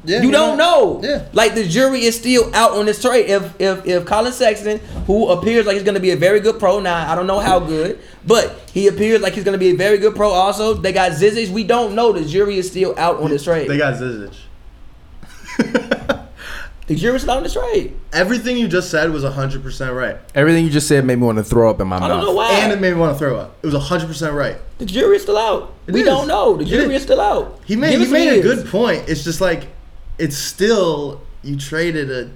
C: Yeah,
B: you
C: we
B: don't know.
C: Yeah.
B: Like the jury is still out on this trade. If if if Colin Sexton, who appears like he's gonna be a very good pro now, I don't know how good, but he appears like he's gonna be a very good pro. Also, they got Zizic. We don't know. The jury is still out on this trade.
C: They got Zizic.
B: the jury's still out on this trade.
C: Everything you just said was 100% right.
A: Everything you just said made me want to throw up in my
B: I don't know
A: mouth.
B: why.
C: And it made me want to throw up. It was 100% right.
B: the jury is still out.
C: It
B: we
C: is.
B: don't know. The
C: It
B: jury
C: is.
B: is still out.
C: He made,
B: Give
C: he
B: us some
C: made a
B: years.
C: good point. It's just like, it's still, you traded a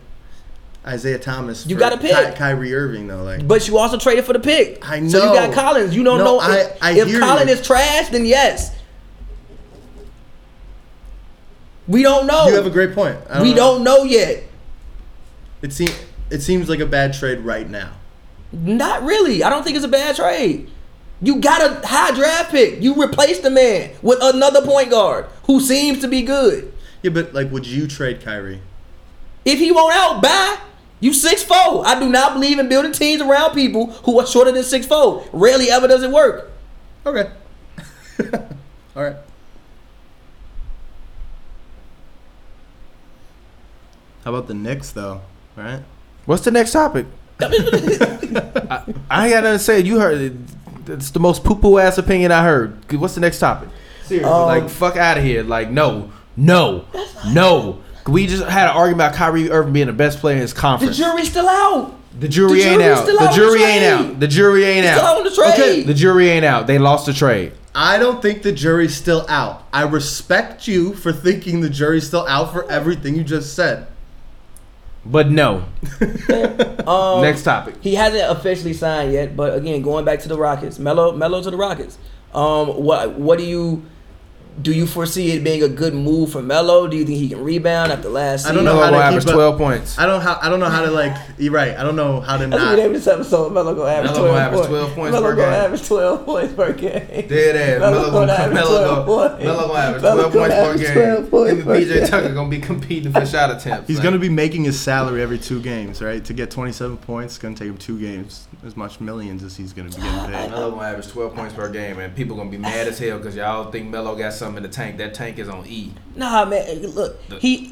C: Isaiah Thomas.
B: You
C: for
B: got a pick.
C: Ky- Kyrie Irving though, like
B: But you also traded for the pick.
C: I
B: So you got
C: know.
B: Collins. You don't
C: No,
B: know
C: I-
B: if,
C: I
B: if
C: hear
B: Collins
C: you.
B: is trash, then yes. We don't know.
C: you have a great point. I
B: we
C: know.
B: don't know yet.
C: It seems it seems like a bad trade right now.
B: Not really. I don't think it's a bad trade. You got a high draft pick. You replaced the man with another point guard who seems to be good.
C: Yeah, but like, would you trade Kyrie?
B: If he won't out, bye. You six four. I do not believe in building teams around people who are shorter than six four. Rarely ever does it work.
C: Okay. All right. How about the Knicks though? Right.
A: What's the next topic? I, I ain't got nothing to say. You heard it. It's the most poo poo ass opinion I heard. What's the next topic? Seriously,
B: Um,
A: like fuck out of here. Like no, no, no. We just had an argument about Kyrie Irving being the best player in his
B: The
A: conference.
B: jury's still out.
A: The jury
B: The
A: ain't
B: jury's
A: out.
B: still
A: The
B: out on
A: jury
B: the
A: ain't
B: trade.
A: out. The jury ain't
B: It's
A: out.
B: still on the trade.
A: The jury ain't out. They lost the trade.
C: I don't think the jury's still out. I respect you for thinking the jury's still out for everything you just said.
A: But no.
B: Um,
A: Next topic.
B: He hasn't officially signed yet, but again, going back to the Rockets, Melo, Melo to the Rockets. Um, what what do you do? You foresee it being a good move for Melo? Do you think he can rebound after last?
C: I
B: Season?
C: don't know
A: Melo
C: how to
A: will
C: keep
A: average
C: up.
A: 12 points.
C: I don't how I don't know how to like. You're right. I don't know how to
B: That's what we
C: not.
B: named this episode. Melo gonna average,
A: Melo gonna
B: 12, points.
A: average 12 points
B: Melo
A: per
B: gonna
A: game.
B: average twelve points per game.
A: Dead ass.
B: Melo
A: Melo
B: gonna
A: gonna
B: average
A: Melo
B: 12
A: gonna-
B: points.
A: Melo gonna average
B: Melo
A: 12 points
B: gonna
A: per
B: average
A: game.
B: 12 points
A: Him and
B: per
A: PJ
B: game.
A: Tucker gonna be competing for shot attempts.
C: He's
A: like,
C: gonna be making his salary every two games, right? To get 27 points, it's gonna take him two games, as much millions as he's gonna be getting paid.
A: Melo gonna average 12 points per game, and people gonna be mad as hell because y'all think Melo got something in the tank. That tank is on E.
B: Nah, man. Look, he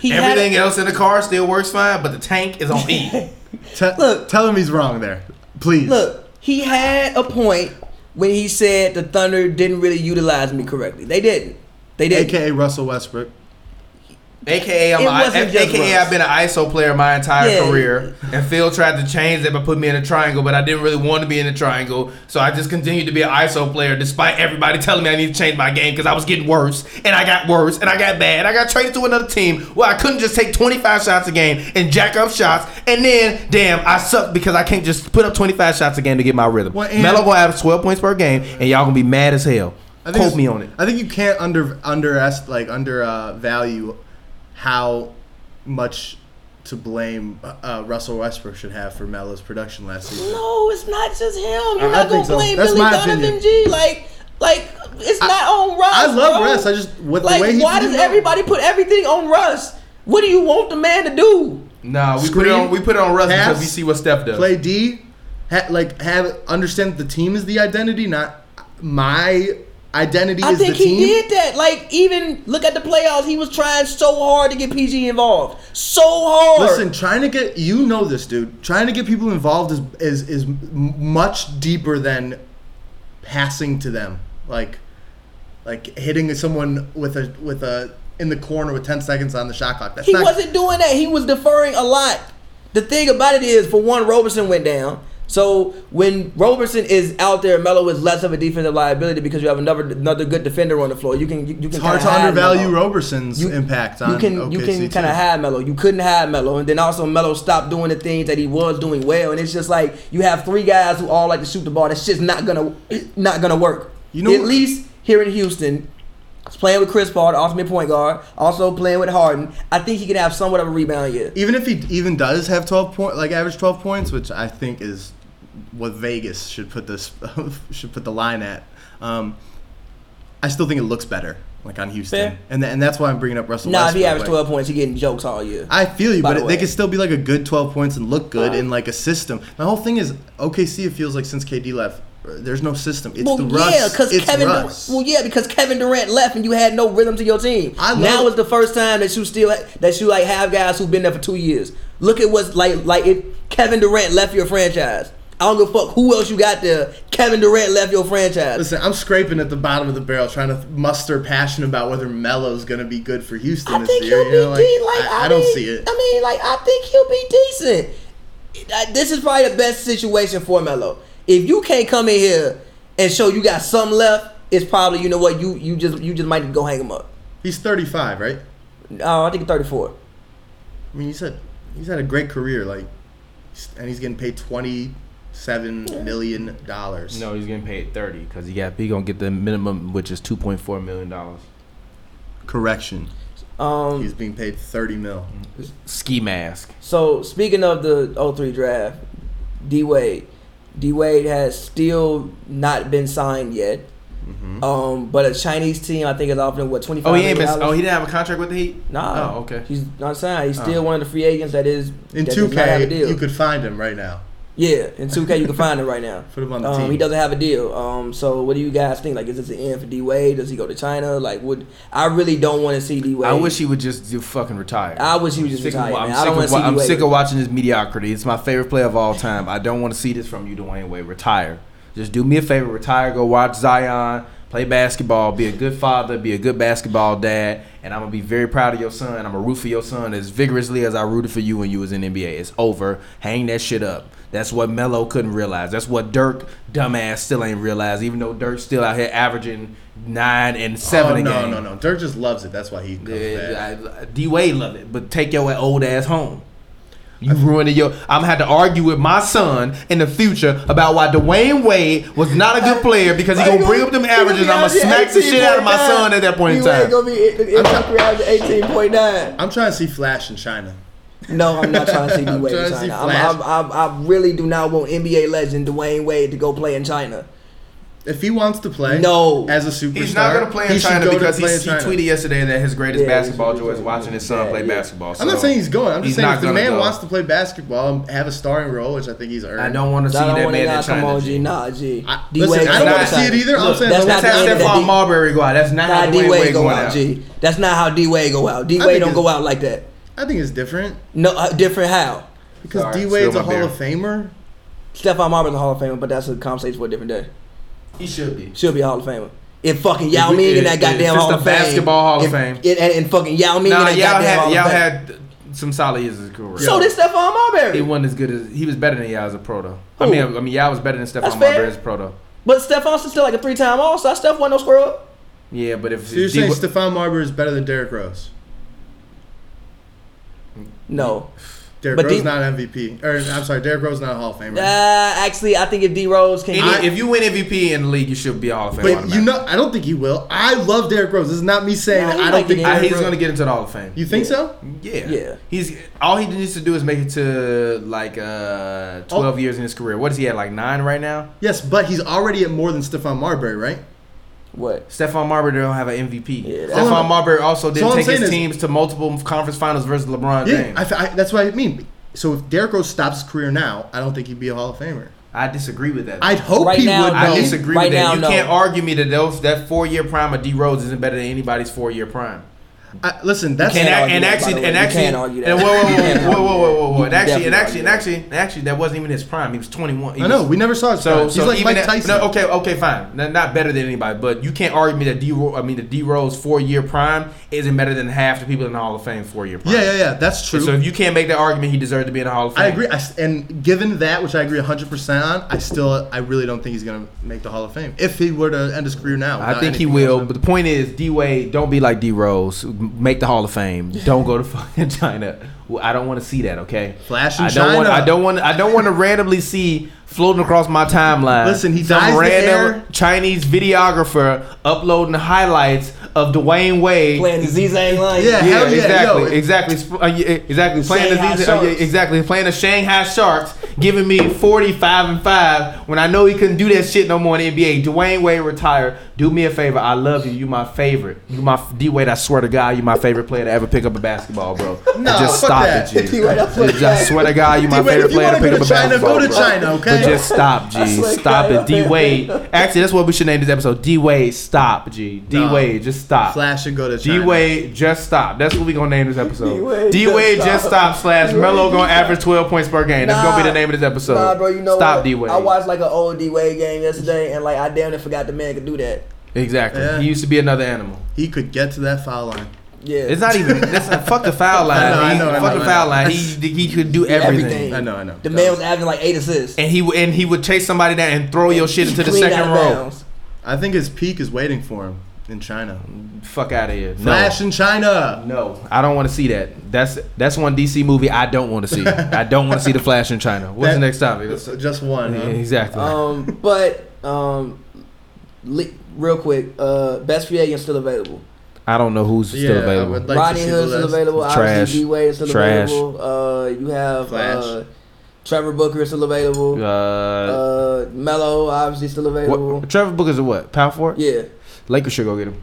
B: he had
A: Everything else in the car still works fine, but the tank is on E.
C: Te-
B: Look.
C: tell him he's wrong there, please.
B: Look, he had a point when he said the Thunder didn't really utilize me correctly. They didn't. They didn't.
C: AKA Russell Westbrook.
A: AKA, I'm
B: It
A: a,
B: wasn't just
A: AKA
B: Russ.
A: I've been an ISO player my entire
B: Yeah.
A: career, and Phil tried to change that by putting me in a triangle, but I didn't really want to be in a triangle, so I just continued to be an ISO player despite everybody telling me I need to change my game because I was getting worse, and I got worse, and I got bad. I got traded to another team where I couldn't just take 25 shots a game and jack up shots, and then damn, I suck because I can't just put up 25 shots a game to get my rhythm.
C: Well, and-
A: Melo gonna average 12 points per game, and y'all gonna be mad as hell. Quote
C: it's-
A: me on it.
C: I think you can't under underest like under uh, value how much to blame uh, Russell Westbrook should have for Melo's production last season.
B: No, it's not just him. You're
C: I
B: not gonna
C: think so.
B: blame
C: That's
B: Billy
C: my
B: Donovan
C: opinion.
B: G. Like, like it's not on Russ.
C: I love
B: bro.
C: Russ. I just with
B: like.
C: the way he
B: why
C: you
B: does
C: know-
B: everybody put everything on Russ? What do you want the man to do?
A: Nah, we put
C: Screen,
A: it on we put it on Russ
C: pass,
A: because we see what Steph does.
C: play D, ha- like have understand that the team is the identity, not my identity
B: I
C: is
B: think he
C: the team.
B: did that. Like, even look at the playoffs. He was trying so hard to get PG involved. So hard.
C: Listen, trying to get you know this, dude. Trying to get people involved is is is m- much deeper than passing to them, like like hitting someone with a with a in the corner with ten seconds on the shot clock. That's
B: He
C: not
B: wasn't doing that. He was deferring a lot. The thing about it is, for one, Roberson went down. So when Roberson is out there, Melo is less of a defensive liability because you have another another good defender on the floor. You can you, you can
C: It's hard
B: kinda
C: to
B: hide
C: undervalue
B: Melo.
C: Roberson's
B: You-
C: impact on
B: you can you
C: OKC
B: can
C: too.
B: kind of hide Melo. You couldn't hide Melo, and then also Melo stopped doing the things that he was doing well. And it's just like you have three guys who all like to shoot the ball. That's just not gonna not gonna work.
C: You know
B: at
C: what-
B: least here in Houston, he's playing with Chris Paul, the ultimate point guard, also playing with Harden. I think he can have somewhat of a rebound year.
C: even if he even does have 12 point like average 12 points which i think is what vegas should put this should put the line at um, i still think it looks better like on houston
B: Fair.
C: and th- and that's why i'm bringing up russell
B: Nah, if he
C: Westbrook,
B: averaged 12
C: like-
B: points, he getting jokes all year.
C: I feel you,
B: By
C: but
B: the
C: it- they
B: way.
C: could still be like a good 12 points and look good in like a system. The whole thing is OKC. It feels like since KD left, uh, there's no system. It's
B: well,
C: the
B: yeah,
C: Russ.
B: because
C: it's
B: Kevin. Dur-
C: Russ.
B: Well, yeah, because Kevin Durant left and you had no rhythm to your team.
C: I love-
B: now is the first time that you still that you like have guys who've been there for two years. Look at what's like like if Kevin Durant left your franchise. I don't give a fuck who else you got there. Kevin Durant left your franchise.
C: Listen, I'm scraping at the bottom of the barrel trying to muster passion about whether Melo's going to be good for Houston
B: I
C: this
B: think
C: year.
B: he'll
C: you
B: be
C: know, like,
B: de- like,
C: I,
B: I
C: I don't
B: mean-
C: see it.
B: I mean, like I think he'll be decent. I- This is probably the best situation for Melo. If you can't come in here and show you got some left, it's probably you know what you you just you just might go hang him up.
C: He's 35, right?
B: Uh, I think 34.
C: I mean, you said He's had a great career, like, and he's getting paid twenty-seven million dollars.
A: No, he's getting paid thirty because he got he gonna get the minimum, which is two point four million dollars.
C: Correction.
B: Um,
C: He's being paid thirty mil.
A: Mm-hmm. Ski mask.
B: So speaking of the 03 draft, D Wade, D Wade has still not been signed yet.
C: Mm-hmm.
B: Um, but a Chinese team, I think, is offering what twenty five.
A: Oh, he ain't been. Oh, he didn't have a contract with the Heat.
B: Nah.
A: Oh, okay. Oh.
B: He's not signed. He's still one of the free agents that is
C: In
B: that
C: two
B: does not have a
C: K,
B: deal.
C: you could find him right now.
B: yeah, in two K you can find him right now.
C: Put him on the
B: Um,
C: team.
B: he doesn't have a deal. Um, so what do you guys think? Like, is this the end for D Wade? Does he go to China? Like, would I really don't want to see D Wade?
A: I wish he would just do fucking retire.
B: I wish he was just
A: Sick of-
B: retired.
A: I'm
B: man. I
A: sick
B: don't
A: of
B: want to
A: wa-
B: see D
A: I'm
B: Wade.
A: sick of watching this mediocrity. It's my favorite player of all time. I don't want to see this from you, Dwayne Wade. Retire. Just do me a favor. Retire. Go watch Zion. Play basketball. Be a good father. Be a good basketball dad. And I'm gonna be very proud of your son. I'm gonna root for your son as vigorously as I rooted for you when you was in NBA. It's over. Hang that shit up. That's what Melo couldn't realize. That's what Dirk, dumbass, still ain't realized. Even though Dirk's still out here averaging nine and seven
C: oh,
A: a
C: no,
A: game.
C: no, no. Dirk just loves it. That's why he comes back.
A: D Wade love it, but take your old ass home. You ruining your. I'm gonna have to argue with my son in the future about why Dwayne Wade was not a good player because he gonna bring up them averages. I'm gonna smack the shit out of my son at that point in time.
B: gonna be in, in eighteen point nine.
C: I'm trying to see Flash in China.
B: No, I'm not trying to see D Wade
C: trying
B: in
C: to see
B: China. I'm,
C: Flash.
B: I'm, I'm, I really do not want NBA legend Dwayne Wade to go play in China.
C: If he wants to play,
B: No.
C: as a superstar,
A: He's not gonna play
C: he
A: in
C: should
A: China
C: go to
A: because he,
C: play in
A: he
C: China.
A: tweeted yesterday that his greatest
B: Yeah, he's-
A: basketball joy is
B: he's-
A: watching his son
B: yeah,
A: play
B: yeah.
A: basketball.
C: I'm not
A: so
C: saying he's going. I'm just
A: he's
C: saying
A: not
C: if the
A: gonna
C: man
A: go.
C: wants to play basketball and have a starring role, which I think he's earned.
A: I don't want to see
B: I don't
A: that
B: want to
A: man in
B: not come
A: China.
B: on
A: G.
B: G. Nah, G.
C: I-
B: D
C: listen,
B: Wade
C: I
B: go
C: don't want to
B: China.
C: see it either. I'm
B: Look,
C: saying
B: that's
C: the
B: not
A: That's
B: the
C: last
A: how
B: end of the
A: Stephon
B: D-
A: Marbury go out. That's not
B: Nah,
A: how
B: D
A: Dwayne
B: Wade
A: Wade
B: go
A: going
B: out,
A: out.
B: G. That's not how D Wade go out. D
C: think
B: Wade don't
C: it's-
B: go out like that.
C: I think it's different
B: No, uh, different how.
C: because
A: Sorry,
C: D Wade's
A: spilled my
C: a Hall
A: beer.
C: of Famer.
B: Stephon Marbury's a Hall of Famer, but that's a conversation for a different day.
A: He should be.
B: She'll be a Hall of Famer. If fucking
A: If
B: Yao
A: we-
B: Ming in
A: if-
B: that
A: if
B: goddamn
A: it's
B: Hall
A: the
B: of Fame,
A: basketball Hall of
B: if-
A: Fame.
B: it- and, and fucking Yao Ming
A: Nah,
B: in that
A: y'all
B: goddamn
A: had
B: Hall of
A: y'all
B: Fame.
A: had some solid years in his career.
B: so did Stephon Marbury.
A: He wasn't as good as he was better than Yao as a proto. I
B: Who?
A: mean, I mean, Yao was better than
B: That's
A: Stephon
B: fair.
A: Marbury as a proto.
B: But Stephon's still like a three time All Star. Steph wasn't no squirrel.
A: Yeah, but if
C: So you're
A: D-
C: saying
A: Wa-
C: Stephon Marbury is better than Derrick Rose?
B: No.
C: Derrick
B: But
C: Rose
B: D-
C: not MVP. Or I'm sorry, Derrick Rose not a Hall of Famer.
B: Uh, actually, I think if D Rose can
A: any-
B: get.
A: if you win MVP in the league, you should be a Hall of Fame.
C: but
A: automatic.
C: you know, I don't think he will. I love Derrick Rose. This is not me saying
B: Nah,
C: that
B: he
C: I
B: might
C: don't
B: be
C: think
A: I-
B: there.
C: Derrick
A: he's
C: Rose.
A: gonna get into the Hall of Fame.
C: You think so?
A: yeah,
B: Yeah.
A: He's all he needs to do is make it to like uh
C: Oh.
A: twelve years in his career. What is he at? Like nine right now.
C: Yes, but he's already at more than Stephon Marbury, right?
B: What?
A: Stephon Marbury don't have an MVP.
B: Yeah, that's-
C: All I'm-
A: Stephon Marbury also
C: all
A: didn't
C: I'm
A: take his
C: saying is-
A: teams to multiple conference finals versus LeBron
C: Yeah,
A: James.
C: I f I that's what I mean. So if Derrick Rose stops his career now, I don't think he'd be a Hall of Famer.
A: I disagree with that.
C: I'd hope
B: Right
C: he
B: now,
C: would.
B: no.
C: though.
A: I disagree
B: Right
A: with that.
B: now,
A: you
B: no.
A: can't argue me that those that four year prime of D Rose isn't better than anybody's four year prime.
C: I- listen, that's
B: Can't
A: And,
B: argue
A: ac- and
B: that, by
A: actually,
B: the way.
A: and
B: You
A: actually,
B: can't argue that.
A: and whoa,
B: You
A: whoa,
B: can't
A: whoa, whoa, whoa,
B: argue
A: whoa, whoa, whoa.
B: that.
A: And
B: You
A: actually, and
B: definitely
A: actually, and
B: argue
A: actually, and actually, that wasn't even his prime. He was twenty one.
C: I know we never saw his
A: So,
C: prime.
A: so
C: he's like
A: even
C: Mike
A: that-
C: Tyson.
A: no, okay, okay, fine. Not, not better than anybody, but you can't argue me that D. Ro- I mean, the D. Rose four year prime isn't better than half the people in the Hall of Fame four year prime.
C: Yeah, yeah, yeah. That's true.
A: So if you can't make that argument, he deserved to be in the Hall of Fame.
C: I agree. I s and given that, which I agree 100% on, I still, I really don't think he's going to make the Hall of Fame. If he were to end his career now.
A: I
C: without
A: think he
C: anything
A: will,
C: else.
A: but the point is, D Wade, don't be like D Rose. M- Make the Hall of Fame. Don't go to fucking China. Well, I don't want to see that. Okay.
C: Flash in
A: I don't want.
C: China.
A: I don't want. I don't want to randomly see floating across my timeline.
C: Listen, he
A: some
C: dyes the hair.
A: random Chinese videographer uploading highlights of Dwayne Wade.
B: Playing the Z-Zang line.
C: Yeah. Hell yo,
A: exactly,
C: it-
A: exactly, sp- uh, yeah, exactly. Playing
B: Shanghai
A: the, uh, yeah,
B: Sharks.
A: exactly playing the Shanghai Sharks, giving me forty-five and five when I know he couldn't do that shit no more in the NBA. Dwayne Wade retired. Do me a favor. I love you. You my favorite. You my D Wade. I swear to God, you my favorite player to ever pick up a basketball, bro.
C: No,
A: just
C: fuck
A: stop
C: that.
A: it, G.
B: D-Wade, I swear to
A: Just- I swear to God, you my
C: D-Wade,
A: favorite
C: if you
A: player to
C: wanna
A: pick
C: go
A: up a
C: to China,
A: basketball.
C: go to
A: bro.
C: China, okay?
A: But just stop, G.
B: swear to
A: Stop
B: God,
A: it, D
B: man.
A: Wade. Actually, that's what we should name this episode. D Wade, stop, G. D Wade, just stop.
C: Flash and go to
A: D
C: China.
A: Wade just stop. That's what we gonna name this episode.
B: D-Wade
A: D Wade just stop slash
B: D-Wade
A: Melo
B: just
A: gonna
B: stop.
A: average twelve points per game. That's gonna be the name of this episode.
B: Nah, bro, you know
A: stop
B: what?
A: D Wade.
B: I watched like an old D Wade game yesterday, and like I damn near forgot the man could do that.
A: Exactly.
C: Yeah.
A: He used to be another animal.
C: He could get to that foul line.
B: Yeah.
A: It's not even. That's not, fuck the foul line.
C: I know, I
A: He-
C: know, I know,
A: fuck
C: I
A: the
C: know.
A: foul line. He he could do everything.
B: Everything.
C: I know, I know.
B: The man was averaging like eight assists.
A: And he would- and he would chase somebody down and throw your shit into the
B: Clean
A: second
B: out of
A: row.
B: bounds.
C: I think his peak is waiting for him. in China.
A: Fuck out of here. No.
C: Flash in China.
A: No, I don't want to see that. That's that's one DC movie I don't want to see. I don't want to see the Flash in China. What's
C: That-
A: the next topic?
C: So Just one.
A: Yeah,
C: huh?
A: exactly.
B: Um, but um, li- real quick, uh, best free agent still available.
A: I don't know who's
C: Yeah,
A: still
C: I
A: available.
C: would like
B: Rodney
C: to see
B: Hood
C: the
B: still
C: list.
B: available.
A: Trash.
B: Obviously, D Wade is still
A: Trash.
B: available. Uh, you have
C: Flash.
B: Uh, Trevor Booker is still available.
A: uh,
B: Uh, Mello obviously still available.
A: what, Trevor Booker's a what? Power forward?
B: Uh, Yeah.
A: Lakers should go get him.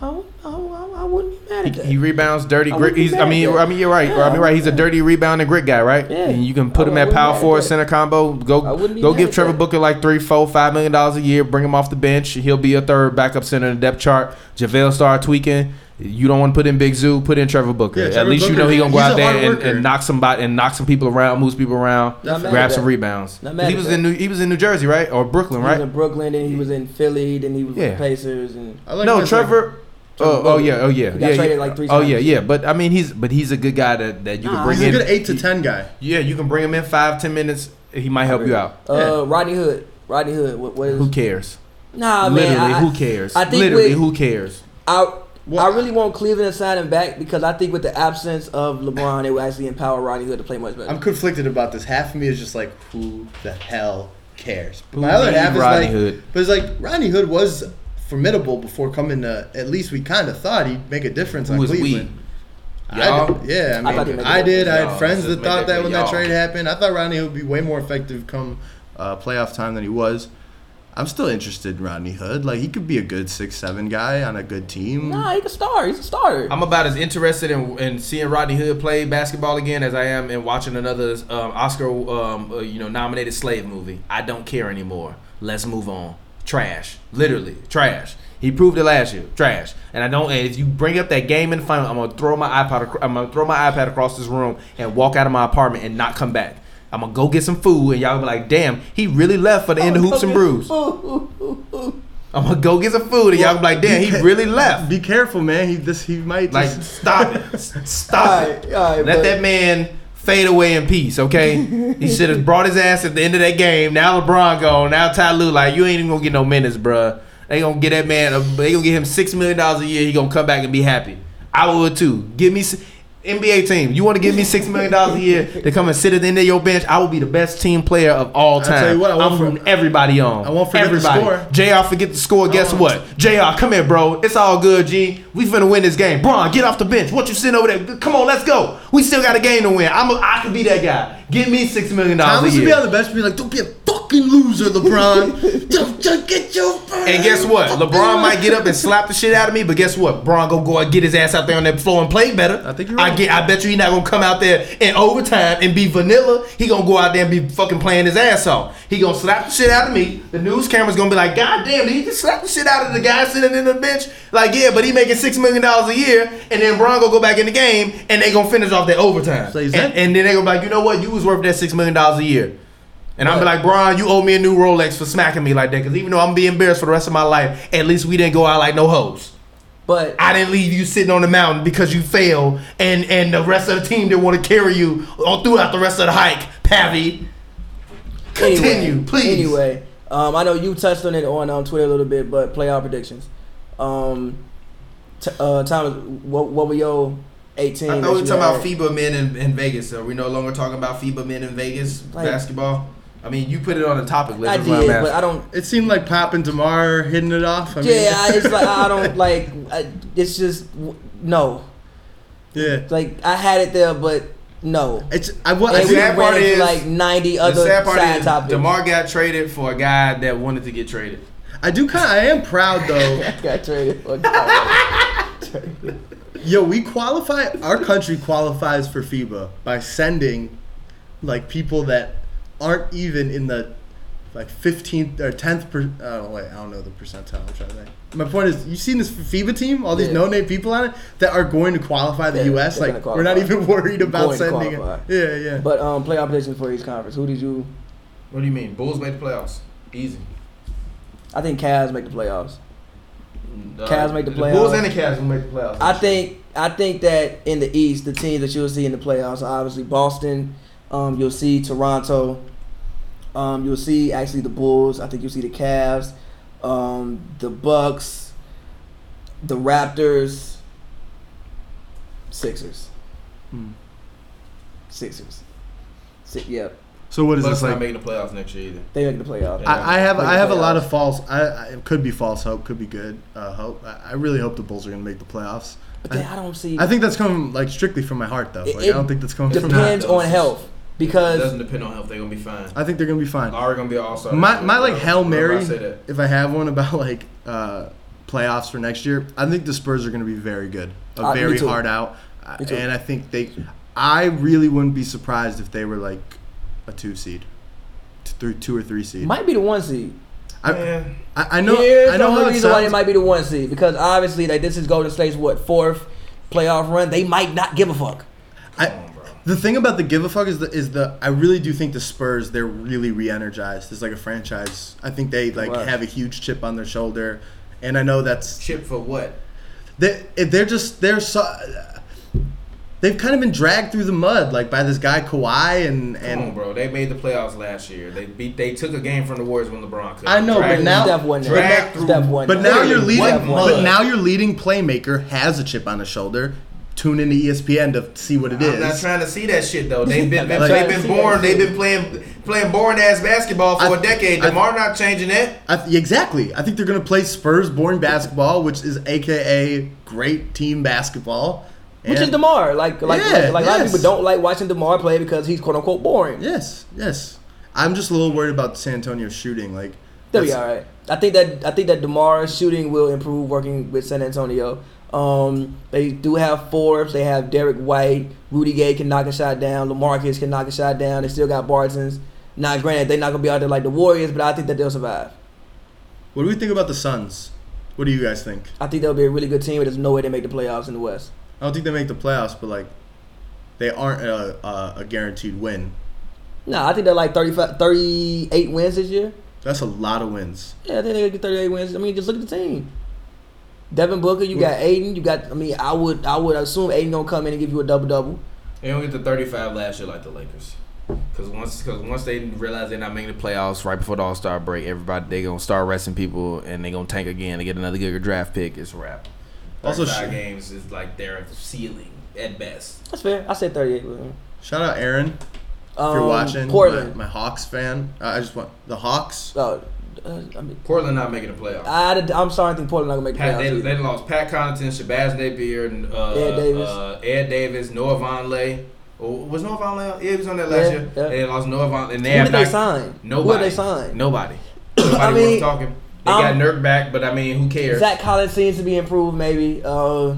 B: I, would- I, would- I wouldn't be mad at that.
A: He rebounds dirty
B: I
A: grit.
B: wouldn't be
A: He's, I
B: mad
A: mean,
B: at that.
A: I mean, you're right.
B: Yeah,
A: I mean,
B: I
A: right. He's a dirty rebound and grit guy, right?
B: Yeah.
A: And you can
B: I
A: put him
B: wouldn't
A: at
B: be
A: power
B: mad at
A: forward,
B: that.
A: center combo.
B: I
A: Go,
B: wouldn't be
A: go
B: mad
A: give
B: at
A: Trevor
B: that.
A: Booker like three, four, five million dollars a year. Bring him off the bench. He'll be a third backup center in the depth chart. Javale start tweaking. You don't want to put in Big Zoo. Put in Trevor Booker.
C: Yeah,
A: at
C: Trevor
A: least you
C: Booker,
A: know he gonna go
C: he's
A: out
C: a
A: there
C: hard
A: and,
C: worker.
A: and knock somebody and knock some people around, moves people around,
B: Not mad at
A: grab some
B: that.
A: rebounds.
B: Not
A: 'Cause
B: mad
A: He
B: at
A: was
B: that.
A: in New, he was in New Jersey, right, or Brooklyn,
B: He was
A: right?
B: in Brooklyn, then he was in Philly, then he was
A: Yeah.
B: with the Pacers, and
C: I like
A: no,
C: this, like,
A: Trevor. Oh, oh
B: Booker.
A: yeah, oh yeah,
B: He got
A: yeah,
B: traded
A: yeah.
B: like three
A: oh
B: times.
A: yeah, yeah. But I mean, he's but he's a good guy that, that you
B: Nah,
A: can bring
C: he's a
A: in.
C: good eight to ten guy.
A: Yeah, you can bring him in five, ten minutes. He might help you out.
B: uh, Rodney Hood. Rodney Hood. What, what is?
A: Who cares?
B: Nah,
A: Literally,
B: man. I,
A: who cares?
B: I think
A: Literally,
B: with-
A: who cares?
B: I,
C: Well,
B: I really want Cleveland to sign him back because I think with the absence of LeBron, it would actually empower Rodney Hood to play much better.
C: I'm conflicted about this. Half of me is just like, who the hell cares? But
A: Who
C: my other
A: needs
C: half is
A: Rodney
C: like,
A: Hood?
C: but it's like Rodney Hood was formidable before coming to. At least we kind of thought he'd make a difference
A: Who
C: on
A: is we?
C: Cleveland. I
A: Y'all?
C: d- yeah,
B: I
C: I
B: thought he'd
C: mean,
B: make a
C: I, did.
B: difference.
C: I
A: Y'all,
C: had friends
A: just
C: that
A: make
C: thought
A: that
C: that
A: big
C: when that
A: y'all.
C: trade happened. I thought Rodney would be way more effective come uh, playoff time than he was. I'm still interested in Rodney Hood. Like he could be a good six seven guy on a good team.
B: nah, he's a star. He's a starter.
A: I'm about as interested in, in seeing Rodney Hood play basketball again as I am in watching another um, Oscar, um, uh, you know, nominated slave movie. I don't care anymore. Let's move on. Trash, literally trash. He proved it last year, trash. And I don't. And if you bring up that game in the final, I'm gonna throw my iPod. Ac- I'm gonna throw my iPad across this room and walk out of my apartment and not come back. I'm gonna go get some food, and y'all gonna be like, "Damn, he really left for the end of hoops and brews." I'm gonna go get some food, and y'all gonna be like, "Damn, he really left."
C: Be careful, man. He this he might
A: Like,
C: just,
A: stop it. S- Stop
B: All
A: it.
B: right, all right,
A: Let
B: but-
A: that man fade away in peace, okay? he should have brought his ass at the end of that game. Now LeBron gone. Now Ty Lue, like, you ain't even gonna get no minutes, bruh. They gonna get that man, a- they gonna get him $6 million a year. He gonna come back and be happy. I would too. Give me. s- NBA team, you want to give me six million dollars a year to come and sit at the end of your bench? I will be the best team player of all time.
C: tell you what, I won't
A: am
C: for-
A: rooting everybody on.
C: I won't forget the
A: everybody.
C: score.
A: JR forget the score. Guess
C: Oh.
A: what? JR, come here, bro. It's all good, G. We finna win this game. Braun, get off the bench. What you sitting over there? Come on, let's go. We still got a game to win. I'm a, I could be that guy. Give me six million dollars
C: Thomas
A: a
C: would be on
A: year.
C: the bench and be like, don't be a fucking loser, LeBron. don't, don't get your
A: And guess what? LeBron might get up and slap the shit out of me, but guess what? Braun gonna go and get his ass out there on that floor and play better.
C: I think you're right.
A: I get. I bet you he not gonna come out there in overtime and be vanilla. He gonna go out there and be fucking playing his ass off. He gonna slap the shit out of me. The news camera's gonna be like, God damn, did he just slap the shit out of the guy sitting in the bench? Like, yeah, but he making six million dollars a year, and then Braun gonna go back in the game and they gonna finish off that overtime.
C: So
A: and,
C: is that-
A: and then they gonna be like, you know what? You was worth that six million dollars a year. And I'm be like, Brian, you owe me a new Rolex for smacking me like that. Because even though I'm gonna be embarrassed for the rest of my life, at least we didn't go out like no hoes.
B: but
A: I didn't leave you sitting on the mountain because you failed, and and the rest of the team didn't want to carry you all throughout the rest of the hike, Pavi. Continue,
B: anyway,
A: please.
B: Anyway, um, I know you touched on it on um, Twitter a little bit, but playoff predictions. Um, t- uh, Thomas, what, what were your 18?
A: I thought we were talking about FIBA men in, in Vegas. Are we no longer talking about FIBA men in Vegas
B: Like-
A: basketball? I mean, you put it on the topic list.
B: I
A: that's why I'm
B: did, but
A: asking.
B: I don't.
C: It seemed like Pop and Demar hitting it off. I mean,
B: Yeah, I, it's like I don't like. I, it's just w- no.
C: yeah.
B: Like I had it there, but no.
C: It's I wa- I
B: And we
C: think-
A: sad part
B: ran into
A: is-
B: like 90 other
A: the sad part
B: side
A: is
B: topics.
A: Demar got traded for a guy that wanted to get traded.
C: I do kind. of I am proud though.
B: got traded. for Kyrie.
C: Yo, we qualify. Our country qualifies for FIBA by sending like people that aren't even in the like 15th or 10th. Per, oh wait, I don't know the percentile. I'm trying to think. My point is, you've seen this FIBA team, all these
B: Yeah.
C: no-name people on it that are going to qualify the
B: Yeah,
C: U.S.
B: they're
C: Like
B: gonna
C: we're not
B: qualify.
C: even worried about
B: Going to
C: sending it.
B: qualify.
C: Yeah, yeah.
B: but um, playoff predictions for each conference. Who did you?
A: What do you mean? Bulls made the playoffs. Easy.
B: I think Cavs make the playoffs.
A: Uh,
B: Cavs make the playoffs.
A: Bulls and the Cavs will make the playoffs.
B: I think I think that in the East, the teams that you'll see in the playoffs are obviously Boston. Um, you'll see Toronto. Um, you'll see actually the Bulls. I think you'll see the Cavs. um, the Bucks, the Raptors, Sixers,
F: Hmm.
B: Sixers. Si- yep,
C: So what is
A: Bucks
C: this
A: not
C: like?
A: making the playoffs next year either.
B: they make the playoff.
A: Yeah.
C: I, I have
B: Like
C: I
B: the
C: have a lot
B: playoffs.
C: of false. I, I it could be false hope, could be good uh, hope. I, I really hope the Bulls are going to make the playoffs.
B: But then I don't see.
C: I think that's coming like strictly from my heart though.
B: It-
C: Like, I don't think that's coming from.
B: depends
A: though.
B: on health
A: it
B: because
A: doesn't depend on health. They're gonna be fine.
C: I think they're going to be fine.
A: Already gonna be an all star.
C: My my like hail mary,
A: I say that.
C: if I have one about like uh, playoffs for next year, I think the Spurs are going to be very good, a
B: Uh, me
C: very
B: too.
C: hard out, Uh,
B: Me too.
C: and I think they. I really wouldn't be surprised if they were like a two seed, t- three, two or three seed.
B: might be the one seed.
C: I,
A: Yeah.
C: I, I know.
B: Here's
C: I know
B: the
C: how
B: only
C: it
B: reason why they
C: sounds.
B: might be the one seed because obviously like this is Golden State's what fourth playoff run. They might not give a fuck.
C: I, the thing about the give a fuck is the is the I really do think the Spurs they're really re-energized. It's like a franchise. I think they like
B: Right.
C: have a huge chip on their shoulder, and I know that's
A: Chip for what?
C: they they're just they're so they've kind of been dragged through the mud like by this guy Kawhi and
A: Come
C: and
A: on, bro. They made the playoffs last year. They beat. They took a game from the Warriors when LeBron could.
C: I know, but now-
B: Steph wasn't there.
A: drag through-
B: Steph wasn't
C: but
B: there.
C: now your
A: Literally
B: one
C: leading
B: month.
C: but now your leading playmaker has a chip on his shoulder. Tune into E ESPN to see what it
A: I'm not
C: is.
A: trying to see that shit though. They've been,
B: I'm
C: not
A: they've
C: trying
B: to
A: been
B: see
A: born.
B: that
A: They've
B: shit.
A: been playing playing boring ass basketball for
C: I-
A: a decade.
C: I-
A: Demar not changing that.
C: I th- exactly. I think they're going to play Spurs born basketball, which is AKA great team basketball.
B: Which is
C: And-
B: Demar. Like like
C: Yeah,
B: like, like a lot of
C: yes.
B: people don't like watching Demar play because he's quote unquote boring.
C: Yes, yes. I'm just a little worried about San Antonio shooting. Like
B: They'll be
C: that's-
B: all right. I think that I think that Demar's shooting will improve working with San Antonio. Um, they do have Forbes. They have Derek White. Rudy Gay can knock a shot down. Lamarcus can knock a shot down. They still got Bartons. Now, granted, they're not gonna be out there like the Warriors, but I think that they'll survive.
C: What do we think about the Suns? What do you guys think?
B: I think they'll be a really good team, but there's no way they make the playoffs in the West.
C: I don't think they make the playoffs, but like they aren't a, a, a guaranteed win.
B: No, I think they're like 35, 38 wins this year.
C: That's a lot of wins.
B: Yeah, I think they get 38 wins. I mean, just look at the team. Devin Booker, you got Aiden, you got. I mean, I would, I would assume Aiden gonna come in and give you a double double.
A: They don't get to 35 last year like the Lakers. Because once, cause once they realize they're not making the playoffs right before the All Star break, everybody they gonna start resting people and they gonna tank again to get another good draft pick. It's a wrap.
C: Also,
A: Also,
C: sh-
A: games is like their ceiling at best.
B: That's fair. I said 38 wins.
C: Shout out Aaron if
B: Um,
C: you're watching.
B: Portland.
C: my, my Hawks fan. Uh, I just want the Hawks.
B: Oh, uh, I mean,
A: Portland not making the playoffs.
B: I, am sorry. I think Portland not gonna make the
A: Pat, they,
B: playoffs.
A: they
B: either.
A: lost Pat Connaughton, Shabazz Napier, and, uh,
B: Ed Davis.
A: uh, Ed Davis, Noah Vonleh. Oh, was Noah Vonleh? on- Yeah, he was on that last
B: Yeah,
A: year.
B: yeah.
A: And they lost Noah Vonleh. And they
B: Who
A: have
B: did they
A: not-
B: sign?
A: Nobody.
B: Who did they sign?
A: Nobody. Nobody
B: I mean,
A: worth talking. They got
B: I'm-
A: Nurk back, but I mean, who cares?
B: Zach Collins seems to be improved, maybe. Uh,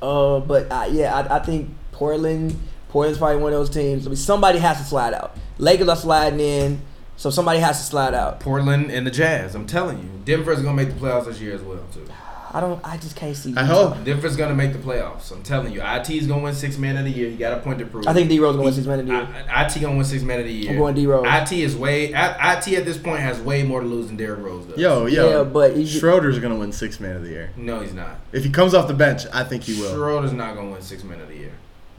B: uh, but I, yeah, I, I think Portland, Portland's probably one of those teams. I mean, somebody has to slide out. Lakers are sliding in, so somebody has to slide out.
A: Portland and the Jazz. I'm telling you, Denver's gonna make the playoffs this year as well too.
B: I don't. I just can't see.
C: I hope.
A: Denver's gonna make the playoffs. I'm telling you, IT's gonna win six man of the year. He got a point to prove.
B: I think D Rose gonna win six man of the year.
A: I, I- IT gonna win six man of the year.
B: I'm going D Rose.
A: IT is way. I, IT at this point has way more to lose than Derrick Rose does.
C: Yo, yo.
B: Yeah, but he-
C: Schroeder's gonna win six man of the year.
A: no, he's not.
C: If he comes off the bench, I think he will.
A: Schroeder's not gonna win six man of the year.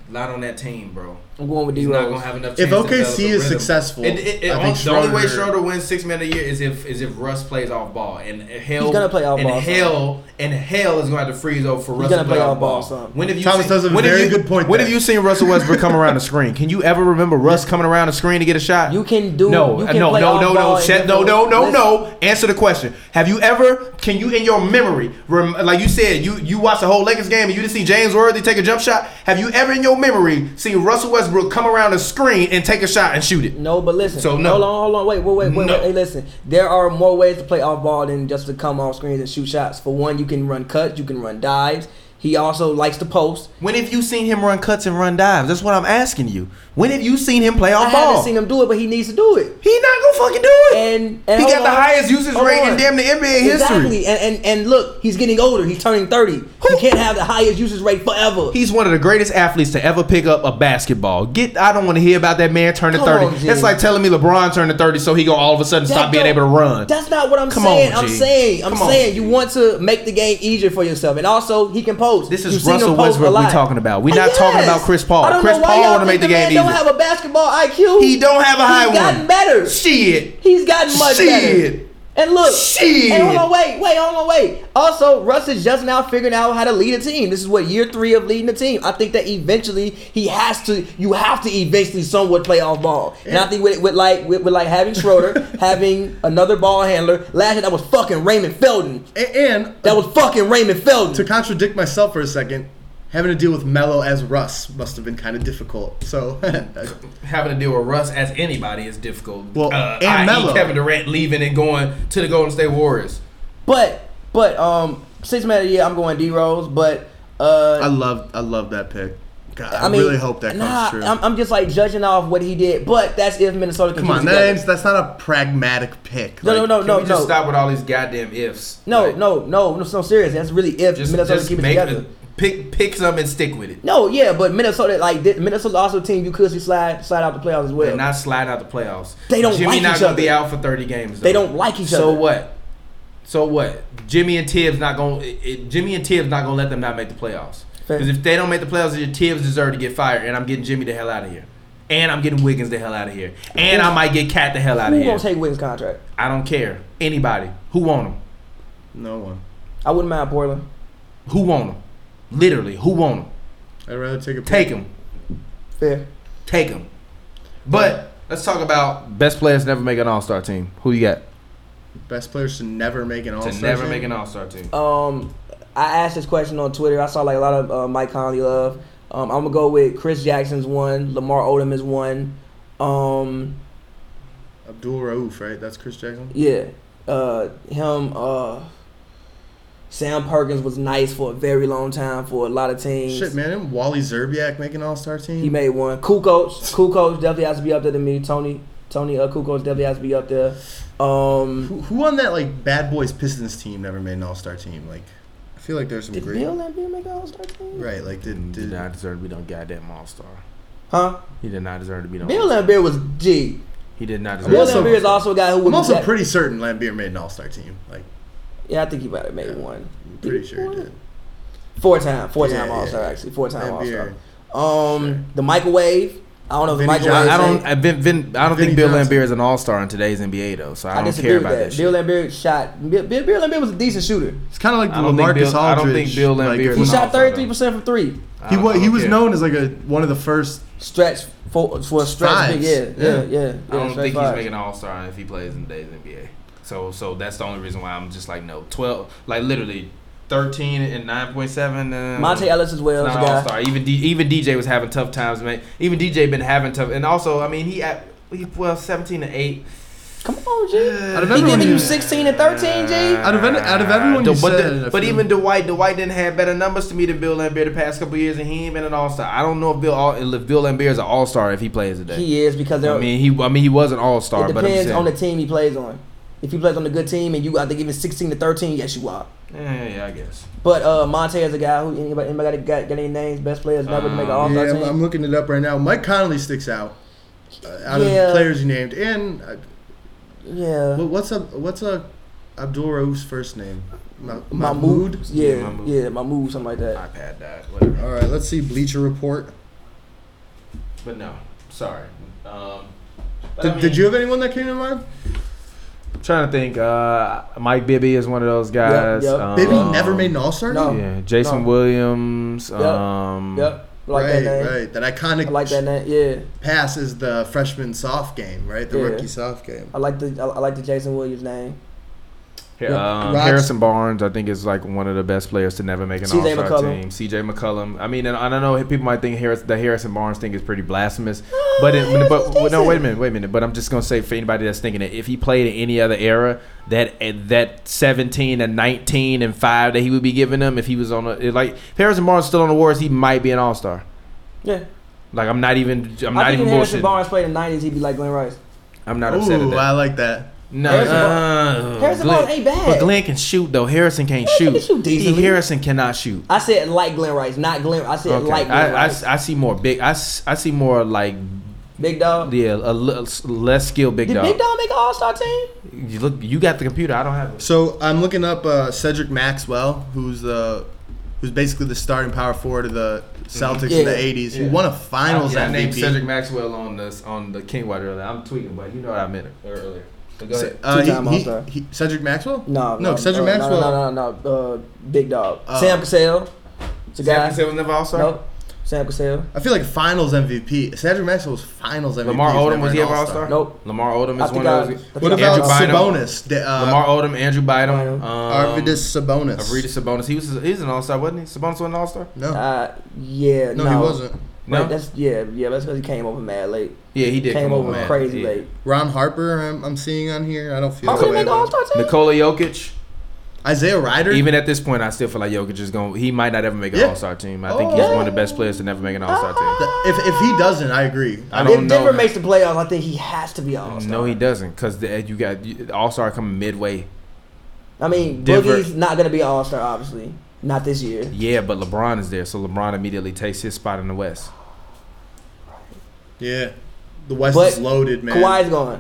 A: Not on that team, bro.
B: I'm going with D
A: He's not gonna
B: Rose.
A: have enough. chance
C: If
A: to
C: OKC
A: develop a
C: is
A: rhythm.
C: successful,
A: it, it, it,
C: I think
A: the only way
C: Schroeder-
A: Schroeder wins six man a year is if is if Russ plays off ball and hell.
B: He's gonna play off
A: and
B: ball
A: Hell and hell is gonna have to freeze over for Russ
B: gonna
A: to play,
B: play
A: off
B: off ball
A: ball.
B: some.
A: When have you?
C: Thomas does have a
A: when
C: very
A: you-
C: good point
A: When
C: there.
A: have you seen Russell Westbrook come around the screen? Can you ever remember Russ coming around the screen to get a shot?
B: You can do-
A: No,
B: you can
A: no,
B: play
A: no,
B: off
A: no,
B: ball
A: no,
B: and
A: Chet, no,
B: different-
A: no, no,
B: Listen.
A: no. Answer the question. Have you ever? Can you in your memory? Rem, like you said, you you watched the whole Lakers game and you didn't see James Worthy take a jump shot. Have you ever in your memory seen Russell Westbrook come around the screen and take a shot and shoot it?
B: No, but listen.
A: So, no.
B: Hold on, hold on. Wait, wait, wait, wait.
A: No.
B: wait. Hey, listen. There are more ways to play off ball than just to come off screens and shoot shots. For one, you can run cuts. You can run dives. He also likes to post.
A: When have you seen him run cuts and run dives? That's what I'm asking you. When have you seen him play
B: I
A: off ball?
B: haven't seen him do it, but he needs to do it.
A: he not gonna fucking do it.
B: And, and
A: he
B: hold
A: got the
B: on.
A: highest usage
B: Hold
A: rate
B: on.
A: in damn the NBA history.
B: Exactly. And, and and look, he's getting older. He's turning thirty. He can't have the highest usage rate forever.
A: He's one of the greatest athletes to ever pick up a basketball. Get I don't want to hear about that man turning
B: Come
A: thirty.
B: on, G.
A: That's like telling me LeBron turned to thirty, so he gonna all of a sudden
B: That
A: stop being
B: don't-
A: able to run.
B: That's not what I'm
A: Come
B: saying.
A: on,
B: I'm
A: G.
B: saying I'm
A: Come on,
B: saying
A: G.
B: you want to make the game easier for yourself, and also he can post.
A: This is
B: You've seen him
A: Russell
B: post a
A: Westbrook we
B: lot. Uh,
A: talking about. We not talking about Chris Paul.
B: I don't
A: Chris
B: know why
A: Paul
B: y'all
A: wanna make
B: think
A: the
B: man
A: game
B: Don't
A: easier.
B: have a basketball IQ.
A: he don't have a high
B: He's gotten
A: one.
B: better.
A: Shit.
B: He's gotten much better.
A: Shit.
B: And look,
G: Shit.
B: and hold on, wait, wait, hold on, wait. Also, Russ is just now figuring out how to lead a team. This is what year three of leading a team. I think that eventually he has to. You have to eventually somewhat play off ball. And I think with, with like with, with like having Schroeder, having another ball handler. Last year that was fucking Raymond Felton.
C: A- And
B: That was fucking Raymond Felton.
C: to contradict myself for a second, having to deal with Mello as Russ must have been kind of difficult. So
A: having to deal with Russ as anybody is difficult.
C: Well,
A: uh,
C: and
A: i.e.
C: Melo.
A: Kevin Durant leaving and going to the Golden State Warriors.
B: But but um, six man of the year, I'm going D Rose. But
C: I
B: uh,
C: love I love that pick. God, I,
B: mean,
C: really hope that comes
B: nah,
C: true.
B: I'm, I'm just like judging off what he did. But that's if Minnesota can
C: Come
B: keep
C: on,
B: it together.
C: that ain't, that's not a pragmatic pick.
B: No,
C: Like,
B: no, no,
A: Can
B: no,
A: we just
B: no.
A: stop with all these goddamn ifs?
B: No,
A: Like,
B: no, no, no, no, seriously. That's really if
A: Just,
B: Minnesota
A: just
B: keep it
A: make
B: together.
A: it- pick pick some and stick with it.
B: no, yeah, but Minnesota, like th- Minnesota, also a team you could see slide slide out the playoffs as well.
A: And not slide out the playoffs.
B: They don't
A: Jimmy
B: like
A: not
B: each
A: gonna
B: other.
A: be out for thirty games.
B: They
A: though.
B: don't like each
A: So
B: other.
A: what? So what? Jimmy and Tibbs not gonna it- it- Jimmy and Tibbs not gonna let them not make the playoffs.
B: Fair.
A: Because if they don't make the playoffs, your Tibbs deserve to get fired, and I'm getting Jimmy the hell out of here, and I'm getting Wiggins the hell out of here, and I might get Cat the hell out of
B: Who
A: here.
B: gonna take Wiggins' contract?
A: I don't care. Anybody who want him,
C: no one.
B: I wouldn't mind Portland.
A: who want him, literally who want him,
C: I'd rather take a pick.
A: take him,
B: Fair.
A: take him. But let's talk about best players never make an All Star team. Who you got?
C: Best players to never make an All
A: To
C: Star.
A: never make an All Star team.
B: Um, I asked this question on Twitter. I saw like a lot of uh, Mike Conley love. Um, I'm gonna go with Chris Jackson's one. Lamar Odom is one. Um,
C: Abdul Rauf, right? That's Chris Jackson.
B: yeah, uh, him. Uh, Sam Perkins was nice for a very long time for a lot of teams.
C: Shit, man, didn't Wally Zerbiak make an All Star team?
B: He made one. Kukoc, Kukoc definitely has to be up there to me. Tony, Tony, uh, Kukoc definitely has to be up there. Um,
C: who, who on that like Bad Boys Pistons team never made an All Star team? Like, I feel like there's some
B: did
C: great.
B: Bill and Bill make an All Star team?
C: Right, like did,
A: Did
C: did
A: not deserve to be no goddamn All Star.
B: Huh?
A: He did not deserve to be no.
B: Bill Lambert was G.
A: He did not deserve.
B: Bill
C: Well,
A: to
C: also-
B: Lambert is also a guy who would.
C: I'm
B: be
C: also
B: that-
C: pretty certain Lambeer made an All Star team. Like,
B: Yeah, I think he might have made one.
C: I'm
B: Did
C: pretty sure he
B: one?
C: did.
B: Four time, four time
C: Yeah,
B: All Star
C: yeah.
B: actually, four time All
C: Lambert.
B: Star. Um, the microwave. I don't know if the
C: Vinny
B: microwave.
C: Johnson.
A: I, I don't. I, Vin, Vin, I don't
C: Vinny
A: think Bill
C: Johnson.
A: Lambert is an all star in today's NBA though, so I,
B: I
A: don't
B: disagree
A: care
B: with
A: about that.
B: that.
A: shit.
B: Bill Lambert shot. Bill, Bill, Bill Lambert was a decent shooter.
C: It's kind of like
A: I
C: the
A: don't think
C: LaMarcus
A: Bill- I don't
C: Aldridge.
A: think Bill
C: like,
A: Lambert
C: if-
B: He
A: was an
B: shot
A: all-star,
B: thirty three percent from three.
A: I
C: he
A: don't-
C: was
A: I
C: he
A: don't
C: was
A: care.
C: known as like a one of the first.
B: Stretch for for a stretch.
C: Fives.
B: Big, yeah, yeah, yeah.
C: Yeah.
A: I
B: yeah,
A: don't
B: stretch
A: think he's
B: fives.
A: making an all star if he plays in today's NBA. So so that's the only reason why I'm just like no twelve, like literally thirteen and nine point seven. Uh,
B: Monte Ellis as well.
A: Not
B: is a
A: all
B: guy.
A: star. Even D, even DJ was having tough times, man. Even DJ been having tough, and also I mean he at he, well seventeen to eight.
B: Come on, G.
C: Out of
B: He
C: everyone
B: giving
C: you-
B: you 16 and 13, G.
C: Out of any- out of everyone
A: Though,
C: you
A: but
C: said,
A: the-
C: I
A: but
C: feel-
A: even Dwight, Dwight didn't have better numbers to me than Bill Lambert the past couple years, and he ain't been an All Star. I don't know if Bill all, if Bill Lambert is an All Star if he plays today.
B: He is because there-
A: I mean he I mean he was an All Star,
B: it
A: but I'm
B: depends
A: saying,
B: on the team he plays on. If he plays on a good team and you out there giving 16 to 13, yes, you are.
A: yeah, yeah, yeah, I guess.
B: But uh, Monte is a guy who anybody, anybody got, got any names, best players never to make an
A: Um,
B: All
C: Yeah,
B: Star
C: I'm,
B: team.
C: I'm looking it up right now. Mike Conley sticks out. Uh, out of
B: Yeah.
C: the players you named, and uh,
B: yeah,
C: what- what's up? What's up? Abdul Rauf's first name? Ma-
B: Mahmoud.
A: Yeah,
B: Yeah,
A: Mahmoud.
B: yeah, Mahmoud, something like that.
A: iPad died, whatever.
C: All right, let's see Bleacher Report.
A: But no, sorry. Um, but I
C: Did,
A: mean-
C: did you have anyone that came to mind?
A: I'm trying to think. Uh, Mike Bibby is one of those guys.
B: yep.
A: Um,
C: Bibby never made an All Star.
B: No.
A: Yeah, Jason
B: No.
A: Williams. Um,
B: Yep, I like
C: right,
B: that name.
C: right. That
B: I
C: iconic
B: like that name. Yeah,
C: pass is the freshman soft game, right? The
B: Yeah.
C: rookie soft game.
B: I like the I, I like the Jason Williams name.
A: Yeah, um,
C: Rocks-
A: Harrison Barnes, I think, is like one of the best players to never make an
B: CJ
A: All-Star
B: McCollum.
A: team. CJ McCollum. I mean, and I don't know. People might think Harris, the Harrison Barnes thing is pretty blasphemous, but it,
B: Harrison's
A: but well, no,
B: decent.
A: wait a minute, wait a minute. But I'm just gonna say for anybody that's thinking that if he played in any other era, that that 17 and 19 and five that he would be giving them, if he was on a it, like if Harrison Barnes still on the Warriors, he might be an All-Star.
B: Yeah,
A: Like I'm not even I'm
B: I
A: not
B: think
A: even
B: if Harrison
A: bullshitting.
B: Barnes played in the 90s, he'd be like Glenn Rice.
A: I'm not upset at
C: Ooh,
A: that.
C: I like that.
A: No,
B: Harrison
A: uh,
B: Harrison
A: Glenn-
B: Barnes ain't bad.
A: But Glenn can shoot though. Harrison can't
B: Harrison
A: shoot.
B: can shoot
A: He-
B: decently.
A: Harrison cannot shoot.
B: I said like Glenn Rice, not Glenn. I said
A: Okay.
B: like Glenn
A: I, I,
B: Rice.
A: I see more big. I, s- I see more like
B: Big dog.
A: yeah, a l- less skilled big
B: Did
A: dog.
B: Big Dog make an All Star team?
A: You look, you got the computer. I don't have it.
C: So I'm looking up uh, Cedric Maxwell, who's the who's basically the starting power forward of the Celtics in
B: Yeah.
C: the '80s, who won a Finals
A: I, I Mm-hmm. named
C: MVP.
A: Cedric Maxwell on this on the King White earlier. I'm tweaking, but you know what I meant earlier. But go ahead.
C: Uh,
B: Two-time
C: he- he-
B: All-Star.
C: he- Cedric Maxwell?
B: No,
C: no, Cedric
B: uh,
C: Maxwell.
B: No, no, no, no. Uh, big dog. Sam Cassell. It's a guy.
A: Sam Cassell was never all star.
B: Nope. Sam Cassell.
C: I feel like Finals MVP. Cedric Maxwell was Finals MVP.
A: Lamar
C: He's
A: Odom
C: never
A: was
C: an
A: he ever all
C: All-Star.
A: star?
B: Nope.
A: Lamar Odom
B: I
A: is
B: think
A: one of
B: I- I
A: those.
B: think
C: What
B: I
C: about
A: Andrew Bynum.
C: Sabonis? Da- Uh,
A: Lamar Odom, Andrew Bynum,
B: Bynum.
A: um,
C: Arvidus Sabonis.
A: Arvidas Sabonis. He was he was an all star, wasn't he? Sabonis was an all star.
C: No,
B: Uh, yeah.
C: no,
B: No,
C: he wasn't.
B: No,
A: No,
B: that's yeah, yeah. That's because he came over mad late.
A: yeah, he did.
B: came
A: come
B: over
A: on, man.
B: crazy
A: Yeah.
B: late.
C: Ron Harper, I'm, I'm seeing on here. I don't feel.
B: How
C: that
B: could he
C: way
B: make the
C: about
B: All
C: him.
B: Star team?
A: Nikola Jokic.
C: Isaiah Ryder.
A: Even at this point, I still feel like Jokic is going. to He might not ever make an
C: Yeah.
A: All Star team. I think he's
C: Oh.
A: one of the best players to never make an All Star team.
C: The- if, if he doesn't, I agree.
A: I
B: If
A: don't know.
B: Denver
A: man.
B: makes the playoffs, I think he has to be All Star.
A: No, he doesn't, because you got All Star coming midway.
B: I mean,
A: Denver-
B: Boogie's not gonna be All Star, obviously. Not this year.
A: Yeah, but LeBron is there, so LeBron immediately takes his spot in the West.
C: Yeah, the West
B: But
C: is loaded, man. Kawhi,
B: Kawhi's going.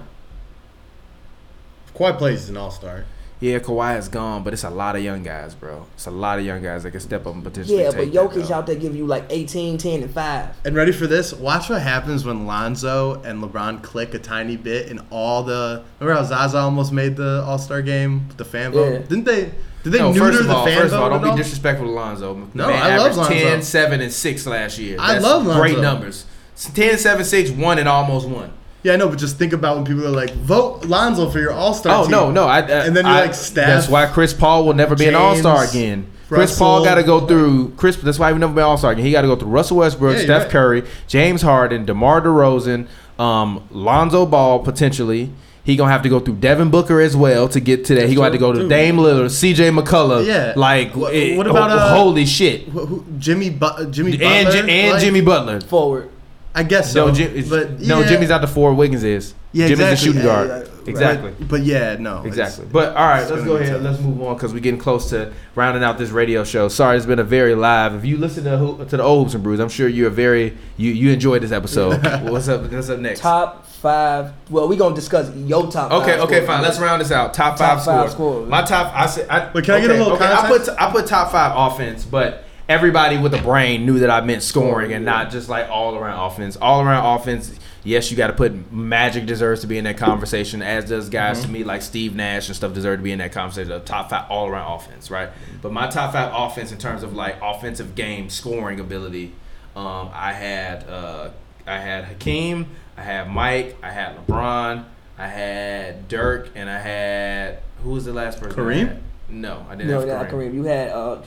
C: Kawhi plays as an All Star.
A: Yeah, Kawhi is gone, but it's a lot of young guys, bro. It's a lot of young guys that can step up and potentially.
B: Yeah, but
A: take
B: Jokic
A: that, though.
B: out there giving you like 18, 10, and five.
C: And ready for this? Watch what happens when Lonzo and LeBron click a tiny bit, and all the remember how Zaza almost made the All Star game, with the fan vote.
B: Yeah.
C: Didn't they? Did they
A: No,
C: neuter
A: first of
C: the
A: all,
C: fan
A: first of all,
C: vote
A: don't
C: at all?
A: be disrespectful to Lonzo. The
C: No,
A: man
C: I love
A: averaged
C: Lonzo.
A: 10, 7, and 6 last year.
C: I
A: That's
C: love
A: Great
C: Lonzo.
A: numbers. 10, 7, 6, 1, and almost 1.
C: yeah, I know, but just think about when people are like, vote Lonzo for your All Star.
A: Oh
C: team.
A: no, no! I,
C: And then you're
A: I,
C: like, Steph,
A: That's why Chris Paul will never be an
C: James,
A: All Star again. Chris Paul
C: Russell.
A: got to go through Chris. That's why he never been All Star again. He got to go through Russell Westbrook,
C: Yeah, you're
A: Steph
C: right.
A: Curry, James Harden, DeMar DeRozan, um, Lonzo Ball potentially. He gonna have to go through Devin Booker as well to get to that. He gonna have to go to
C: Dude.
A: Dame Lillard, C.J. McCullough.
C: Yeah.
A: Like,
C: Wha-
A: it-
C: what about,
A: ho-
C: uh,
A: holy shit?
C: Wh- who, Jimmy, but, Jimmy
A: and
C: Butler,
A: Ji- and
C: like,
A: Jimmy Butler.
B: Forward.
C: I guess so.
A: no, Jim,
C: but
A: no,
C: yeah.
A: Jimmy's out the four. Wiggins is.
C: Yeah,
A: Jimmy's the
C: exactly.
A: shooting
C: Yeah,
A: guard.
C: yeah, right.
A: Exactly.
C: But, but yeah, no, it's-
A: Exactly. But all right,
C: it's
A: let's
C: gonna
A: go
C: be
A: ahead.
C: tough.
A: Let's move on because we're getting close to rounding out this radio show. Sorry, it's been a very live. If you listen to Ho- to the old Hoops and Brews, I'm sure you're very you you enjoyed this episode. what's up? What's up next?
B: Top five. Well, we gonna discuss your top.
A: okay, okay,
B: five scorers.
A: fine. Let's round this out. Top five,
B: Top
A: score.
B: five scorers.
A: My top. I said. I,
C: Wait, can I get a little
A: I put
C: context?
A: I put top five offense, but. Everybody with a brain knew that I meant scoring and not just like all around offense. All around offense, yes, you got to put Magic deserves to be in that conversation, as does guys to me like Steve Nash and stuff deserve to be in that conversation of top five all around offense, right? But my top five offense in terms of like offensive game scoring ability, um, I had uh, I had Hakeem, I had Mike, I had LeBron, I had Dirk, and I had who was the last person? I
C: Kareem?
A: had? No, I didn't
B: No,
A: have
B: not
A: Kareem.
B: Kareem. You had uh,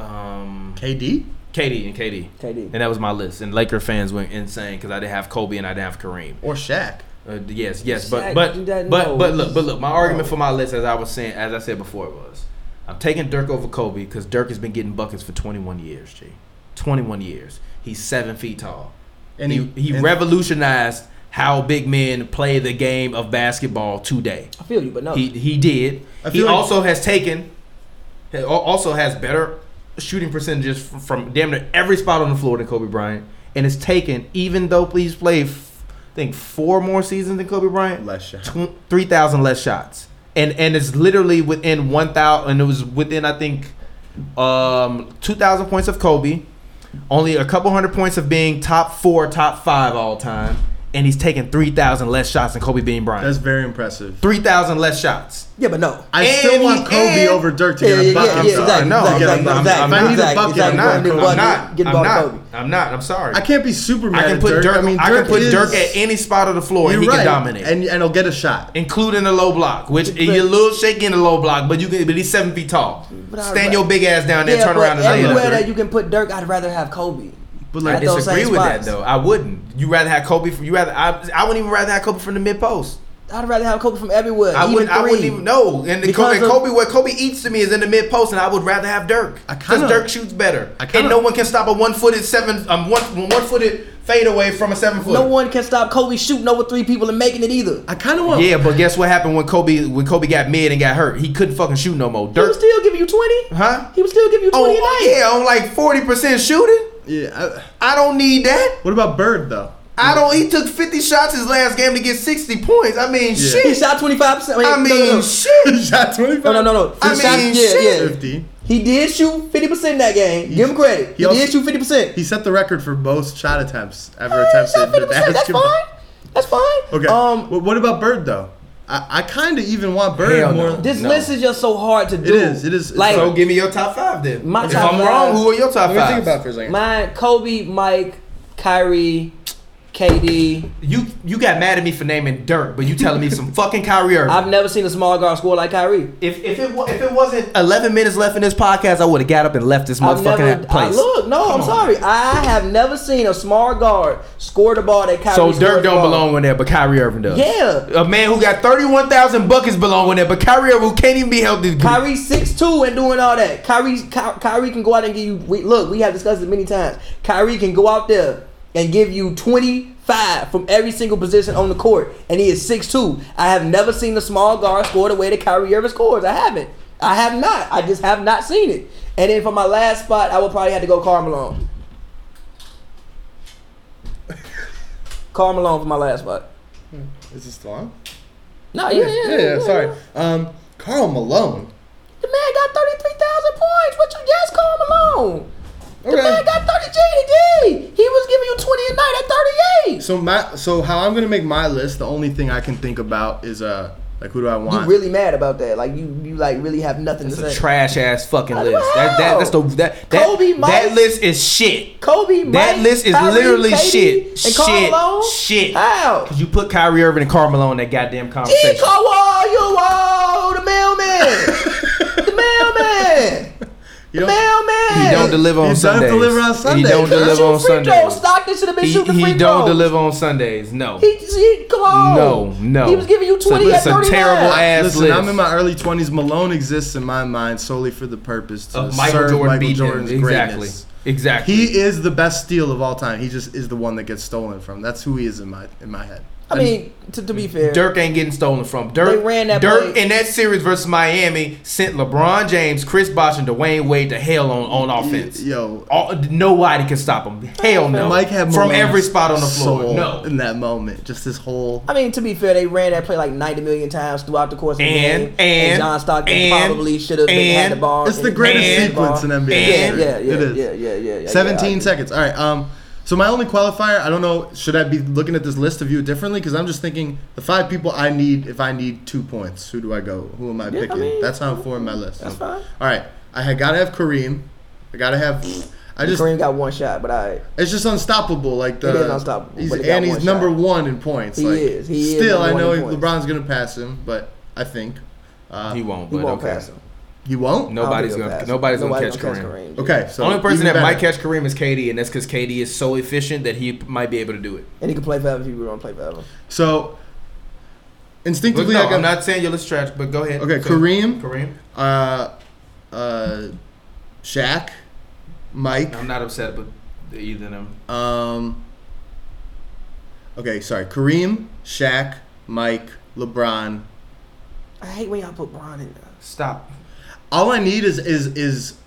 A: Um,
C: KD.
A: KD and KD.
B: KD.
A: And that was my list. And Laker fans went insane because I didn't have Kobe and I didn't have Kareem.
C: or Shaq.
A: Uh, yes, yes,
B: Shaq,
A: but
B: you
A: but
B: don't know.
A: but but look, but look. My argument
B: No.
A: for my list, as I was saying, as I said before, was I'm taking Dirk over Kobe because Dirk has been getting buckets for 21 years. G, 21 years. He's seven feet tall.
C: And
A: he
C: he-
A: he
C: and-
A: revolutionized how big men play the game of basketball today.
B: I feel you, but no.
A: He he did.
C: I
A: He
C: feel like-
A: also has taken. he al- Also has better shooting percentages from, from damn near every spot on the floor than Kobe Bryant, and it's taken even though he's played, f- I think four more seasons than Kobe Bryant,
C: Less shots.
A: tw- three thousand less shots, and and it's literally within one thousand. And it was within I think, um, two thousand points of Kobe, only a couple hundred points of being top four, top five all time, and he's taken three thousand less shots than Kobe Bean Bryant.
C: That's very impressive.
A: three thousand less shots.
B: yeah, but no.
C: I
A: And
C: still want
A: he-
C: Kobe
A: and-
C: over Dirk to
B: Yeah,
C: get
B: yeah,
C: a bucket.
B: yeah,
C: I'm
B: yeah,
C: sorry.
B: exactly,
C: No, I'm
B: exactly,
C: getting a bucket.
B: exactly,
C: If I need a
B: exactly,
C: bucket,
A: I'm
C: I'm
A: not. I'm
C: not.
B: Exactly.
A: not.
C: Kobe.
B: Bucket.
A: I'm not.
B: Get
A: I'm
B: about
A: not.
B: Kobe.
A: I'm not. I'm sorry.
C: I can't be super mad
A: I can
C: at
A: put
C: Dirk.
A: Dirk.
C: I
A: I,
C: mean,
A: can
C: Dirk
A: put
C: is,
A: Dirk at any spot of the floor, and he can dominate,
C: and and he'll get a shot.
A: including the low block, which
B: But-
A: you're a little shaky in the low block, but you can. But he's seven feet tall.
B: But I-
A: Stand your big ass down there,
B: Yeah,
A: turn
B: but
A: around and lay it
B: everywhere
A: up.
B: that you can put Dirk, I'd rather have Kobe.
A: I
C: But like,
B: At those
A: disagree
B: same
A: with that
B: spots.
A: though. I wouldn't. You rather have Kobe from you rather I, I wouldn't even rather have Kobe from the mid post.
B: I'd rather have Kobe from everywhere.
A: I
B: even
A: wouldn't.
B: Three.
A: I wouldn't even know. And the
B: Because
A: Kobe,
B: of-
A: Kobe, what Kobe eats to me is in the mid post, and I would rather have Dirk
C: I
A: because
C: kinda-
A: Dirk shoots better,
C: I kinda-
A: and no one can stop a one footed seven, um, one one footed fadeaway from a seven foot.
B: No one can stop Kobe shooting over three people and making it either.
C: I kind of want.
A: Yeah, but guess what happened when Kobe when Kobe got mid and got hurt? He couldn't fucking shoot no more.
B: He was
A: Dirk,
B: still giving you twenty.
A: huh?
B: He was still giving you twenty a
A: Oh
B: night.
A: yeah, on like forty percent shooting.
C: yeah, I-
A: I don't need that.
C: what about Bird though?
A: I don't. He took fifty shots his last game to get sixty points. I mean,
C: Yeah.
B: He
A: shit.
B: shot twenty five percent.
A: I mean,
B: no, no,
A: shit.
C: shot twenty five.
B: no, no, no, no.
A: I
B: He shot-
A: mean,
B: yeah,
A: shit.
B: yeah.
C: Fifty.
B: He did shoot fifty percent that game. Give him credit. He,
C: he also-
B: did shoot fifty percent.
C: He set the record for most shot attempts ever
B: Shot
C: attempted
B: fifty
C: in
B: percent. That's
C: basketball.
B: fine. That's fine.
C: Okay.
B: Um,
C: Um. What about Bird though? I, I kind of even want Bird
B: Hell no.
C: more.
B: This list is just so hard to do.
C: is, it is. It's
B: Like
A: So give me your top five then.
B: My
A: if
B: top
A: I'm
B: five-
A: wrong, who are your top
C: Let me think
A: five?
C: about it for a second.
B: mine, Kobe, Mike, Kyrie, KD.
A: You you got mad at me for naming Dirk, but you telling me some fucking Kyrie Irving.
B: I've never seen a small guard score like Kyrie.
A: if if it wa- if it wasn't 11 minutes left in this podcast, I would have got up and left this
B: I've
A: motherfucking
B: never I,
A: place.
B: look. No, I'm sorry. I have never seen a small guard score the ball that Kyrie.
A: so
B: scored
A: Dirk
B: the
A: don't
B: ball.
A: belong in there, but Kyrie Irving does.
B: Yeah,
A: A man who got 31,000 buckets belong in there, but Kyrie Irving who can't even be held. to-
B: Kyrie six two and doing all that. Kyrie Ky- Kyrie can go out and give you. We, look, we have discussed it many times. Kyrie can go out there and give you twenty five from every single position on the court, and he is six two. I have never seen a small guard score the way that Kyrie Irving scores. I haven't. I have not. I just have not seen it. And then for my last spot, I would probably have to go Carmelo. Carmelo for my last spot.
C: Is this long?
B: No, yeah, yeah,
C: Yeah, yeah, sorry. Um, Carl Malone.
B: The man got 33,000 points. What you just call Malone? The
C: Okay.
B: man got 30 GDD. He was giving you 20 a night at 38.
C: So my so how I'm gonna make my list? The only thing I can think about is uh like who do I
B: You
C: want?
B: really mad about that? Like you, you like really have nothing to
A: That's
B: say.
A: a trash ass fucking list. That, that that's the that that,
B: Kobe, Mike.
A: that list is shit.
B: Kobe, Mike,
A: That list is
B: Kyrie,
A: literally
B: KD,
A: shit.
B: and Karl
A: Shit.
B: Malone?
A: Shit.
B: How?
A: Cause you put Kyrie Irving and Carmelo in that goddamn
B: G
A: conversation.
B: Carl, you all the mailman, the mailman,
C: You
B: the
C: know,
B: mailman.
A: he don't deliver on
C: He don't
A: Sundays.
C: deliver on
A: He
C: Sundays.
A: don't
C: Can't
A: deliver on Sundays.
B: Stockton should have been
A: He,
B: shooting free
A: he don't
B: throws.
A: deliver on Sundays. No.
B: He, he, come on.
A: No, no.
B: He was giving you
A: It's a-
B: 20
A: it's a
B: at 39.
A: terrible ass
C: Listen,
A: list.
C: I'm in my early 20s. Malone exists in my mind solely for the purpose to
A: Of Michael
C: serve
A: Jordan
C: Michael
A: beating him.
C: Jordan's
A: Exactly.
C: greatness.
A: Exactly.
C: He is the best steal of all time. He just is the one that gets stolen from. That's who he is in my in my head.
B: I mean, to, to be fair,
A: Dirk ain't getting stolen from. Dirk,
B: They ran that
A: Dirk
B: play.
A: in that series versus Miami sent LeBron James, Chris Bosh, and Dwayne Wade to hell on, on offense.
C: Yo.
A: All, nobody can stop him. Hell no.
C: Mike had
A: from
C: Malone's
A: every spot on the floor.
C: soul
A: No.
C: in that moment, just his whole.
B: I mean, to be fair, they ran that play like 90 million times throughout the course of
A: And-
B: the game.
A: and-
B: John Stockton
A: and-
B: probably should have been had the
A: and-
B: ball.
C: It's the
B: and-
C: greatest
B: and-
C: sequence in NBA
B: Yeah,
C: history.
B: yeah, yeah,
C: It is.
B: yeah, yeah, yeah, yeah.
C: 17
B: yeah, I-
C: seconds. All right. Um, so my only qualifier, I don't know, should I be looking at this list to view it differently? Because I'm just thinking the five people I need. If I need two points, who do I go? Who am I picking?
B: mean,
C: that's how I'm forming my list.
B: that's fine.
C: All right. I had gotta have Kareem. I gotta have. I just.
B: Kareem got one shot, but I
C: It's just unstoppable. Like the.
B: It is unstoppable,
C: He's,
B: but he got
C: and he's
B: one
C: number
B: shot.
C: one in points.
B: He
C: like,
B: is, he is
C: Still,
B: number
C: I
B: one
C: know
B: in
C: he-
B: points.
C: LeBron's gonna pass him, but I think. Uh,
A: He won't,
B: he
A: but
B: won't
A: okay.
B: pass him.
C: He won't.
B: I don't
A: Nobody's
B: think he'll
A: gonna
B: pass him.
A: nobody's gonna catch
B: gonna
A: Kareem.
C: Okay. So
A: The only person
C: even
A: that
C: better.
A: might catch Kareem is KD, and that's because KD is so efficient that he might be able to do it.
B: And he can play forever if he really want to play forever.
C: So.
A: But
C: Instinctively,
A: no,
C: I got
A: I'm not saying you're trash, but go ahead.
C: Okay,
A: So,
C: Kareem,
A: Kareem.
C: uh, uh, Shaq, Mike.
A: I'm not upset, but either of them.
C: Um, okay, sorry, Kareem, Shaq, Mike, LeBron.
B: I hate when y'all put Bron in there.
A: Stop.
C: All I need is is is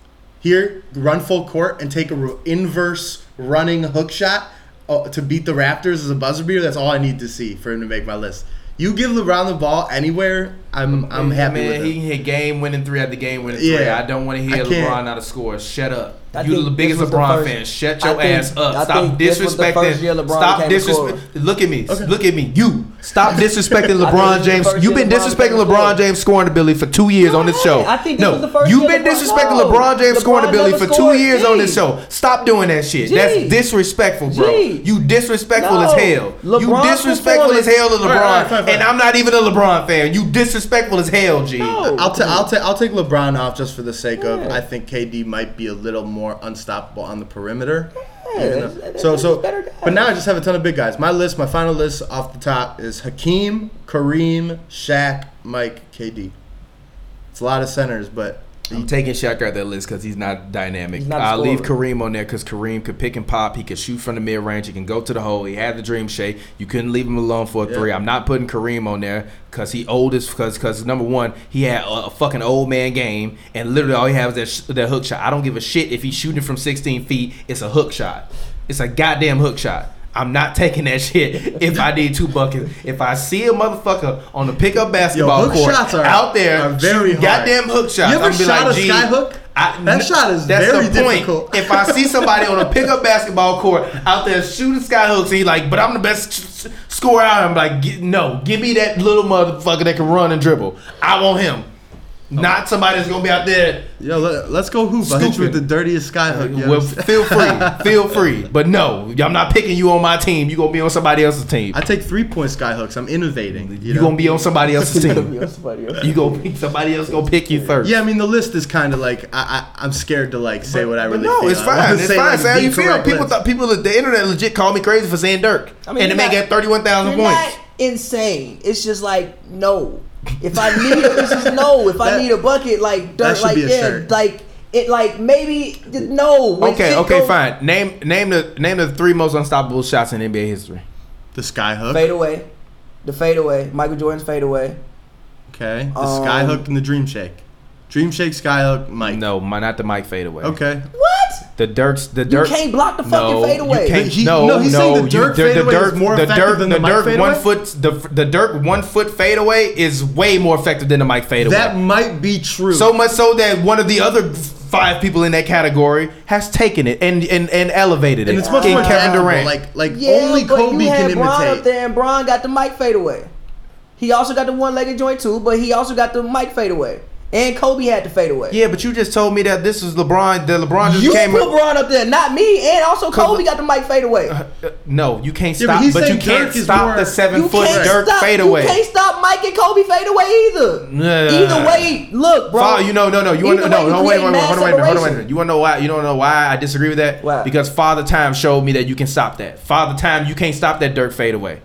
C: here run full court and take a re- inverse running hook shot uh, to beat the Raptors as a buzzer beater. That's all I need to see for him to make my list. You give LeBron the ball anywhere, I'm I'm
A: Yeah,
C: happy
A: man,
C: with
A: He
C: it.
A: can hit game winning three after game winning three.
C: Yeah.
A: I don't want to hear
C: I can't.
A: LeBron out of score. Shut up.
B: I
A: you
B: think
A: the biggest
B: this was the
A: LeBron
B: first-
A: fan. Shut
B: I
A: your
B: think-
A: ass up.
B: I
A: Stop
B: think this was the first year
A: disrespecting.
B: LeBron
A: Stop
B: came to score.
A: disrespecting. Look at me. Look at me. You. Stop disrespecting LeBron
B: this was the
A: James.
B: first
A: You've
B: year
A: been
B: LeBron
A: disrespecting
B: came to
A: LeBron
B: score.
A: James scoring ability for two years
B: No,
A: on this
B: I
A: show.
B: ain't. I think this
A: no.
B: was the first
A: You've
B: year
A: been
B: LeBron-
A: disrespecting
B: No.
A: LeBron James scoring
B: LeBron
A: ability
B: never
A: for two
B: scored.
A: years on this
B: Gee.
A: show. Stop doing that shit.
B: Gee.
A: That's disrespectful, bro.
B: Gee.
A: You disrespectful
B: No.
A: as hell. you
B: LeBron's
A: disrespectful as hell to LeBron.
C: All right, all right, fine, fine.
A: And I'm not even a LeBron fan. You disrespectful as hell, G.
B: No.
C: I'll, ta- I'll, ta- I'll take LeBron off just for the sake of
B: Yeah.
C: I think KD might be a little more unstoppable on the perimeter.
B: Yeah,
C: Even
B: that's-
C: though-
B: that's-
C: so
B: that's
C: so,
B: better guy.
C: but now I just have a ton of big guys. My list, my final list off the top is Hakeem, Kareem, Shaq, Mike, KD. It's a lot of centers, but
A: I'm taking Shaq out that list because he's not dynamic.
B: He's not a
A: I'll leave
B: scorer.
A: Kareem on there because Kareem could pick and pop. He could shoot from the mid range. He can go to the hole. He had the dream shape. You couldn't leave him alone for a three. I'm not putting Kareem on there because he old as because because number one he had a, a fucking old man game and literally all he has is that sh- that hook shot. I don't give a shit if he's shooting from 16 feet. It's a hook shot. It's a goddamn hook shot. I'm not taking that shit if I need two buckets. If I see a motherfucker on the pickup basketball
C: hook
A: court
C: shots are-
A: out there
C: are very
A: shooting
C: hard.
A: goddamn hook shots,
C: You ever
A: I'm gonna be
C: shot
A: like,
C: a
A: "Gee,
C: sky hook?
A: I,
C: That shot is very difficult.
A: If I see somebody on a pickup basketball court out there shooting sky hooks, and he like, but I'm the best s- s- scorer out. I'm like, "Gi- no, give me that little motherfucker that can run and dribble. I want him, not somebody that's gonna be out there.
C: Yo, let, let's go hoop. I hit you with the
A: Scooping.
C: dirtiest sky hook. yo.
A: Well, feel free, feel free. But no, I'm not picking you on my team. You gonna be on somebody else's team.
C: I take three point sky hooks. I'm innovating. You,
A: You
C: know?
A: gonna be on somebody else's team.
B: Somebody else.
A: You gonna pick somebody else gonna pick you first.
C: Yeah, I mean the list is kind of like I, I I'm scared to like say what I
A: But
C: really.
A: no,
C: feel.
A: it's
C: I wanna
A: fine. It's
C: say,
A: fine.
C: like,
A: Say how
C: the
A: you feel.
C: correct
A: People
C: list.
A: thought people the internet legit called me crazy for saying Dirk,
B: I mean,
A: and the
B: you're
A: man got
B: not-
A: thirty one thousand
B: You're
A: points.
B: not insane. It's just like no. If I need, it's just no. If I
C: That-
B: need a bucket, like dirt,
C: should
B: like
C: be a
B: yeah,
C: shirt.
B: like it, like maybe no. When
A: Okay,
B: shit
A: okay,
B: goes-
A: fine. Name name the name the three most unstoppable shots in NBA history.
C: the sky hook.
B: Fade away, the fade away. Michael Jordan's fade away.
C: Okay, the sky
B: Um,
C: hook and the dream shake. Dream shake, sky hook, Mike.
A: No, my, not the Mike fadeaway.
C: Okay.
B: What?
A: the Dirk's the Dirk.
B: can't block the fucking fadeaway.
A: You can't,
C: He-
A: no,
C: no,
A: no,
C: he's saying the Dirk
A: you,
C: fadeaway is more effective than the Mike
A: Dirk
C: fadeaway?
A: one foot the the Dirk one foot fadeaway is way more effective than the Mike fadeaway.
C: That might be true.
A: So much so that one of the other five people in that category has taken it and and, and elevated it.
C: and it's much more
A: Kevin
C: adaptable.
A: Durant.
C: Like like
B: Yeah,
C: only
B: but
C: Kobe
B: you had
C: can
B: Bron up
C: imitate.
B: there, and Bron got the mic fade away. He also got the one-legged joint too, but he also got the mic fade away. And Kobe had the fade away.
A: yeah, but you just told me that this is LeBron. That LeBron just
B: You
A: came.
B: put
A: up-
B: Bron up there, not me, and also Kobe got the mic fade away.
C: Uh,
A: no, you can't
C: Yeah, but
A: stop.
C: he's
A: but, you
C: saying
A: can't
C: Dirk is
A: stop
C: more-
A: the seven
B: You
A: foot
B: can't
A: Dirk
B: stop,
A: fadeaway.
B: You can't stop Mike and Kobe fade away either.
A: Nah.
B: Either way, look, bro.
A: Follow- you know, no, no, you want
B: Either
A: to
B: way,
A: no,
B: you
A: no, wait,
B: create
A: wait, wait, hold on, wait, a
B: mass
A: minute, hold on, wait, a
B: separation.
A: minute. You want to know why? You don't know why I disagree with that?
B: Why?
A: Because Father Time showed me that you can stop that. Father Time, you can't stop that Dirk fadeaway,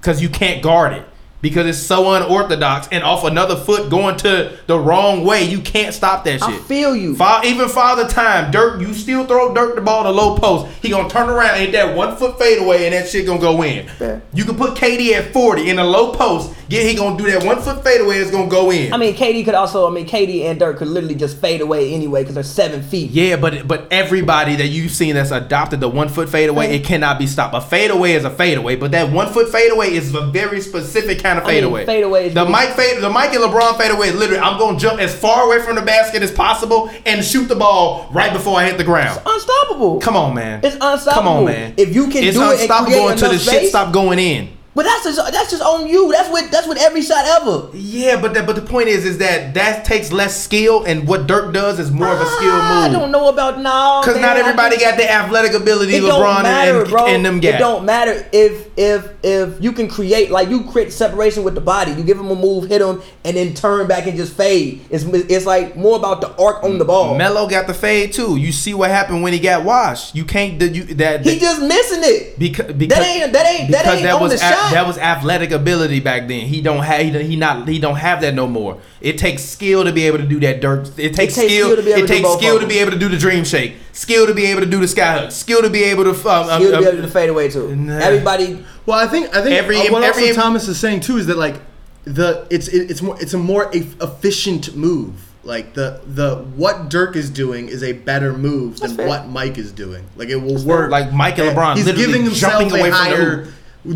A: because you can't guard it because it's so unorthodox and off another foot going to the wrong way. You can't stop that shit.
B: I feel you.
A: Fa- even Father Time, Dirk, you still throw Dirk the ball to low post. He gonna turn around, hit that one foot fadeaway, and that shit gonna go in.
B: Fair.
A: You can put KD at forty in a low post. Yeah, he gonna do that one foot fadeaway. It's gonna go in.
B: I mean, KD could also. I mean, KD and Dirk could literally just fade away anyway because they're seven feet.
A: Yeah, but but everybody that you've seen that's adopted the one foot fadeaway, it cannot be stopped. A fadeaway is a fadeaway, but that one foot fadeaway is a very specific kind of
B: I mean,
A: fadeaway.
B: fadeaway is
A: the
B: really-
A: Mike fade, the Mike and LeBron fadeaway is literally. I'm gonna jump as far away from the basket as possible and shoot the ball right before I hit the ground.
B: Unstoppable.
A: Come on, man.
B: It's unstoppable.
A: Come on, man.
B: If you can
A: it's
B: do it and
A: unstoppable
B: create
A: until the
B: enough
A: shit
B: space-
A: stop going in.
B: But that's just that's just on you. That's with that's with every shot ever.
A: Yeah, but the, but the point is is that that takes less skill, and what Dirk does is more of a skill move.
B: Ah, I don't know about now.
A: Because not everybody got the athletic ability
B: It
A: LeBron
B: don't matter,
A: and,
B: bro.
A: and them
B: It
A: guys.
B: don't matter if if if you can create like you create separation with the body. You give him a move, hit him, and then turn back and just fade. It's it's like more about the arc on the ball.
A: Melo got the fade too. You see what happened when he got washed. You can't do you, that.
B: He just missing it.
A: because, because
B: That ain't that ain't that
A: because
B: ain't on
A: was
B: the
A: a-
B: shot.
A: that was athletic ability back then. He don't have he, don't- he not he don't have that no more. It takes skill to be able to do that Dirk. It takes, skill.
B: to be able
A: it
B: to do
A: takes
B: both
A: skill
B: of
A: to
B: them.
A: be able to do the dream shake. Skill to be able to do the sky hook. Skill to be able to. Um, um,
B: You'll be
A: um,
B: able to fade away too.
A: Nah.
B: Everybody
C: Well, I think I think
A: Every-
C: uh, what
A: every-
C: also Thomas is saying too is that like the it's it, it's more it's a more e- efficient move. Like the the what Dirk is doing is a better move than
B: fair.
C: what Mike is doing. Like it will work.
A: Like Mike and LeBron
C: he's
A: literally
C: giving himself
A: jumping away
C: a
A: from the
C: higher.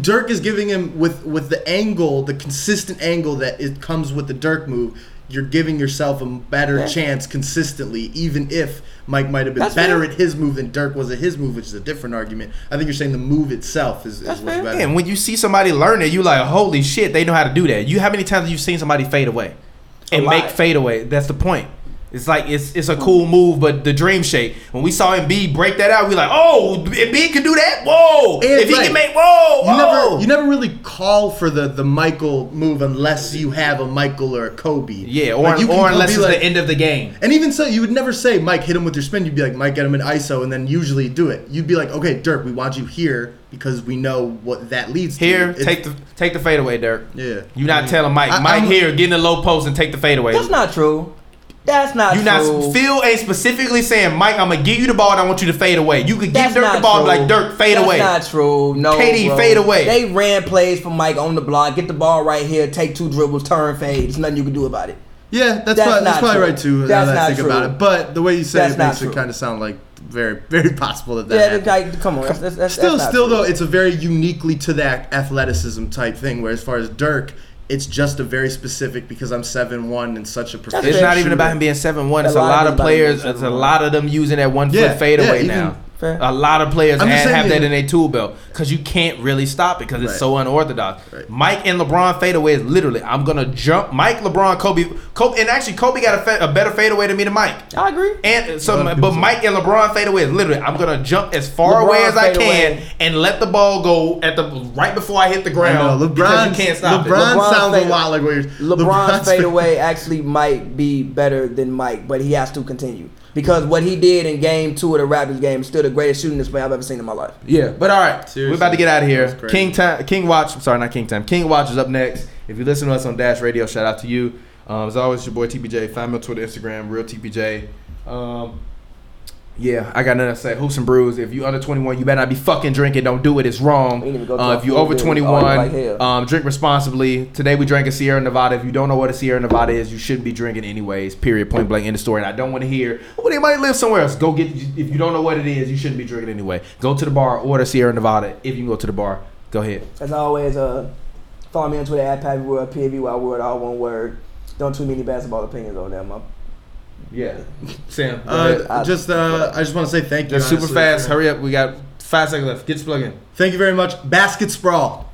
C: Dirk is giving him with with the angle, the consistent angle that it comes with the Dirk move. You're giving yourself a better chance consistently, even if Mike might have been
B: That's
C: better
B: fair.
C: at his move than Dirk was at his move, which is a different argument. I think you're saying the move itself is, is what's
B: fair.
C: better.
A: And when you see somebody learn it, you like, holy shit, they know how to do that. You how many times have you seen somebody fade away and
B: lot.
A: make fade away? That's the point. It's like it's it's a cool move, but the dream shape. When we saw Embiid break that out, we like, oh, Embiid can do that. Whoa,
C: And,
A: if he
C: right.
A: can make, whoa,
C: You
A: whoa.
C: never, you never really call for the, the Michael move unless you have a Michael or a Kobe.
A: yeah, or,
C: Like, you can
A: or
C: go
A: unless
C: be
A: it's
C: like-
A: the end of the game.
C: And even so, you would never say, Mike, hit him with your spin. You'd be like, Mike, get him in ISO, and then usually do it. You'd be like, okay, Dirk, we want you here because we know what that leads
A: Here,
C: to. It-
A: take the take the fade away, Dirk.
C: Yeah.
A: you not telling Mike.
C: I-
A: Mike
C: I'm-
A: here, get in the low post and take the fade away.
B: that's not true. That's not
A: You
B: true.
A: not Phil ain't specifically saying, Mike, I'm gonna give you the ball and I want you to fade away. You could give
B: That's
A: Dirk
B: not
A: the ball and be
B: true.
A: like Dirk fade
B: That's
A: away.
B: not true. No,
A: KD,
B: bro.
A: fade away.
B: They ran plays for Mike on the block. Get the ball right here. Take two dribbles. Turn fade. There's nothing you can do about it.
C: yeah, that's,
B: That's
C: probably, that's
B: not
C: probably
B: true.
C: right, too,
B: That's
C: now that I
B: not
C: think about
B: true.
C: it. But the way you say
B: That's
C: it
B: not
C: makes it
B: true.
C: kind of sound like very, very possible that that
B: Yeah,
C: happened.
B: like, come on. That's, that's, that's
C: still,
B: not
C: still
B: true.
C: though, it's a very uniquely to that athleticism type thing. Where as far as Dirk,
H: It's just a very specific because I'm seven one and such a professional.
A: It's not even
B: shooter.
A: about him being seven one. It's a
B: lot of
A: lot
B: them
A: of
B: about him being
A: players. It's a
B: 7'1".
A: lot of them using that one
H: Yeah,
A: foot fadeaway
H: yeah,
A: now.
B: even-
A: A lot of players
H: I'm just
A: add- have
H: saying-
A: that in their tool belt because you can't really stop it because it's
H: Right.
A: so unorthodox. Mike and LeBron fadeaway is literally I'm gonna jump Mike, LeBron, Kobe, Kobe, and actually Kobe got a, fa- a better fadeaway than me than Mike.
B: I agree.
A: And so, but Mike and LeBron fadeaway is literally I'm gonna jump as far
B: LeBron
A: away as I can
B: fadeaway.
A: and let the ball go at the right before I hit the
H: I know,
A: ground.
H: LeBron,
A: because you can't stop it.
H: LeBron,
B: LeBron
H: sounds
B: fade-
H: a lot like what you're.
B: LeBron's
H: fade-
B: fadeaway actually might be better than Mike, but he has to continue because what he did in Game Two of the Raptors game is still the greatest shooting display I've ever seen in my life.
A: Yeah, but all right,
H: Seriously.
A: we're about to get out of here.
H: That's crazy.
A: King time, King Watch. I'm sorry, not King time. King Watch is up next. If you listen to us on Dash Radio, shout out to you. Um, as always, your boy TPJ. Find me on Twitter, Instagram, real TPJ. Um, yeah, I got nothing to say. Hoops and brews. If you under 21, you better not be fucking drinking. Don't do it. It's wrong.
B: We didn't even go
A: Uh,
B: to
A: if you
B: our
A: over
B: food bill. Oh,
A: 21,
B: like hell.
A: um, drink responsibly. Today we drank a Sierra Nevada. If you don't know what a Sierra Nevada is, you shouldn't be drinking anyways. Period. Point blank. End of story. And I don't want to hear. Well, they might live somewhere else. Go get. If you don't know what it is, you shouldn't be drinking anyway. Go to the bar. Order Sierra Nevada if you can go to the bar. Go ahead.
B: As always, uh, follow me on Twitter at Pappy World, PAVY World, all one word. Don't tweet me any basketball opinions on that, man.
A: Yeah, Sam. go ahead.
H: Uh, just, uh, I just want to say thank you.
A: Just super
H: honestly,
A: fast.
H: for-
A: Hurry up. We got five seconds left. Get your plug in.
H: Thank you very much. Basket sprawl.